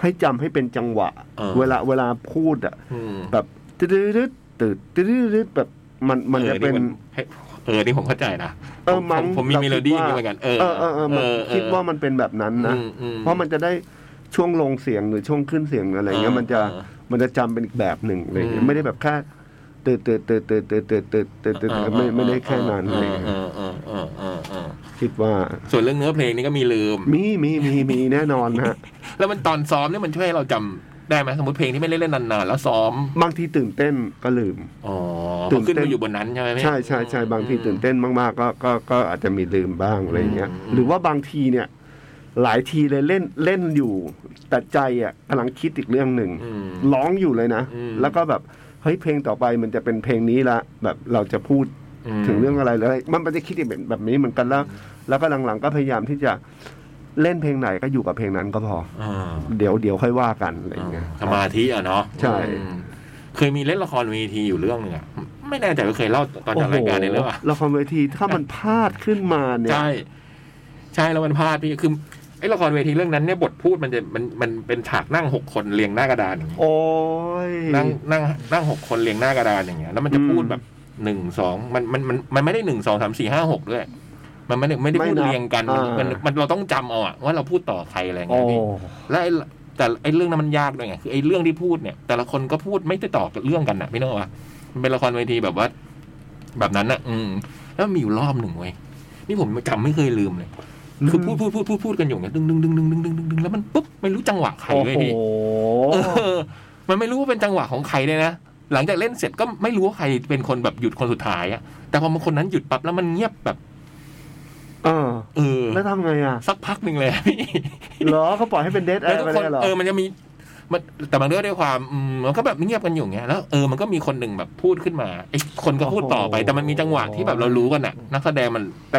ให้จำให้เป็นจังหวะ เออ เวลาเวลาพูดอ่ะ อืม แบบตืดตืดตืดตืดตืดแบบมันมันจะเป็น ออให้เออนี่ผมเข้าใจนะ เออ ผม มั้ง ผมมี เรา เม คิด โลดี้ ว่า เหมือนกันเออ เออเออเออมันคิดว่ามันเป็นแบบนั้นนะ อืมอื เพราะมันจะได้ช่วงลงเสียงหรือช่วงขึ้นเสียงหรืออะไรเงี้ยมันจะ เออ มันจะจำเป็นอีกแบบหนึ่งอะไรเงี้ อื ย ม ไม่ได้แบบแค่ตืดตืดตืดตืดตืดตืดตืดตืดตืดไม่ไม่ได้แค่นั้นอะไรเงี้ย เออเออเออเออเออ คิดว่า ส่วนเรื่องเนื้อเพลงนี่ก็มีลืม มีมีมีมีแน่นอนฮะ แล้วมันตอนซ้อมเนี่ยมันช่วยให้เราจำได้ไหมสมมติเพลงที่ไม่ได้เล่นนานๆแล้วซ้อม บางทีตื่นเต้นก็ลืม อ๋อ ตื่ ตื่น นเต้ ขึ้น น มาอยู่บนนั้นใช่ไหมพี่ ใช่ใช่ใช่บางทีตื่นเต้นมากๆก็ก็ก็อาจจะมีลืมบ้างอะไรเงี้ย หรือว่าบางทีเนี่ย หลายทีเลยเล่นเล่นอยู่ แต่ใจอ่ะกำลังคิดอีกเรื่องหนึ่ง อืม ร้องอยู่เลยนะ อืม แล้วก็แบบเฮ้ยเพลงต่อไปมันจะเป็นเพลงนี้ละแบบเราจะพูด ม ถึงเรื่องอะไรเลย มันมันจะคิดแบบแบบนี้เหมือนกันแล้ว แล้วก็หลังๆก็พยายามที่จะเล่นเพลงไหนก็อยู่กับเพลงนั้นก็พอ อ่า เดี๋ยวเดี๋ยวค่อยว่ากันอะไรอย่างเงี้ย สมาธิอ่ะเนาะ ใช่ อืมเคยมีเล่นละครเวทีอยู่เรื่องหนึงอะไม่แน่ใจว่าเคยเล่าตอนจัดรายการในเรื่องอะ ละครเวทีถ้ามันพลาดขึ้นมาเนี่ย ใช่ ใช่แล้วมันพลาดพี่คือไอ้ละครเวทีเรื่องนั้นเนี่ยบทพูดมันจะมันมันเป็นฉากนั่งหกคนเรียงหน้ากระดานอย่างเงี้ย โอ้ย นั่งนั่งนั่งหกคนเรียงหน้ากระดานอย่างเงี้ยแล้วมันจะ อืม พูดแบบหนึ่งสองมันมันมันมันไม่ได้หนึ่งสองสามสี่ห้าหกด้วย มันไม่ได้ไม่ได้ ไม่ พูด นับ เรียงกันมัน อ่ามั มันมันเราต้องจำเอาอะว่าเราพูดต่อใครอะไรอย่าง โอ้ เงี้ยพี่และไอ้แต่ไอ้เรื่องนั้นมันยากด้วยไงคือไอ้เรื่องที่พูดเนี่ย แต่ละคนก็พูดไม่ติดต่อกับเรื่องกันน่ะพี่นึกออกปะมันเป็นละครเวทีแบบว่า แบบนั้นน่ะ อืม แล้วมีอยู่รอบหนึ่งเว้ยนี่ผมจำไม่เคยลืมเลยคือพูดพูดพูดพูดพูดกันอยู่เนี่ยดึงดึงดึงดึงดึงดึงดึงดึงแล้วมันปุ๊บไม่รู้จังหวะใคร โอ้ เลย โห พี่ เออมันไม่รู้ว่าเป็นจังหวะของใครเลยนะ หลังจากเล่นเสร็จก็ไม่รู้ว่าใครเป็นคนแบบหยุดคนสุดท้ายอะแต่พอมันคนนั้นหยุดปั๊บแล้วมันเงียบแบบ เออ เออ แล้วทำไงอ่ะ สักพักหนึ่งเลยอะพี่ เหรอเขาปล่อยให้เป็นเดท แอ แล้ว ร์ ทุกคไปเล น ยเหรอ เออมันจะมีมันแต่บางเรื่องด้วยความอืมมันก็แบบเงียบกันอยู่อย่างเงี้ยแล้วเออมันก็มีคนหนึ่งแบบพูดขึ้นมาไอ้คนก็พูดต่อไป แต่มันมีจังหวะที่แบบเรารู้กันน่ะ นักแสดงมันแต่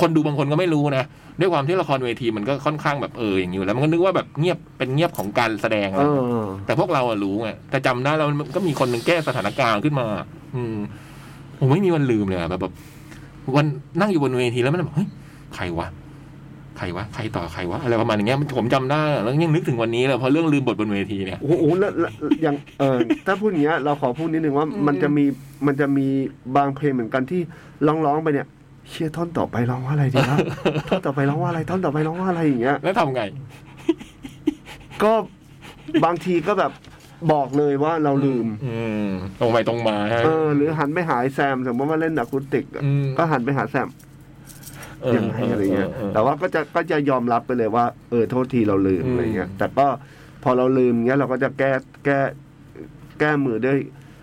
คนดูบางคนก็ไม่รู้นะด้วยความที่ละครเวทีมันก็ค่อนข้างแบบเอออย่างอยู่แล้วมันก็นึกว่าแบบเงียบเป็นเงียบของการแสดงอะ เออ แต่พวกเราอะรู้ไงแต่จำได้แล้วมันก็มีคนหนึ่งแก้สถานการณ์ขึ้นมา อืมผมไม่มีวันลืมเลยอะแบบแบบวันนั่งอยู่บนเวทีแล้วมันแบบเฮ้ยใครวะใครวะใครต่อใครวะอะไรประมาณอย่างเงี้ยมันผมจำได้อะแล้วยังนึกถึงวันนี้เลยเพราะเรื่องลืมบทบนเวทีเนี่ย โอ้โหแล้วแล้วอย่างเออถ้าพูดอย่างเงี้ย เราขอพูดนิดนึงว่ามันจะมีมันจะมีบางเพลงเหมือนกันที่ร้องร้องๆไปเนี่ย เชียท่อนต่อไปร้องว่าอะไรดีว ะท่อนต่อไปร้องว่าอะไรท่อนต่อไปร้องว่าอะไรอย่างเงี้ย แล้วทำไง ก็บางทีก็แบบบอกเลยว่าเราลืม อืมตรงไปตรงมาฮะ เออ หรือหันไปหาไอ้แซมสมมติว่าเล่นอะคูติกอะ อืม ก็หันไปหาแซม เออ ยังไงอะไรเงี้ย ออ แต่ว่าก็จะก็จะยอมรับไปเลยว่า เออโทษทีเราลืม อืม อะไรเงี้ย แต่ก็พอเราลืมเงี้ยเราก็จะแก้แก้แก้มือด้วย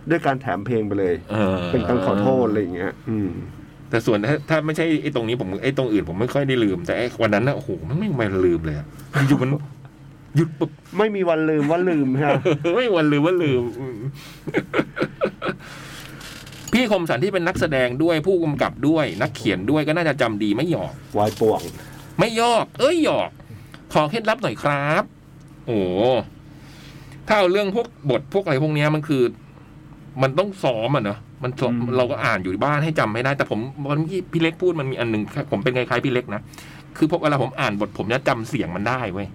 ด้วยการแถมเพลงไปเลย ออ เป็นการขอโทษอะไรอย่างเงี้ย อืม แต่ส่วนถ้าถ้าไม่ใช่ไอ้ตรงนี้ผมไอ้ตรงอื่นผมไม่ค่อยได้ลืม แต่ไอ้วันนั้นน่ะโอ้โหมันไม่ไม่ลืมเลยอะอยู่มันหยุดปุ๊บ ไม่มีวันลืมว่าลืมฮะ ไม่วันลืมว่าลืมอืมพี่คมสันที่เป็นนักแสดงด้วยผู้กำกับด้วย นักเขียนด้วยก็น่าจะจำดีไม่หยอก วายป่วง ไม่ยอก เอ้ยหยอก ขอเคล็ดลับหน่อยครับ โอ้ถ้าเอาเรื่องพวกบทพวกอะไรพวกเนี้ยมันคือ มันต้องซ้อมอะเนอะมันซ้อม อืม เราก็อ่านอยู่บ้านให้จำไม่ได้ แต่ผมวันที่พี่เล็กพูดมันมีอันหนึ่งผมเป็นคล้ายๆพี่เล็กนะคือพวกเวลาผมอ่านบทผมจะจำเสียงมันได้เว้ย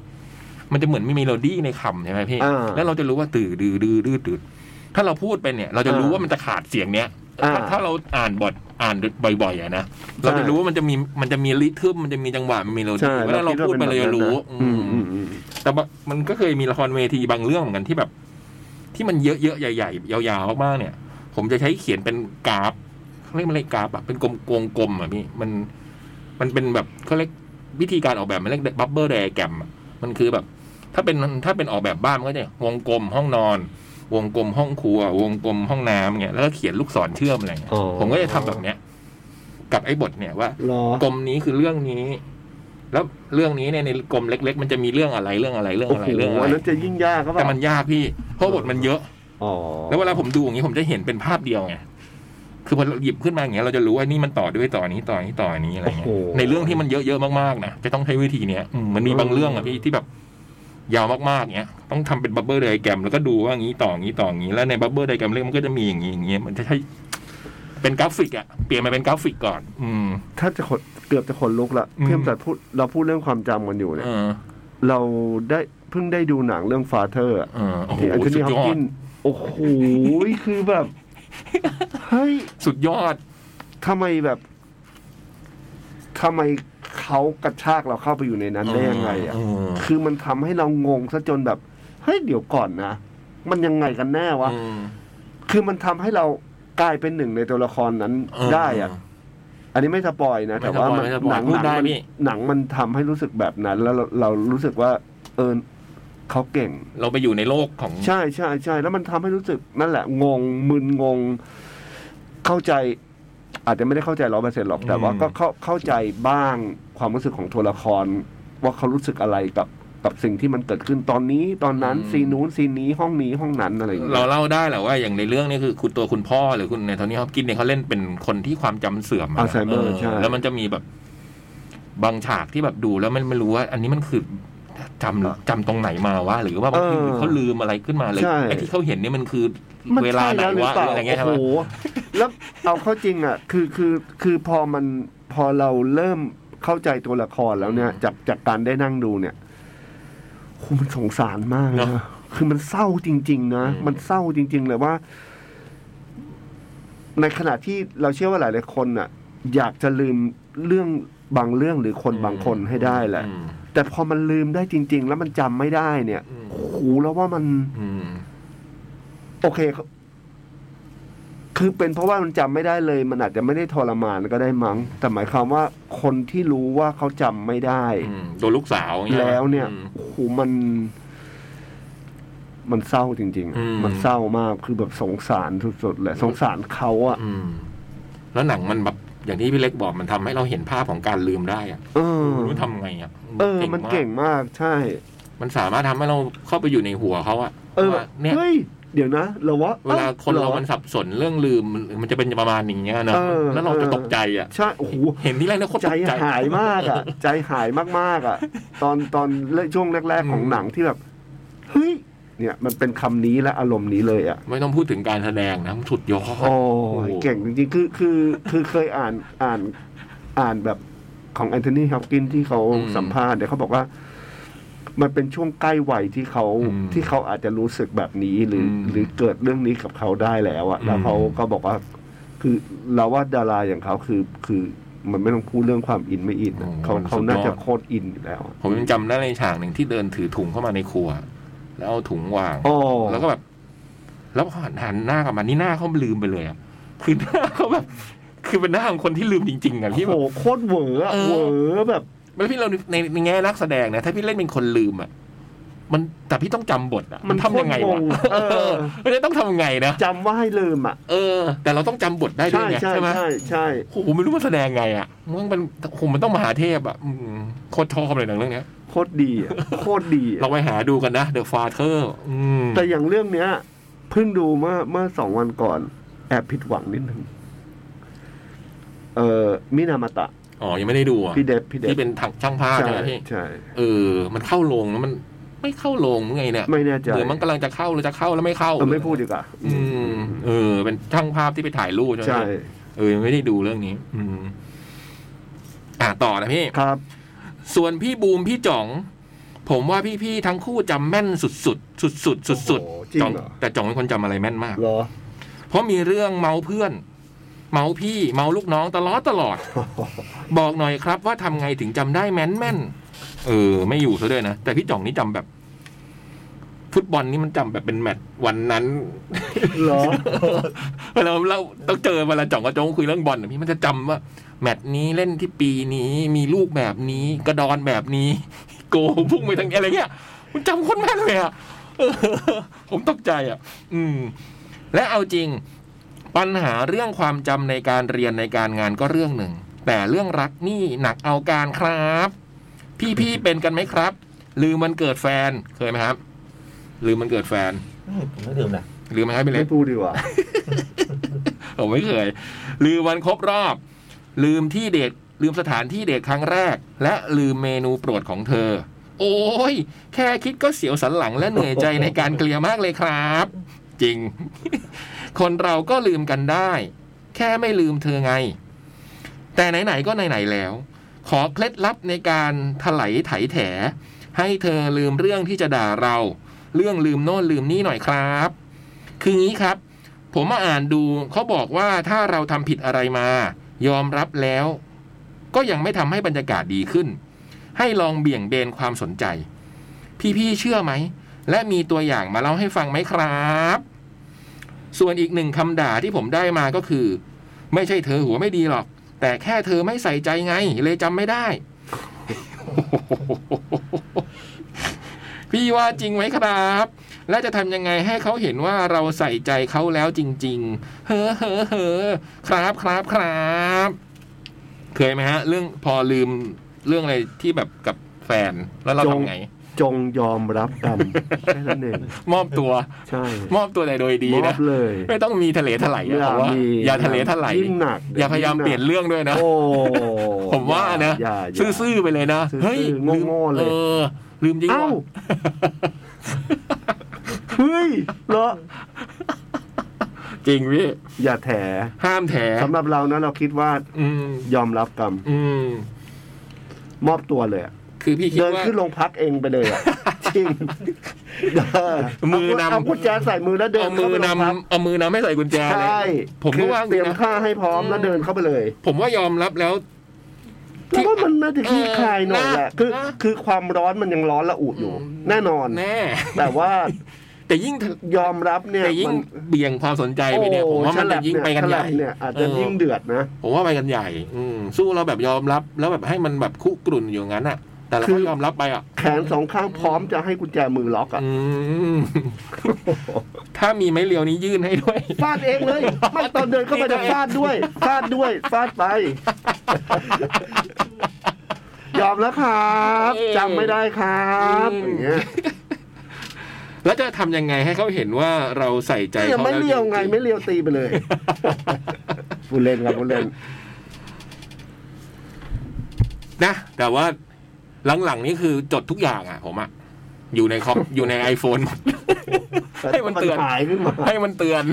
มันจะเหมือนมีเมโลดี้ในคำใช่ไหมพี่ อ่า แล้วเราจะรู้ว่าตื่อดือดือดือดือถ้าเราพูดไปเนี่ย เราจะรู้ว่ามันจะขาดเสียงเนี้ย อ่า ถ้าถ้าเราอ่านบทอ่านบ่อยๆอะนะ เราจะรู้ว่ามันจะมีมันจะมีริทึมมันจะมีจังหวะมันมีเมโลดี้ ใช่ เวลาเราพูดไปเราจะรู้ อื อื มอื ม มอืม แต่ว่ามันก็เคยมีละครเวทีบางเรื่องเหมือนกันที่แบบ ที่มันเยอะๆใหญ่ๆยาวๆมากๆเนี่ย ผมจะใช้เขียนเป็นกราฟเขาเรียกมันอะไรกราฟอะเป็นกลมๆกลมๆอะพี่มัน มันเป็นแบบเขาเรียกวิธีการออกแบบมันเรียกบับเบิลไดแกรมมันคือแบบ ถ้าเป็นถ้าเป็นออกแบบบ้านมันก็จะวงกลมห้องนอน วงกลมห้องครัว วงกลมห้องน้ำเงี้ยแล้วก็เขียนลูกศรเชื่อมอะไรเงี้ยผมก็จะทำแบบเนี้ย กับไอ้บทเนี่ยว่า รอ กลมนี้คือเรื่องนี้ แล้วเรื่องนี้เนี่ยในกลมเล็ก ๆ มันจะมีเรื่องอะไรเรื่องอะไรเรื่อง โอ้ อะไร โห เรื่องอะ อั ไร นนั้นจะยิ่งยากครับ แต่มันยากพี่เพราะบทมันเยอะ อ๋อ แล้วเวลาผมดูอย่างนี้ผมจะเห็นเป็นภาพเดียวไงคือพอเราหยิบขึ้นมาอย่างเงี้ยเราจะรู้ว่านี่มันต่อด้วยต่อนี้ต่อนี้ต่อนี้อะไรเงี้ยในเรื่องที่มันเยอะๆมากๆนะจะต้องใช้วิธีเนี้ยอืมมันมีบางเรื่องอะพี่ที่แบบ ยาวมากๆเนี้ยต้องทำเป็นบับเบิลไดแกรมแล้วก็ดูว่างี้ต่องี้ต่องี้แล้วในบับเบิลไดแกรมเรื่องมันก็จะมีอย่างงี้อย่างเงี้ยมันจะใช้เป็นกราฟิกอะเปลี่ยนมาเป็นกราฟิกก่อน อืม ถ้าจะขนเกือบจะขนลุกละ อืม เพิ่มแต่พูดเราพูดเรื่องความจำกันอยู่เนี่ย เออ เราได้เพิ่งได้ดูหนังเรื่องฟาเธอร์ เออโอ้โห ที่แอนโท สุ นี ด ฮอย ป อ กิ ด น โอ้โห คือแบบ เฮ้ย สุดยอด ทำไมแบบทำไมเขากระชากเราเข้าไปอยู่ในนั้นได้ยังไงอ่ะ เออ คือมันทำให้เรางงซะจนแบบ เฮ้ย เดี๋ยวก่อนนะ มันยังไงกันแน่วะ อืม คือมันทำให้เรากลายเป็นหนึ่งในตัวละครนั้น เออ ได้อ่ะ อันนี้ไม่สปอยนะ แต่ว่ามัน ไม่สปอย หนัง พูด ห ได้ นังมัน พี่ หนังมันทำให้รู้สึกแบบนั้น แล้วเราเรารู้สึกว่า เออเขาเก่ง เราไปอยู่ในโลกของ ใช่ใช่ใช่แล้วมันทำให้รู้สึกนั่นแหละ งงมึนงง เข้าใจ อาจจะไม่ได้เข้าใจร้อเปอร์เซ็นหรอกแต่ว่า อืม ก็เข้าเข้าใจบ้างความรู้สึกของตัวละคร ว่าเขารู้สึกอะไรกับกับสิ่งที่มันเกิดขึ้นตอนนี้ตอนนั้นซีนนู้นซีนนี้ห้องนี้ห้องนั้นอะไรอย่าง เรา เงี้ย เล่าได้แหละว่าอย่างในเรื่องนี้คือคุณตัวคุณพ่อหรือคุณในโทนี่ฮอปกินเนี่ยเขาเล่นเป็นคนที่ความจำเสื่อมะ อัลไซเมอร์ใช่ แล้วมันจะมีแบบ บางฉากที่แบบดูแล้วมันไม่รู้ว่า อันนี้มันคือจำจำตรงไหนมาวะหรือว่าบางทีเขาลืมอะไรขึ้นมาเลย ใช่ ไอ้ที่เขาเห็นเนี่ยมันคือ มัน เวลา ใช่ ไหน แล้วหรือ วะห เปล่า รืออะไรเงี้ยใช่ โอ้ ไหม โหแล้วเอาเข้าจริงอ่ะ คือคือคือพอมันพอเราเริ่มเข้าใจตัวละครแล้วเนี่ย จากจากการได้นั่งดูเนี่ยโหมันสงสารมากนะคือมันเศร้าจริง ๆ นะมันเศร้าจริง ๆ เลยว่า ในขณะที่เราเชื่อว่าหลายๆคนอ่ะ อยากจะลืมเรื่องบางเรื่องหรือคนบางคนให้ได้แหละ อืม แต่พอมันลืมได้จริง ๆ แล้วมันจำไม่ได้เนี่ย อืม โอ้โหแล้วว่ามัน อืม โอเคครับคือเป็นเพราะว่ามันจำไม่ได้เลย มันอาจจะไม่ได้ทรมานก็ได้มั้ง แต่หมายความว่าคนที่รู้ว่าเขาจำไม่ได้ อืมตัวลูกสาวอย่างเงี้ย แล้วเนี่ย อืม โอ้โหมัน มันเศร้าจริงๆอะ อืม มันเศร้ามากคือแบบสงสารสุดๆเลยสงสารเขาอะ อืม แล้วหนังมันแบบอย่างที่พี่เล็กบอกมันทำให้เราเห็นภาพของการลืมได้อะ เออ ไม่รู้ทำไงอะ เออ มันเก่ง าก มาก ใช่ มันสามารถทำให้เราเข้าไปอยู่ในหัวเขาอะ เออ ว่าเนี่ย เฮ้ยเดี๋ยวนะเราว่า เวลาคนเรา อ้ มัน หอ สับสนเรื่องลืมมันจะเป็นประมาณอย่างเงี้ยเนอะ เออ แล้วเราจะตกใจอะ ใช่โอ้โห เห็นที่แรกเนี่ยโคตร ใจ ตกใจ หายมาก อ่ะ ใจหายมากๆอ่ะ ตอนตอนช่วงแรก ๆ ของ อืม หนังที่แบบ เฮ้ย เนี่ยมันเป็นคำนี้และอารมณ์นี้เลยอ่ะ ไม่ต้องพูดถึงการแสดงนะมันสุดยอด โอ้ยเก่งจริงๆ คือคือคือเคยอ่านอ่านอ่านแบบของแอนโทนีฮอปกินที่เขา อืม สัมภาษณ์เนี่ยเขาบอกว่า มันเป็นช่วงใกล้วัยที่เขา อืม ที่เขาอาจจะรู้สึกแบบนี้หรืออ ม หรือเกิดเรื่องนี้กับเขาได้แล้วอะแล้วเขา อืม ก็บอกว่า คือเราว่าดาราอย่างเขาคือ คือมันไม่ต้องพูดเรื่องความอินไม่อินอะเขาเขาน่าจะโคตรอินอยู่แล้วอะ ผมยังจำได้ในฉากหนึ่งที่เดินถือถุงเข้ามาในครัว แล้วเอาถุงวาง โอ้ แล้วก็แบบ แล้วพอหันหน้ากลับมานี่หน้าเขาลืมไปเลยอะคือหน้าเขาแบบ คือเป็นหน้าของคนที่ลืมจริงๆอะที่แบ โอ้ บ โหโคตรเหวออะ เออ เหวอแบบ แล้วพี่เราในในแง่นักแสดงนะถ้าพี่เล่นเป็นคนลืมอะมันแต่พี่ต้องจำบทอะ มั มัน น ทำยังไงวะ โคตรงงเออ เออไม่ได้ต้องทำยังไงนะ จำว่าให้ลืมอ่ะ เออ แต่เราต้องจำบทได้ด้วย ใช่ ไง ใช่ ใช่ไหม ใช่ใช่ โอ้โหไม่รู้มันแสดงไงอ่ะมันเป็นโหมันต้องมหาเทพอ่ะอืมโคตรชอบเลยหนังเรื่องเนี้ย โคตรดีอะโคตรดีอะ เราไปหาดูกันนะ The Father อืม แต่อย่างเรื่องเนี้ยเพิ่งดูเมื่อเมื่อสองวันก่อน แอบผิดหวังนิดนึงเอ่อมินามะตะ อ๋อ ยังไม่ได้ดูอ่ะ พี่เดฟพี่เดฟ ที่เป็นทางช่างภาพ ใช่ ใช่ไหมพี่ ใช่ เออ มันเข้าลงแล้วมันไม่เข้าลงหรือไงเนี่ย ไม่แน่ใจ หรือมันกำลังจะเข้าหรือจะเข้าแล้วไม่เข้า เออไม่พูดดีกว่า อืมเออ เป็นช่างภาพที่ไปถ่ายรูปใช่ไหม ใช่ เออยังไม่ได้ดูเรื่องนี้ อืม อ่าต่อนะพี่ ครับ ส่วนพี่บูมพี่จ๋อง ผมว่าพี่ๆทั้งคู่จำแม่นสุดๆสุดๆสุดๆ โอ้โหจริง จ๋อง เหรอ แต่จ๋องเป็นคนจำอะไรแม่นมาก เหรอ เพราะมีเรื่องเมาเพื่อน เมาพี่เมาลูกน้องตลอดตลอด บอกหน่อยครับว่าทำไงถึงจำได้แม่นแม่นๆเออ ไม่อยู่ซะด้วยนะ แต่พี่จ่องนี่จำแบบ ฟุตบอลนี่มันจำแบบเป็นแมตช์วันนั้น เหรอ เวลาเราต้องเจอเวลาจ่องกับโจงคุยเรื่องบอลอะพี่มันจะจำว่า แมตช์นี้เล่นที่ปีนี้มีลูกแบบนี้ กระดอนแบบนี้ โกพุ่งไปทางอะไรเงี้ย มันจำคนแม่นเลยอะ เออผมตกใจอะอืม และเอาจริง ปัญหาเรื่องความจำในการเรียนในการงานก็เรื่องหนึ่ง แต่เรื่องรักนี่หนักเอาการครับ พี่ๆเป็นกันไหมครับ ลืมมันเกิดแฟนเคยไหมครับ ลืมมันเกิดแฟน เฮ้ยผมไม่ดื่มนะ ลืมไหมครับพี่เล็ ไม่ ก พูดดีกว่า ผมไม่เคย ลืมวันครบรอบ ลืมที่เดทลืมสถานที่เดทครั้งแรก และลืมเมนูโปรดของเธอ โอ้ย แค่คิดก็เสียวสันหลังและเหนื่อยใจในการเคลียร์มากเลยครับ จริง คนเราก็ลืมกันได้ แค่ไม่ลืมเธอไง แต่ไหนๆก็ไหนๆแล้ว ขอเคล็ดลับในการถลายไถแถ ให้เธอลืมเรื่องที่จะด่าเรา เรื่องลืมโน่นลืมนี่หน่อยครับ คืองี้ครับ ผมมาอ่านดูเขาบอกว่าถ้าเราทำผิดอะไรมา ยอมรับแล้ว ก็ยังไม่ทำให้บรรยากาศดีขึ้น ให้ลองเบี่ยงเบนความสนใจ พี่ๆเชื่อไหม และมีตัวอย่างมาเล่าให้ฟังไหมครับ ส่วนอีกหนึ่งคำด่าที่ผมได้มาก็คือ ไม่ใช่เธอหัวไม่ดีหรอก แต่แค่เธอไม่ใส่ใจไง เลยจำไม่ได้ พี่ว่าจริงไหมครับ และจะทำยังไงให้เขาเห็นว่าเราใส่ใจเขาแล้วจริง ๆ เฮ้อเฮ้อเฮ้อครับครับครับ เคยไหมฮะ เรื่องพอลืมเรื่องอะไรที่แบบกับแฟนแล้วเรา จง ทำไง จงยอมรับกรรมแค่นั้นเอง มอบตัว ใช่ มอบตัวแต่โดยดี มอ นะ บเลย ไม่ต้องมีทะเลถลายอะผมว่าอย่าทะเลถลาย ยิ่งหนัก อย่าพยายามเปลี่ยนเรื่องด้วยนะ โอ้ ผมว่านะ อย่าอย่า ซื่อๆไปเลยนะ ซื่อๆ เฮ้ยม โง่ๆเลย ออลืมจริง เอ้า ว่ะ เฮ้ยเหรอ จริงพี่ อย่าแถ ห้ามแถ สำหรับเรานะเราคิดว่า อืม ยอมรับกรรม อืม มอบตัวเลยอะ คือพี่คิด เดิน ว่า ขึ้นโรงพักเองไปเลยอะจริงเดิน มือนำ เอากุญแจใส่มือแล้วเดิน เอา เข้า มือ ไปโร นำ งพัก เอามือนำไม่ใส่กุญแจ ใช เลย่ ผมก็ คือ ว่า เตรียม นะ ค่าให้พร้อม อืม แล้วเดินเข้าไปเลย ผมว่ายอมรับแล้ว ที่ แล้วว่ามันน่าจะคลี่คลายหน่อยแหละ เออ คือ นะ คือความร้อนมันยังร้อนระอุอยู่ อืม แน่นอน แน่ แต่ว่า แต่ยิ่ง ยอมรับเนี่ย แต่ยิ่ง มัน เบี่ยงความสนใจไปเนี่ย ผมว่ามัน ฉ จะ บ ยิ่งไปกัน ฉ ให ลั ญ่ บเนี่ยอาจจะ เออ ยิ่งเดือดนะ ผมว่าไปกันใหญ่ อืมสู้เราแบบยอมรับ แล้วแบบให้มันแบบคุกรุ่นอยู่งั้นอ่ะ แต่เรา คื ก็ อ ยอมรับไปอ่ะ แขนสองข้างพร้อมจะให้กุญแจมือล็อกอะ อืม ถ้ามีไม้เรียวนี้ยื่นให้ ด้วย ฟาดเอง เลย ไม่ตอนเดินเข้าไปจะฟาดด้วยฟาดด้วยฟาด ไป ยอมแล้วครับ เอ่ย จำไม่ได้ครับ อืม อย่างเงี้ย แล้วจะทำยังไงให้เขาเห็นว่าเราใส่ใจ แต่ เขา ไม่ แล้ว เลี้ยวไง จริๆ ไม่เลี้ยวตีไปเลยพูดเล่นครับพูดเล่น นะแต่ว่า หลังๆนี่คือจดทุกอย่างอ่ะ ผมอ่ะอยู่ในคอมอยู่ในไอโฟนหมด ให้มันเตือน หายขึ้นมา ให้มันเตือน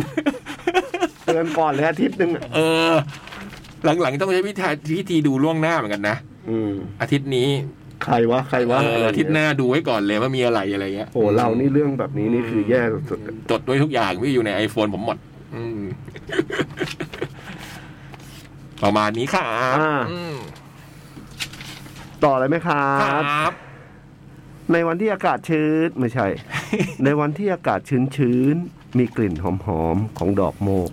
เตือนก่อนเลยอาทิตย์หนึ่งอะ เออ หลังๆต้องใช้วิธีวิธีดูล่วงหน้าเหมือนกันนะ อืม อาทิตย์นี้ ใครวะใครวะ เออ อะไร อาทิตย์หน้าดูไว้ก่อนเลยว่ามีอะไรอะไรเงี้ย โอ้เรานี่เรื่องแบบนี้นี่คือแย่สุดๆอะ จดไว้ทุกอย่างพี่อยู่ใน iPhone ผมหมด อืม ประมาณนี้ค่ะอืม ต่อเลยไหมครั ครับ บ ในวันที่อากาศชื้นไม่ ใช่ ในวันที่อากาศชื้นชื้นๆมีกลิ่นหอมหอมๆของดอกโมก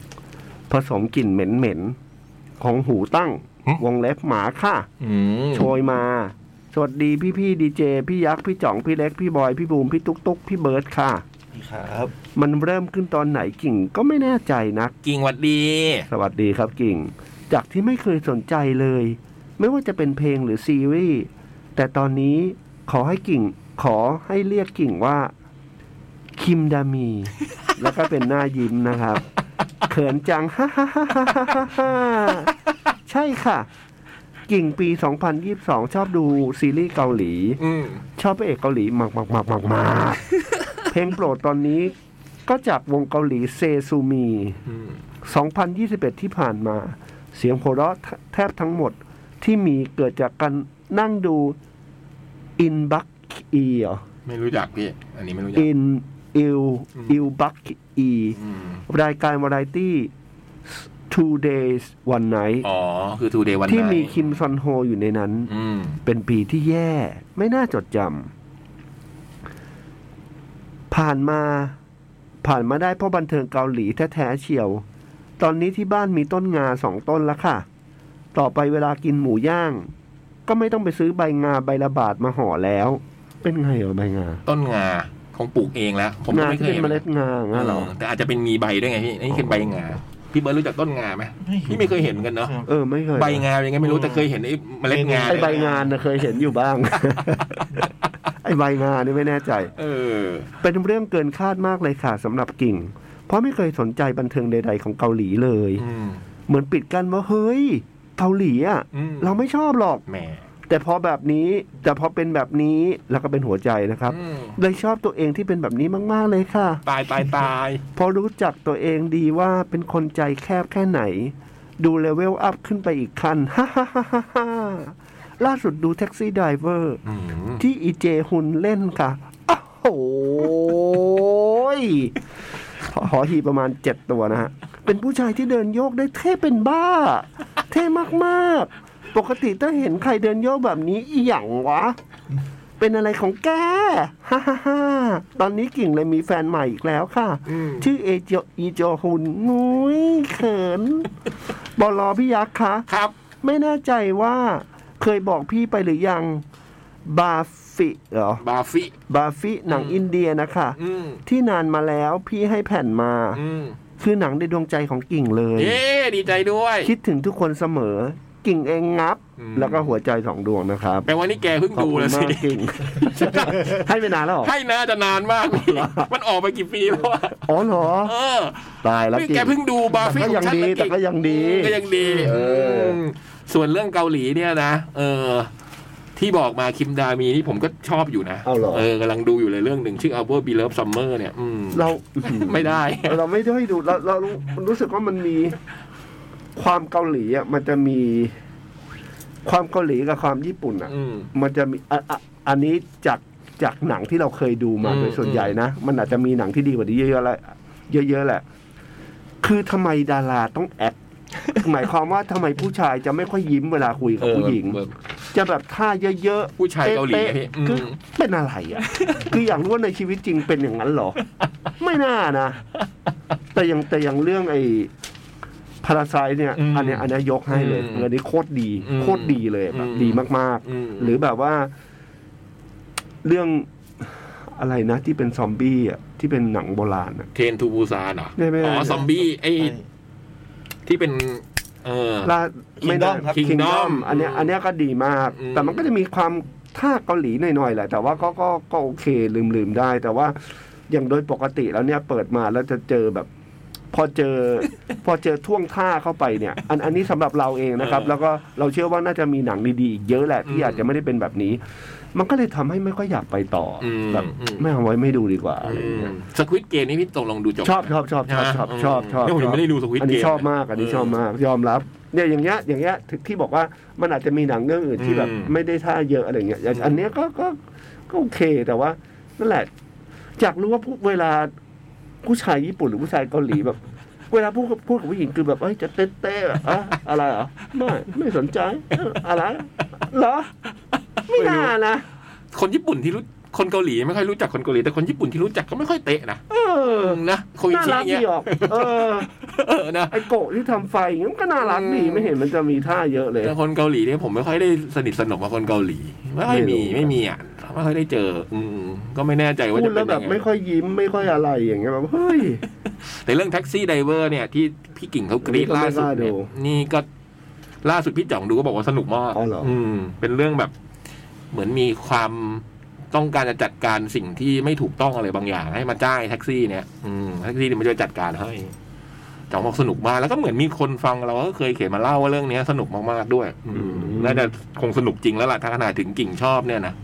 ผสมกลิ่นเหม็นเหม็นๆของหูตั้ง หึ วงเล็บหมาค่ะ อืม โชยมา สวัสดีพี่พี่ดีเจ พี่ยักษ์ พี่จ่อง พี่เล็ก พี่บอย พี่บูม พี่ตุ๊กตุ๊กพี่เบิร์ดค่ะ ครับ มันเริ่มขึ้นตอนไหนกิ่งก็ไม่แน่ใจนัก กิ่งหวัดดี สวัสดีครับกิ่ง จากที่ไม่เคยสนใจเลย ไม่ว่าจะเป็นเพลงหรือซีรีส์แต่ตอนนี้ขอให้กิ่ง ขอให้เรียกกิ่งว่า คิมดามี แล้วก็เป็นหน้ายิ้มนะครับ เขินจัง ฮ่าฮ่าฮ่าฮ่าฮ่าฮ่าใช่ค่ะ กิ่งปี 2022 ชอบดูซีรีส์เกาหลี อืม ชอบพระเอกเกาหลีมากมากมากมากมากเพลงโปรดตอนนี้ ก็จากวงเกาหลีเซซูมี อืม 2021 ที่ผ่านมา เสียงโหวเราะแทบทั้งหมดที่มีเกิดจากการนั่งดูอินบักอีเหรอ ไม่รู้จักพี่ อันนี้ไม่รู้จัก อินอิล อืม อิลบักอี อืม รายการวาไรตี้ two days one night อ๋อ คือ today วันไหน ที่มีคิมซอนโฮอยู่ในนั้น อืม เป็นปีที่แย่ไม่น่าจดจำผ่านมา ผ่านมาได้เพราะบันเทิงเกาหลีแท้ๆเชียว ตอนนี้ที่บ้านมีต้นงาสองต้นแล้วค่ะ ต่อไปเวลากินหมูย่าง ก็ไม่ต้องไปซื้อใบงาใบละบาทมาห่อแล้ว เป็นไงเหรอใบงา ต้นงาคงปลูกเองแล้ว ผมก็ งา ไม่ ที่ เคย เป็น เห็น เมล็ดงา เอ งั้นเหรอ อแต่อาจจะเป็นมีใบด้วยไงพี่ นี่คือใบงา พี่เบิร์ดรู้จักต้นงาไหม ไม่เห็น พี่ไม่เคยเห็นกันเนาะ เออไม่เคย ใบงาเป็นไงไม่รู้แต่เคยเห็นไอ้เมล็ดงา ไอใบงานนะเคยเห็นอยู่ บ้าง ไอใบงานนี่ไม่แน่ใจ เออ เป็นเรื่องเกินคาดมากเลยค่ะสำหรับกิ่ง เพราะไม่เคยสนใจบันเทิงใด ๆ ของเกาหลีเลย อืม เหมือนปิดกั้นว่าเฮ้ย เกาหลีอ่ะ อืม เราไม่ชอบหรอก แหม แต่พอแบบนี้แต่พอเป็นแบบนี้แล้วก็เป็นหัวใจนะครับ อืม เลยชอบตัวเองที่เป็นแบบนี้มากๆเลยค่ะ ตายตายตาย เพราะรู้จักตัวเองดีว่าเป็นคนใจแคบแค่ไหน ดูเลเวลอัพขึ้นไปอีกขั้น ฮ่าฮ่าฮ่าฮ่าฮ่าล่าสุดดูแท็กซี่ไดเวอร์ อืม ที่อีเจฮุนเล่นค่ะอ้าวโหยหอหอหีประมาณเจ็ดตัวนะฮะ เป็นผู้ชายที่เดินโยกได้เท่เป็นบ้า เท่มากๆ ปกติถ้าเห็นใครเดินโยกแบบนี้อีหยังวะ เป็นอะไรของแก ฮ่าฮ่าฮ่าตอนนี้กิ่งเลยมีแฟนใหม่อีกแล้วค่ะ อืม ชื่อเอเจอีโจฮุนงุ้ยเขิน บอลอพี่ยักษ์คะ ครับ ไม่แน่ใจว่าเคยบอกพี่ไปหรือยังบาฟิเหรอบ าฟิ บาฟิหนังอินเดียนะคะ อืม ที่นานมาแล้วพี่ให้แผ่นมา อืม คือหนังในดวงใจของกิ่งเลย เย้ดีใจด้วย คิดถึงทุกคนเสมอ กิ่งเองงับ อืม แล้วก็หัวใจสองดวงนะครับ แปลว่านี่แกเพิ่ง ขอบ ดู คุณ แล้ว มา สิ กกิ่ง ให้ไปนานแล้วเหรอ ให้นะจะนานมากพี่มันออกไปกี่ปีแล้วอะ อ๋อเหรอ เออ ตายแล้ว นี่ กิ่ง แกเพิ่งดูบาฟิ แต่ขก็องฉัน ยังดี นะ แต่ก็ยังดี ก็ยังดี เอออื มส่วนเรื่องเกาหลีเนี่ยนะเออ ที่บอกมาคิมดามีนี่ผมก็ชอบอยู่นะ เอาเหรอ เออกำลังดูอยู่เลยเรื่องหนึ่งชื่อ Our Beloved Summer เนี่ยอืม เรา ไม่ได้ เราไม่ได้ดูเราเรารู้รู้สึกว่ามันมีความเกาหลีอ่ะมันจะมีความเกาหลีกับความญี่ปุ่นอ่ะ อืม มันจะมีอ่ะอ่ะอันนี้จากจากหนังที่เราเคยดูมา อืม โดยส่วนใหญ่นะ มันอาจจะมีหนังที่ดีกว่านี้เยอะๆแล้วเยอะๆแหละ คือทำไมดาราต้องแอ ค หมายความว่าทำไมผู้ชายจะไม่ค่อยยิ้มเวลาคุยกับผู้หญิง เออ จะแบบท่าเยอะๆ ผู้ชายเกาหลี ป๊ะ อะพี่ ๆคืออ ม เป็นอะไรอ่ะ คืออยากรู้ว่าในชีวิตจริงเป็นอย่างนั้นเหรอ ไม่น่านะ แต่อยังแต่อยังเรื่องไอ้พาราไซเนี่ย อืม อันเนี้ยอันเนี้ยยกให้เลย อืม อันนี้โคตรดี อืม โคตรดีเลยแบบ อืม ดีมากๆ ม หรือแบบว่า เรื่องอะไรนะ ที่เป็นซอมบี้อ่ะที่เป็นหนังโบราณอ่ะ เทรนทูบูซานเหรอ ไม่ไม่ อ๋อซอมบี้ไอ้ที่เป็น เออ ล่าไม่ได้ Kingdom ครับ คิงดอ Kingdom มอันเนี้ย อืม อันเนี้ยก็ดีมาก อืม แต่มันก็จะมีความท่าเกาหลีหน่อยๆแหละ แต่ว่าก็ก็ก็โอเคลืมลืมๆได้ แต่ว่าอย่างโดยปกติแล้วเนี่ยเปิดมาแล้วจะเจอแบบ พอเจอ พอเจอท่วงท่าเข้าไปเนี่ย อันอันนี้สำหรับเราเองนะครับ เออ แล้วก็เราเชื่อว่าน่าจะมีหนังดีๆอีกเยอะแหละที่ อืม อาจจะไม่ได้เป็นแบบนี้ มันก็เลยทำให้ไม่ค่อยอยากไปต่ออ ม แบบ อืม ไม่เอาไว้ไม่ดูดีกว่าอะไรอย่างเงี้ย สควิตเกมนี่พี่ตกลงดูจบ ชอบชอบชอบชอบชอบชอบชอบ นี่ผมยังไม่ได้ดูสควิตเกม อันนี้ชอบมากอันนี้ชอบ ก มากยอมรับเนี่ยอย่างเงี้ยอย่างเงี้ยถึงที่บอกว่ามันอาจจะมีหนังเรื่องอื่นที่แบบ อืม ไม่ได้ท่าเยอะอะไรเงี้ยอย่าง อืม อันเนี้ยก็ก็ก็โอเคแต่ว่านั่นแหละอยากรู้ว่าผู้เวลาผู้ชายญี่ปุ่นหรือผู้ชายเกาหลีแบบ เวลาพูดกับพูดกับผู้หญิงคือแบบเอ้ยจะเต้นเต้นอะอะไรเหรอไม่ไม่สนใจเอ้ออะไรเหรอไม่ ไม่รู้ น่านะ คนญี่ปุ่นที่รู้คนเกาหลีไม่ค่อยรู้จักคนเกาหลีแต่คนญี่ปุ่นที่รู้จักก็ไม่ค่อยเตะนะ เออ นะโคอิ น่า ชิ รัอกย่างเงี้ ดี ย ออกเออ เออนะ ไอโกะที่ทำไฟอย่างเงี้ยมันก็น่ารักดีไม่เห็นมันจะมีท่าเยอะเลย แต่คนเกาหลีเนี่ยผมไม่ค่อยได้สนิทสนมกับคนเกาหลี ไม่ค่อยมี ไม่รู้ ไม่มีอ่ะไม่ค่อยได้เจอ อืมก็ไม่แน่ใจว่า พู จะ ด เป็ แล้ น วแบ ยั บ งไง ไม่ค่อยยิ้มไม่ค่อยอะไรอย่างเงี้ยแบบเฮ้ย แต่เรื่องแท็กซี่ไดเวอร์เนี่ยที่พี่กิ่งเขากรี๊ดล่าสุดเนี่ย ไม่กล้าดู นี่ก็ล่าสุดพี่จ่องดูก็บอกว่าสนุกมาก อ๋อเหรออื มเป็นเรื่องแบบ เหมือนมีความต้องการจะจัดการสิ่งที่ไม่ถูกต้องอะไรบางอย่าง ให้มาจ้างไอ้แท็กซี่เนี่ยอืมแท็กซี่เนี่ยมันจะจัดการให้จ่องบอกสนุกมากแล้วก็เหมือนมีคนฟังเราก็เคยเขียนมาเล่าว่าเรื่องเนี้ยสนุกมากๆด้วย อืมน่าจะคงสนุกจริงแล้วล่ะถ้าขนาดถึงกิ่งชอบเนี่ยนะ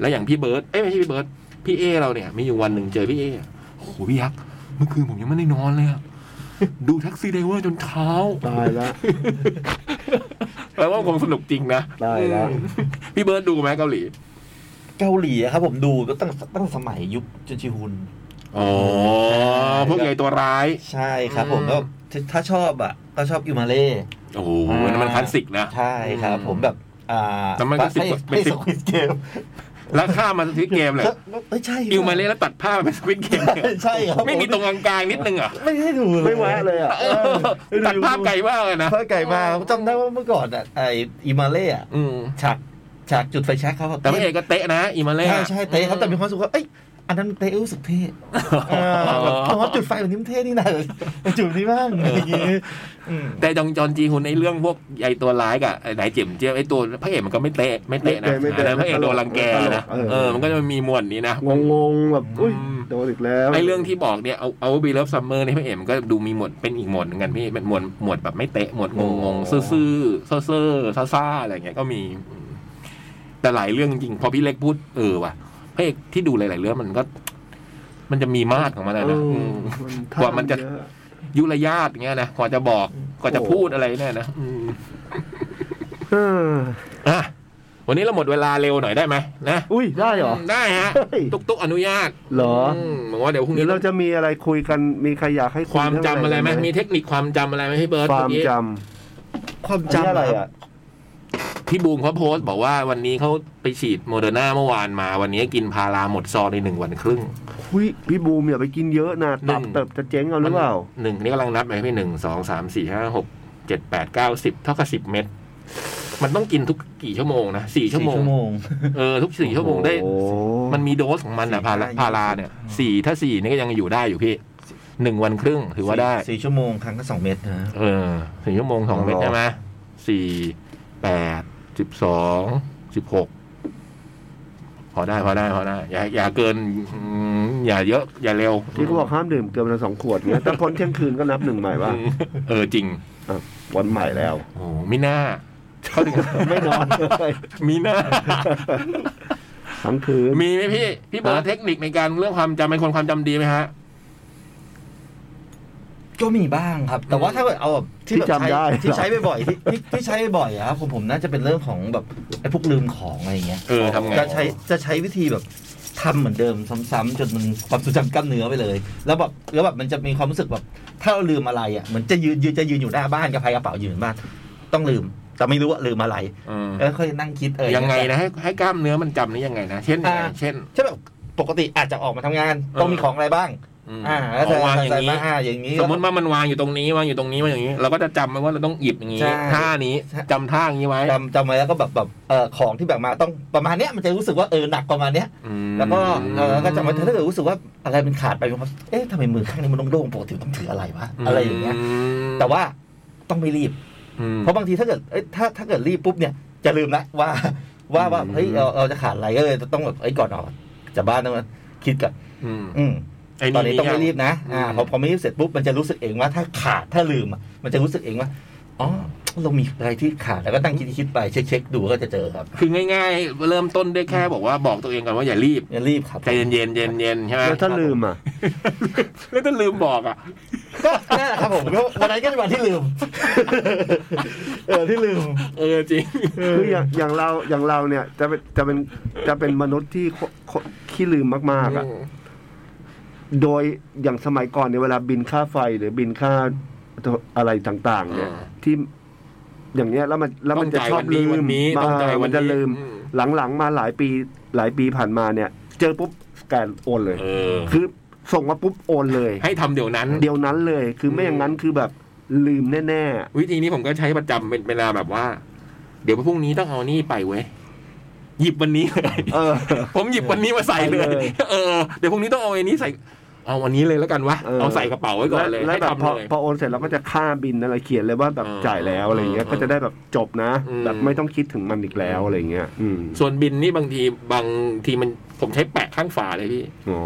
แล้วอย่างพี่เบิร์ตเอ้ยไม่ใช่พี่เบิร์ตพี่เอเราเนี่ย มีอยู่วันหนึ่งเจอพี่เอโอ้โหพี่ยักษ์เมื่อคืนผมยังไม่ได้นอนเลยอะดูแท็กซี่ไดเวอร์จนเช้า ตาย แล้ว แปลว่าคงสนุกจริงนะ ได้แล้ว อืมพี่เบิร์ตดูไหมเกาหลี เกาหลีอะครับผมดูตั้งตั้งสมัยยุคจุนชิฮุน อ๋อพวกใหญ่ตัวร้าย ใช่ครับผม อืม แล้วถ้าถ้าชอบอ่ะก็ชอบอิวมาเล่ โอ้โห อ่า นั่นมันคลาสสิกนะ ใช่ครับผมแบบอ่า แต่มันก็สิบกว่าเป็น ไม่ สิบ สควิตเกม แล้วข้ามมาสวิตเก มเลย ไม่ใช่ อิวมาเล่นแล้วตัดผ้าพมาเป็นสวิตเก มเลย ใช่ครับ ไม่มีตรงกลางๆนิดนึงเหรอ่ะ ไม่ได้ดูเลย ไม่แวะเลยอ่ะ ตัดภาพไกลมากเลยนะ เพอไก่มาจำได้ว่าเมื่อก่อนอ่ะไออิวมาเล่อะ อืม ฉากฉากจุดไฟแช็กเขา แต่พระเอกก็เตะนะอิวมาเล่ ใช่ใช่เตะครับแต่มีความรู้สุขว่าเอ้ยอันนั้นเตะรู้สึกเท่เออแบบเพราะว่าจุดไฟแบบนี้มันเท่นี่นะจุดนี้บ้างอะไรอย่างงี้อืม แต่จองจอนจีฮุนไอ้เรื่องพวกใหญ่ตัวร้ายกับไอ้ไหนเจียมเจียมไอ้ตัวพระเอกมันก็ไม่เตะไม่เตะนะ ไม่เตะไม่อันเตะนั้นพระเอกโดนรังแกนะ เออ เออมันก็จะมีมวลนี้นะ งงงๆแบบอุ้ย อืม โดนอีกแล้ว ไอ้เรื่องที่บอกเนี่ยเอาเอาบีเลิฟซัมเมอร์นี่พระเอกมันก็ดูมีหมวดเป็นอีกหมวดหนึงกันพี่เป็นหมวดหมวดแบบไม่เตะหมวดงงงๆซื่อๆเซ่อๆซ่าๆอะไรอย่างเงี้ยก็มี แต่หลายเรื่องจริงๆพอพี่เล็กพูดเออว่ะพระเอกที่ดูหลายๆเรื่องมันก็ มันจะมีมาดของมันอะ เอ นะ อ ม ท่ กว่ามันจะ เยอ ยุรยาตอย่างเงี้ยนะกว่าจะบอกกว่าจะพูดอะไรเนี่ยนะอืม เออ อ่ะวันนี้เราหมดเวลาเร็วหน่อยได้ไหมนะ อุ้ยได้เหรอ มได้ฮะ เฮ้ย ตุ๊กตุ๊กอนุญาต เหรอ มบอกว่าเดี๋ยวพรุ่ง เดี๋ย นี้ วเราจะมีอะไรคุยกันมีใครอยากให้ย ความจำอะไรไหม เง มีเทคนิคความจำอะไรไหมพี่เบิร์ต ความ เอกี้ จ ความ ำ จำ อะไรอ่ะ พี่บูมเขาโพสต์บอกว่าวันนี้เขาไปฉีดโมเดอร์นาเมื่อวานมา วันนี้กินพาราหมดซองในหนึ่งวันครึ่ง อุยพี่บูมอย่าไปกินเยอะนะตับ หนึ่ง เติบจะเจ๊งเอาหรือเปล่า หนึ่งนี่กำลังนับไปพี่หนึ่งสองสามสี่ห้าหกเจ็ดแปดเก้าสิบเท่ากับสิบเม็ดมันต้องกินทุกกี่ชั่วโมงนะสี่ชั่วโมง สี่ชั่วโมง เออทุกสี่ชั่วโมงได้ โอ้โห มันมีโดสของมันอะพารา สี่ พารา ห้า เนี่ย ยี่สิบ สี่ถ้าสี่นี่ก็ยังอยู่ได้อยู่พี่หนึ่งวันครึ่งถือว่าได้ สี่สี่ชั่วโมงครั้งละสองเมตรนะ เออสี่ชั่วโมงสองเม็ดใช่ไหมสี่แปดสิบสองสิบหกพอได้พอได้พอได้ อย่าอย่าเกินอืมอย่าเยอะ อย่าเร็ว ที่เขาบอกห้ามดื่มเกินวันละสองขวดเงี้ยแต่พ้นเที่ยงคืนก็นับหนึ่งใหม่ อื ว่าม เออจริง วันใหม่แล้ว โอ้มีหน้าเขาถึง ไม่นอนเลย มีหน้า ทั้งคืน มีไหมพี่ พี่เบิร์ดเทคนิคในการเรื่องความจำเป็นคนความจำดีไหมฮะ ก็มีบ้างครับ แต่ว่าถ้าเกิดเอาแบบ ที่ แบบ จำได้ ใช้ที่ เหรอ ใช้บ่อยๆที่ที่ที่ใช้บ่อยๆอะครับผมผมน่าจะเป็นเรื่องของแบบไอ้พวกลืมของอะไรอย่างเงี้ย เออทำไง จะใช้จะใช้วิธีแบบทำเหมือนเดิมซ้ำๆจนมันความทรงจำกล้ามเนื้อไปเลย แล้วแบบแล้วแบบมันจะมีความรู้สึกแบบ ถ้าเราลืมอะไรอ่ะเหมือนจะยืนยืนจะยืนอยู่หน้าบ้านกระพายกระเป๋ายืนบ้าน ต้องลืม แต่ไม่รู้ว่าลืมอะไร เออ แล้วค่อยนั่งคิดเออ ยังไงนะให้ให้กล้ามเนื้อมันจำนี่ยังไงนะ เช่นยังไง อ่า เช่น ใช่แบบปกติอาจจะออกมาทำงาน ต้องมีของอะไรบ้าง อืม อ่าแล้ว เอาวาง ใส่ อย่าง ใส่ นี้ มาอ่าอย่างนี้ สมมติว่ามันวางอยู่ตรงนี้วางอยู่ตรงนี้วางอย่างนี้ เราก็จะจำไว้ว่าเราต้องหยิบอย่างนี้ ใช่ ท่านี้ ใช่ จำท่าอย่างนี้ไว้ จำจำไว้แล้วก็แบบแบบเอ่อของที่แบบมาต้องประมาณเนี้ยมันจะรู้สึกว่าเออหนักประมาณเนี้ย อืม แล้วก็เออแล้วก็จำไว้ถ้าเกิดรู้สึกว่าอะไรมันขาดไปมันเอ๊ะทำไมมือข้างนี้มันโล่งๆปกติมันต้องถืออะไรวะอะไรอย่างเงี้ย ม แต่ว่าต้องไม่รีบ อืม เพราะบางทีถ้าเกิดเอ้ยถ้าถ้าเกิดรีบปุ๊บเนี่ยจะลืมละว่าว่าว่า อืม เฮ้ยเราเราจะขาดอะไรก็เลยต้องแบบไอ้ยก่อนออกจากบ้านต้องมาคิดก่อน อืม อืม ไอ้นี่ ตอนนี้ต้องไม่รีบนะ อ่า อืม พอพอไม่รีบเสร็จปุ๊บมันจะรู้สึกเองว่าถ้าขาดถ้าลืมอะมันจะรู้สึกเองว่าอ๋อเรามีอะไรที่ขาดแล้วก็ตั้งคิดคิดๆไปเช็คเช็คๆดูก็จะเจอครับ คือง่ายๆ เริ่มต้นได้แค่บอกว่าบอกตัวเองก่อนว่าอย่ารีบ อย่ารีบครับ ใจเย็นเย็นเย็นเย็นๆใช่ไหม แล้วถ้าลืมอ่ะ แล้วถ้าลืมบอกอ่ะ ก็นั่นแหละครับผมก็วันนั้นก็เป็นวันที่ลืม เออที่ลืม เออจริง คืออย่างอย่างเราอย่างเราเนี่ยจะเป็นจะเป็นจะเป็นมนุษย์ที่โคโคขี้ลืมมากๆอ่ะ โดยอย่างสมัยก่อนในยเวลาบินค่าไฟหรือบินค่าอะไรต่างๆ เนี่ย อ่า ที่อย่างเงี้ยแล้วมันแล้วมันจะ ต้องจ่าย ชอบลืม วันนี้ มา ต้องจ่ายวันนี้ มันจะลืม อืม หลังๆมาหลายปีหลายปีผ่านมาเนี่ย เจอปุ๊บแกนโอนเลย เออ คือส่งมาปุ๊บโอนเลย ให้ทำเดี๋ยวนั้น เดียวนั้นเลย คือไม่อย่างนั้นคือแบบลืมแน่ วิธีนี้ผมก็ใช้ประจำเป็นเวลาแบบว่า เดี๋ยวพรุ่งนี้ต้องเอานี่ไปเว้ยหยิบวันนี้เลย ๆ เออ ผมหยิบวันนี้มาใส่เลย ใส่เลย เออ เดี๋ยวพรุ่งนี้ต้องเอาไอ้นี้ใส่ เอาวันนี้เลยแล้วกันวะ เออ เอาใส่กระเป๋าไว้ก่อนเลย แล้ว ให้ แบบ ทำ พอ เลย พอโอนเสร็จเราก็จะค่าบินอะไรเขียนเลยว่าแบบ เออ จ่ายแล้วอะไรเงี้ย เออ ก็จะได้แบบจบนะ อืม แบบไม่ต้องคิดถึงมันอีกแล้วอะไรเงี้ย อืม ส่วนบินนี่บางทีบางทีมันผมใช้แปะข้างฝาเลยพี่ อ๋อ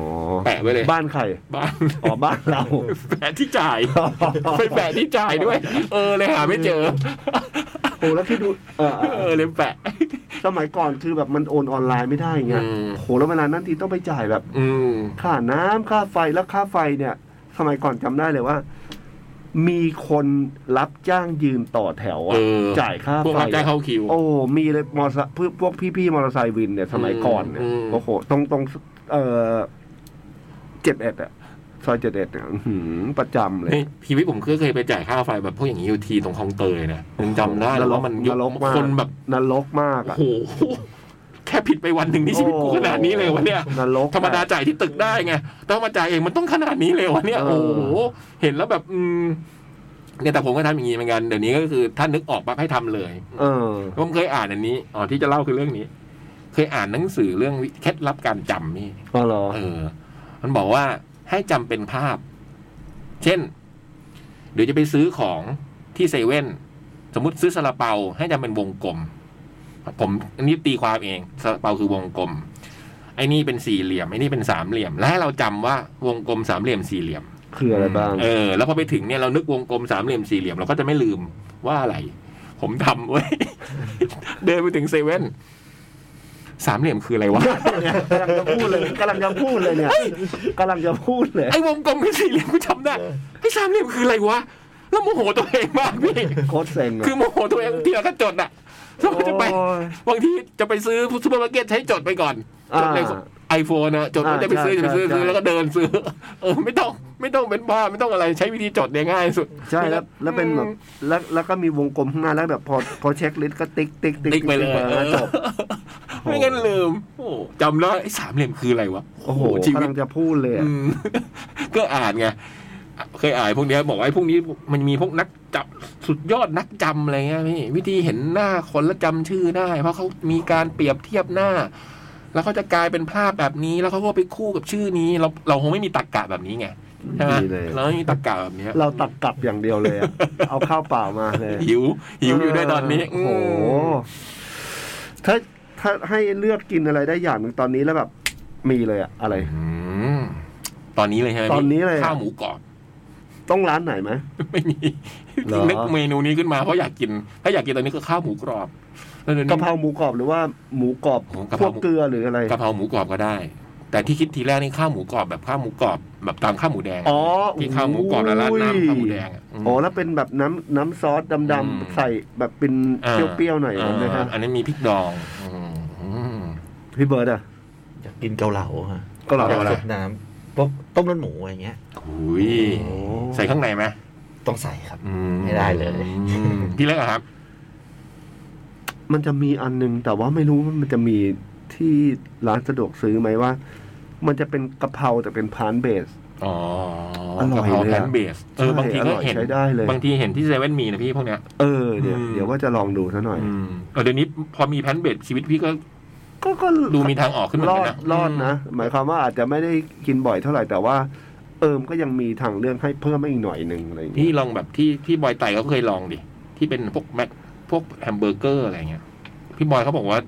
แปะไว้เลย บ้านใคร บ้าน อ๋อบ้านเรา แปะที่จ่าย ไปแปะที่จ่ายด้วย เออเลยหาไม่เจอ โอ้แล้วที่ดูเออเออ เอ เอ อ อ เลยแปะ สมัยก่อนคือแบบมันโอนออนไลน์ไม่ได้ไง อืม โหแล้วเวลานั้นทีต้องไปจ่ายแบบ อืม ค่าน้ำค่าไฟแล้วค่าไฟเนี่ย สมัยก่อนจำได้เลยว่า มีคนรับจ้างยืนต่อแถวอะ เออ จ่ายค่า พวก ไฟ รับจ้าง อะ เข้าคิว โอ้มีเลยมอเตอร์ไซค์พวกพวกพี่ๆมอเตอร์ไซค์วินเนี่ย สมัยก่อนเนี่ย อืม โอ้โหตรงตรงเออเจ็ดเอ็ดอะซอยเจ็ดเอ็ดเนี่ยอื้อหือประจำเลย นี่ชีวิตผมเคยเคยไปจ่ายค่าไฟแบบพวกอย่างนี้อยู่ทีตรงคลองเตยนะยังจำได้แล้วว่ามันยุ นรกมาก คนแบบ นรกมาก โอ้ อ่ะ โหแค่ผิดไปวันหนึ่งนี่ชีวิตกูขนาดนี้เลยวะเนี่ย นรก ธรรมดาจ่ายที่ตึกได้ไงแต่ว่ามาจ่ายเองมันต้องขนาดนี้เลยวะเนี่ย เออ โอ้โหเห็นแล้วแบบอืมเนี่ยแต่ผมก็ทำอย่างนี้เหมือนกันเดี๋ยวนี้ก็คือถ้านึกออกปั๊บให้ทำเลย เออ ผมเคยอ่านอันนี้อ๋อที่จะเล่าคือเรื่องนี้ เคยอ่านหนังสือเรื่องวิเคล็ดลับการจำนี่ อ๋อเหรอ เออ มันบอกว่าให้จำเป็นภาพ เช่น เดี๋ยวจะไปซื้อของที่เซเว่น สมมติซื้อซาลาเปาให้จำเป็นวงกลม ผมอันนี้ตีความเองซาลาเปาคือวงกลม ไอ้นี่เป็นสี่เหลี่ยม ไอ้นี่เป็นสามเหลี่ยม และให้เราจำว่าวงกลมสามเหลี่ยมสี่เหลี่ยม คืออะไรบ้าง เออ แล้วพอไปถึงเนี่ยเรานึกวงกลมสามเหลี่ยมสี่เหลี่ยมเราก็จะไม่ลืมว่าอะไร ผมทำเว้ย เดินไปถึงเซเว่นสามเหลี่ยมคืออะไรวะ กำลังจะพูดเลยกำลังจะพูดเลยเนี่ยกำลังจะพูดเลย ไอ้วงกลมกับสี่เหลี่ยมกูจำได้ไอ้สามเหลี่ยมคืออะไรวะ แล้วโมโหตัวเองมากพี่ โคตรเซ็งอะ คือโมโหตัวเองทีละก็จดอ่ะแล้วก็จะไป โอ้ย บางทีจะไปซื้อซูเปอร์มาร์เก็ตใช้จดไปก่อนจดใน อ่า ไอโฟนนะจดว่า อ่า จะไปซื้อ ใช่ จะไปซื้อ ใช่ ซื้อ ใช่ แล้วก็เดินซื้อ เออไม่ต้องไม่ต้องเป็นบ้าไม่ต้องอะไรใช้วิธีจดเนี่ยง่ายสุด ใช่แล้วแล้วเป็นแบบแล้วแล้วก็มีวงกลมข้างหน้าแล้วแบบพอพอเช็คลิสต์ก็ติ๊กติ๊กติ๊ก ติ๊กไปเลย แวจบ โอ้โห ไม่งั้นลืมโอ้โหจำแล้วไอ้สามเหลี่ยมคืออะไรวะ โอ้โห ชีวิตกำลังจะพูดเลยอะ อืม ก็อ่านไง เคยอ่านพวกเนี้ยบอกว่าไอ้พวกนี้มันมีพวกนักจับสุดยอดนักจำอะไรเงี้ยพี่วิธีเห็นหน้าคนแล้วจำชื่อได้ เพราะเขามีการเปรียบเทียบหน้า แล้วเขาจะกลายเป็นภาพแบบนี้ แล้วเขาก็ไปคู่กับชื่อนี้ เราเราคงไม่มีตรกกะแบบนี้ไงใช่ไหม ดีเลย เราไม่มีตรกกะแบบเนี้ย เราตักกลับอย่างเดียวเลย อะเอาข้าวเปล่ามาเลย หิวหิวอยู่ด้วยตอนนี้ โอ้โห ม ถ้าถ้าให้เลือกกินอะไรได้อย่างหนึ่งตอนนี้แล้วแบบมีเลยอะอะไร อืมตอนนี้เลยใช่ไหมพี่ ตอนนี้เลยอะ ข้าวหมูกรอบ ต้องร้านไหนไหม ไม่มี เหรอ นึกเมนูนี้ขึ้นมาเพราะอยากกิน ถ้าอยากกินตอนนี้คือข้าวหมูกรอบแล้วดี๋ยวนี้ กะเพราหมูกรอบหรือว่าหมูกรอบ หมูกะเพ พ รา วกเกลือหรืออะไร กะเพราหมูกรอบก็ได้ แต่ที่คิดทีแรกนี่ข้าวหมูกรอบแบบข้าวหมูกรอบแบบตามข้าวหมูแดง อ๋อ ที่ข้าวหมูกรอบแล้วราดน้ำข้าวหมูแดงะม โอ้แล้วเป็นแบบน้ำน้ำซอส อื ด ม ำๆใส่แบบเป็น อ่า เปรี้ยวๆหน่อย า นะฮะ อันนี้มีพริกดองอืม พี่เบิร์ดอ่ะ อยากกินเกาเหลาฮะ ก็หลับ เกา อยาก เหลา สดน้ำพวกต้มเลือดหมูอะไรเงี้ย อุ้ย โอ้ ใส่ข้างในไหม ต้องใส่ครับ อื ไม่ได้เลย อืมพี่เล็กอะครับ มันจะมีอันหนึง แต่ว่าไม่รู้ว่ามันจะมีที่ร้านสะดวกซื้อไหมว่า มันจะเป็นกะเพราแต่เป็นพานเบส อ๋อ อร่ กะ อย เพรา เลยอะ แพนเบสเออ ใช่ บางทีก็ อร่อย เห็น ใช้ได้เลย บางทีเห็นที่เซเว่นมีนะพี่พวกเนี้ย เออเดี๋ยว อืม เดี๋ยวว่าจะลองดูซะหน่อย อืมเออเดี๋ยวนี้พอมีแพนเบสชีวิตพี่ก็ ก็ก็ ดูมีทางออกขึ้นเหมือ ร น อ กั ด นนะ รอดนะ หมายความว่าอาจจะไม่ได้กินบ่อยเท่าไหร่แต่ว่า เอิมนก็ยังมีทางเลือกให้เพิ่มมาอีกหน่อยหนึ่งอะไรอย่างเงี้ พี่ ย ลองแบบที่พี่บอยไต่ก็เคยลองดิที่เป็นพวกแม็กพวกแฮมเบอร์เกอร์อะไรเงี้ยพี่บอยเขาบอกว่า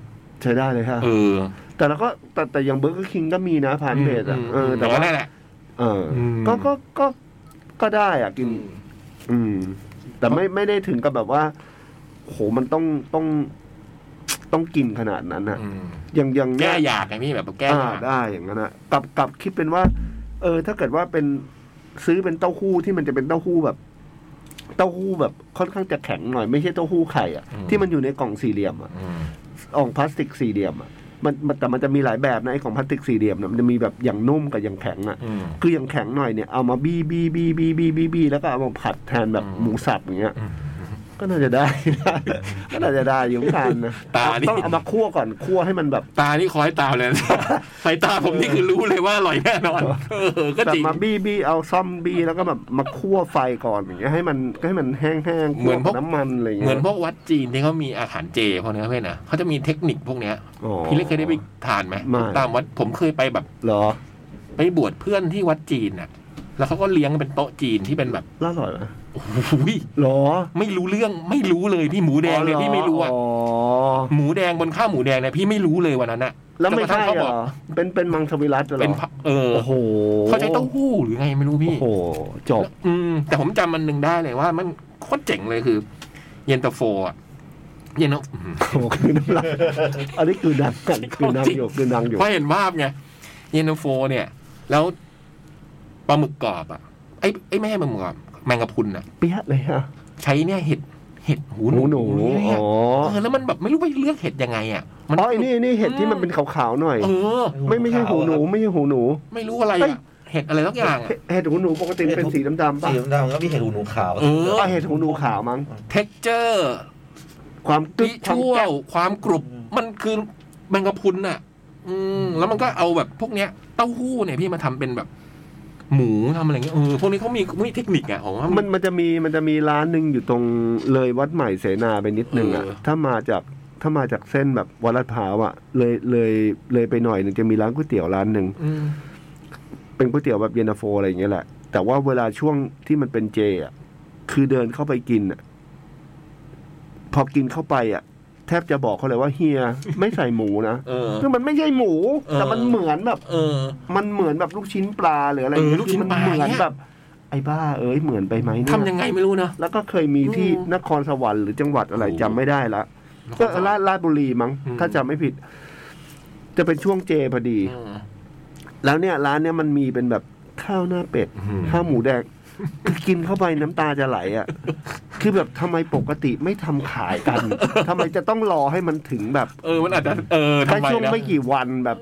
ใช้ได้เลยฮะ เออ แต่เราก็แต่แต่อย่างเบอร์เกอร์คิงก็มีนะพานเบสอ่ะ ม เออ แต่ แต่ ว่า ว่า นั่นแหละ เอออ ม ก็ก็ก็ก็ได้อ่ะกิน อืม แต่ไม่ไม่ได้ถึงกับแบบว่าโหมันต้องต้อง ต้องกินขนาดนั้นอ่ะ อืม อย่างอย่าง แก้ เนี้ย อยากไงพี่แบบแก้อ่ายอาก ได้อย่างนั้นอะกลับกลับคิดเป็นว่า เออ ถ้าเกิดว่าเป็นซื้อเป็นเต้าหู้ที่มันจะเป็นเต้าหู้แบบ เต้าหู้แบบค่อนข้างจะแข็งหน่อยไม่ใช่เต้าหู้ไข่อะ อืม ที่มันอยู่ในกล่องสี่เหลี่ยมอะ อืม อ่องพลาสติกสี่เหลี่ยมอะมันมันแต่มันจะมีหลายแบบนะไอ้ของพลาสติกสี่เหลี่ยมเนี่ยมันจะมีแบบอย่างนุ่มกับอย่างแข็งอะ อืม คืออย่างแข็งหน่อยเนี่ยเอามาบี้บี้บี้บี้บี้บี้บี้แล้วก็เอามาผัดแทนแบบ อืม หมูสับอย่างเงี้ย อืม ก็น่าจะได้ ก็น่าจะได้อยู่เหมือนกันนะ ตานี่ ต้องเอามาคั่วก่อนคั่วให้มันแบบ ตานี่คอยตามเลย สายตาผมนี่คือรู้เลยว่าอร่อยแน่นอน เออ ก็ แบ จ บ ริง มาบี้บี้เอาซ่อมบี้แล้วก็แบบมาคั่วไฟก่อนอย่างเงี้ยให้มันให้มันแห้งๆ เหมื คั่อวนพว กั ก บน้ำมันอะไรอย่าง เหมื เงี้ อน ย พวกวัดจีนที่เขามีอาหารเจพวกเนี้ยเพื่อนนะเขาจะมีเทคนิคพวกเนี้ย อ๋อ พี่เล็กเคยได้ไปทานไหม ไม่ ตามวัดผมเคยไปแบบ เหรอ ไปบวชเพื่อนที่วัดจีนน่ะ แล้วเขาก็เลี้ยงเป็นโต๊ะจีนที่เป็นแบบ แล่าอร่อยไหม โอ้โหย เหรอ ไม่รู้เรื่องไม่รู้เลยพี่หมูแดงเนี่ยพี่ไม่รู้อะ อ๋อ หมูแดงบนข้าวหมูแดงเนี่ยพี่ไม่รู้เลยวันนั้นอะ แล้วไม่จนกระใช่ทั่งเขา เหร บอก อเป็นเป็นมังสวิรัตเหรอ เป็นพะเออ โอ้โห เขาใช้เต้าหู้หรือไงไม่รู้ โอ้ พี่ โหจบ อืม แต่ผมจำมันหนึ่งได้เลยว่า มันโคตรเจ๋งเลยคือ เย็นตาโฟอะเย็นตาอืม โอ้โหคือน้ำลายอันนี้คือดังกันคือดังอยู่คือดังอยู่ เพราะเห็นภาพไงเย็นตาโฟเนี่ย แล้วปลาหมึกกรอบอ่ะไอ้ไอ้แม่ใช่ปลาหมึกกรอบแมงกะพรุนอ่ะ เปี้ยะเลยฮะ ใช้เนี่ยเห็ดเห็ดหู ห ห นู นู หนู เนี่ย อ๋อ เออแล้วมันแบบไม่รู้ไปเลือกเห็ดยังไงอ่ะ มั อ๋อไอ้นี่นี่เห็ดที่มันเป็นขาวๆหน่อย เออ ไม่ไม่ใช่หูหนู ไม่ใช่หูหนู ไม่รู้อะไร เอ้ย อ่ะเห็ดอะไรสักอย่างอ่ะ เห็ดหูหนูปกติมันเป็นสีดำๆป่ะ สีดำๆก็มีเห็ดหูหนูขาว เออ อ๋อเห็ดหูหนูขาวมั้ง เท็กเจอร์ ความกึ วิ กความ ชั่ว แก๊ก ลความกรุบมันคือแมงกะพรุนอ่ะ อืมแล้วมันก็เอาแบบพวกเนี้ยเต้าหู้เนี่ยพี่มาทำเป็นแบบ หมูทำอะไรเงี้ยเออพวกนี้เขามีมีเทคนิคอ่ะของว่ามั มัน นมันจะมีมันจะมีร้านหนึ่งอยู่ตรงเลยวัดใหม่เสนาไปนิดนึงอ่ะ เออ ถ้ามาจากถ้ามาจากเส้นแบบวัดลาดพร้าวอ่ะเลยเลยเลยไปหน่อยหนึ่งจะมีร้านก๋วยเตี๋ยวร้านหนึ่ง อืม เป็นก๋วยเตี๋ยวแบบเย็นตาโฟอะไรอย่างเงี้ยแหละ แต่ว่าเวลาช่วงที่มันเป็นเจอ่ะคือเดินเข้าไปกินอ่ะพอกินเข้าไปอ่ะ แทบจะบอกเขาเลยว่าเฮียไม่ใส่หมูนะ เออ คือมันไม่ใช่หมู เออ แต่มันเหมือนแบบ เออ มันเหมือนแบบลูกชิ้นปลาหรืออะไรย่างงี้ย เออลูกชิ้นปลา คือมัเหมือน เนี่ย แบบ ไอ้บ้าเอ้ยเหมือนไปไหมเนี่ย ทำยังไงไม่รู้เนอะ แล้วก็เคยมีที่ อืม นครสวรรค์หรือจังหวัดอะไร โอ้โห จำไม่ได้ละก็ราชราชบุรีมั้ง อืม ถ้าจำไม่ผิด จะเป็นช่วงเจพอดี อืม แล้วเนี่ยร้านเนี่ยมันมีเป็นแบบข้าวหน้าเป็ด อืม ข้าวหมูแดงคือกินเข้าไปน้ำตาจะไหลอ่ะ คือแบบทำไมปกติไม่ทำขายกันทำไมจะต้องรอให้มันถึงแบบ เออมันอาจจะเออ แค่ ทำไม ช่วง นะ ไม่กี่วันแบบ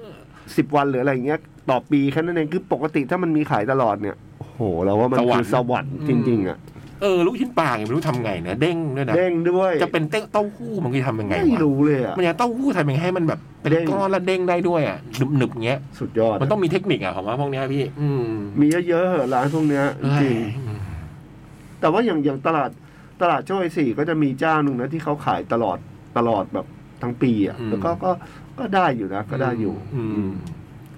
สิบวันหรืออะไรอย่างเงี้ยต่อปีแค่นั้นเองคือปกติถ้ามันมีขายตลอดเนี่ยโอ้โหเราว่ามันคือสวรรค์จริง ๆอ่ะ เออลูกชิ้นปลาไงไม่รู้ทำไงนะเด้งด้วยนะ เด้งด้วย จะเป็นเต้าเต้าหู้มันคือทำยังไง ไม่ วะ รู้เลยอ่ะ มันจะเต้าหู้ทำยังไงให้มันแบบเป็น เด้ง ก้อนแล้วเด้งได้ด้วยอ่ะหนึบหนึบๆเงี้ย สุดยอด มันต้องมีเทคนิคอ่ะผมว่าพวกเนี้ยพี่ อืม มีเยอะๆเหอะร้านพวกเนี้ยจริงๆแต่ว่าอย่างอย่างตลาดตลาดช่วยสี่ก็จะมีเจ้าหนึ่งนะที่เขาขายตลอดตลอดแบบทั้งปีอ่ะแล้วก็ก็ก็ได้อยู่นะก็ได้อยู่ อืม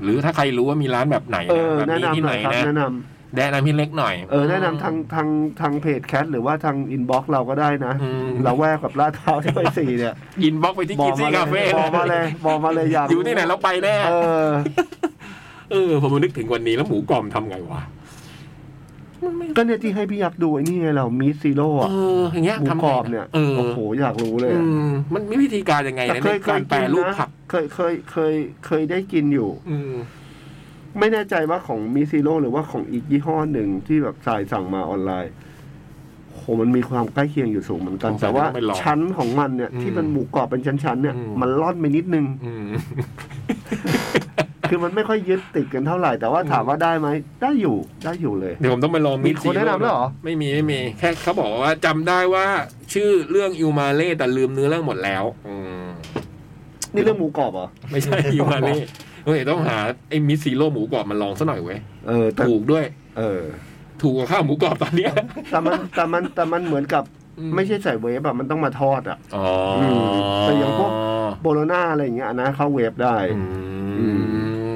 หรือถ้าใครรู้ว่ามีร้านแบบไหน เอ นะ อ แบบ แนะ นี้ที่ นำห ไห น่ น อยครับ นะ แนะนำ แนะนำพี่เล็กหน่อย เออแนะนำทางทางทางเพจแคทหรือว่าทางอินบ็อกซ์เราก็ได้นะ อืม เราแวกกับลาดพร้าวช่วยสี่เนี่ย ยินบ็อกซ์ไปที่ บอ กินกมา ซี่คา เล เฟ่ ยบอกมาเลยบอกมาเลยอยาก อยู่ที่ไหนเราไปแน่ เออ เออผมนึกถึงวันนี้แล้วหมูกรอบทำไงวะ ก็เนี่ยที่ให้พี่ยักษ์ดูไอ้นี่ไงเรามีซีโร่ เอออย่างเงี้ย หมู ทำไง กรอบเนี่ย เออ โอ้โหอยากรู้เลย อื อะ มมันมีวิธีการยังไง แต่ นะ เค ใน ยเค กาย รแปร กิน รูป นะ ผัก เคยเคยเคยเคยได้กินอยู่ อืม ไม่แน่ใจว่าของมิซิโร่หรือว่าของอีกยี่ห้อหนึ่งที่แบบสายสั่งมาออนไลน์โหมันมีความใกล้เคียงอยู่สูงเหมือนกัน สงสัย แต่ว่า ต้องไปลอง ชั้นของมันเนี่ย อืม ที่มันหมูกรอบเป็นชั้นๆเนี่ย อืม มันล่อนไปนิดนึง อืม คือมันไม่ค่อยยึดติดกันเท่าไหร่ แต่ว่าถามว่าได้ไหมได้อยู่ได้อยู่เลย เดี๋ยวผมต้องไปลอง มีคนแนะนำแล้วเหรอ ไม่มีไม่มี แค่เขาบอกว่าจำได้ว่า ชื่อเรื่องอิวมาเล่แต่ลืมเนื้อเรื่องหมดแล้ว อืม นี่เรื่องหมูกรอบเหรอ ไม่ใช่อิวมาเล่เฮ้ยต้องหาไอ้มิสซีโร่หมูกรอบมาลองซะหน่อยเว้ย เออแต่ ถูกด้วย เออ ถูกกว่าข้าวหมูกรอบตอนเนี้ย แต่มันแต่มันแต่มันเหมือนกับไม่ใช่ใส่เวฟแบบมันต้องมาทอดอ่ะ อ๋ออ มแต่อย่างพวก โบโลน่าอะไรอย่างเงี้ยนะเข้าเวฟได้ อื อื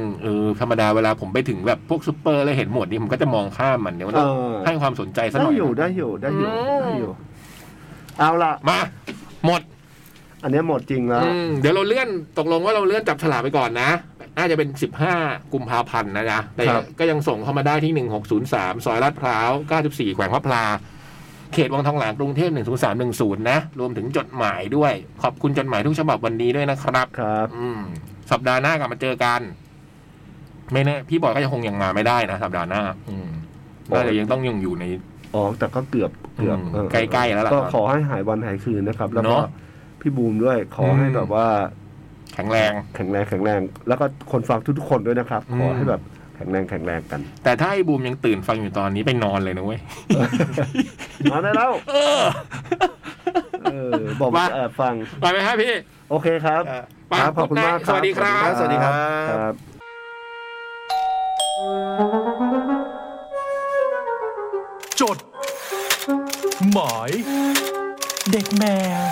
มเออธรรมดาเวลาผมไปถึงแบบพวกซูเปอร์แล้วเห็นหมวดนี้ผมก็จะมองข้ามมันเดี๋ยวมัน เอ ต้อง อ ให้ความสนใจซะห ได้ น่อย อยู่ได้อยู่ได้อยู่ อืม ได้อยู่ เอาละ มา หมด อันเนี้ยหมดจริงแล้ว อืมเดี๋ยวเราเลื่อนตกลงว่าเราเลื่อนจับฉลากไปก่อนนะ น่าจะเป็น 15 กุมภาพันธ์นะจ๊ะแต่ ครับ ก็ยังส่งเข้ามาได้ที่ 1603 ซอยลาดพร้าว 94 แขวงพระพลา เขตวังทองหลางกรุงเทพ10310 นะ รวมถึงจดหมายด้วย ขอบคุณจดหมายทุกฉบับวันนี้ด้วยนะครับ ครับ อืม สัปดาห์หน้ากลับมาเจอกัน ไม่แน่พี่บอยก็ยังคงยังมาไม่ได้นะสัปดาห์หน้า อืมน่าจะยังต้องยังอยู่ใน อ๋อแต่ก็เกือบเกือบ อืม เออ ใกล้ๆแล้วล่ะ ก็ ครับ ขอให้หายวันหายคืนนะครับ แล้วก็ เนาะ พี่บูมด้วยขอให้ อืม แบบว่า แข็งแรง แข็งแรงแข็งแรง แล้วก็คนฟังทุกๆคนด้วยนะครับ อืม ขอให้แบบแข็งแรงแข็งแรงกัน แต่ถ้าไอ้บูมยังตื่นฟังอยู่ตอนนี้ไปนอนเลยนะเว้ย มาได้แล้วเออบอกว่า ว่า แอบฟัง ไปไหมฮะพี่ โอเคครับ เออ ไป ครับขอบคุณมาก สวัสดีครับ สวัสดีครับ ครับ จด หมาย เด็กแมว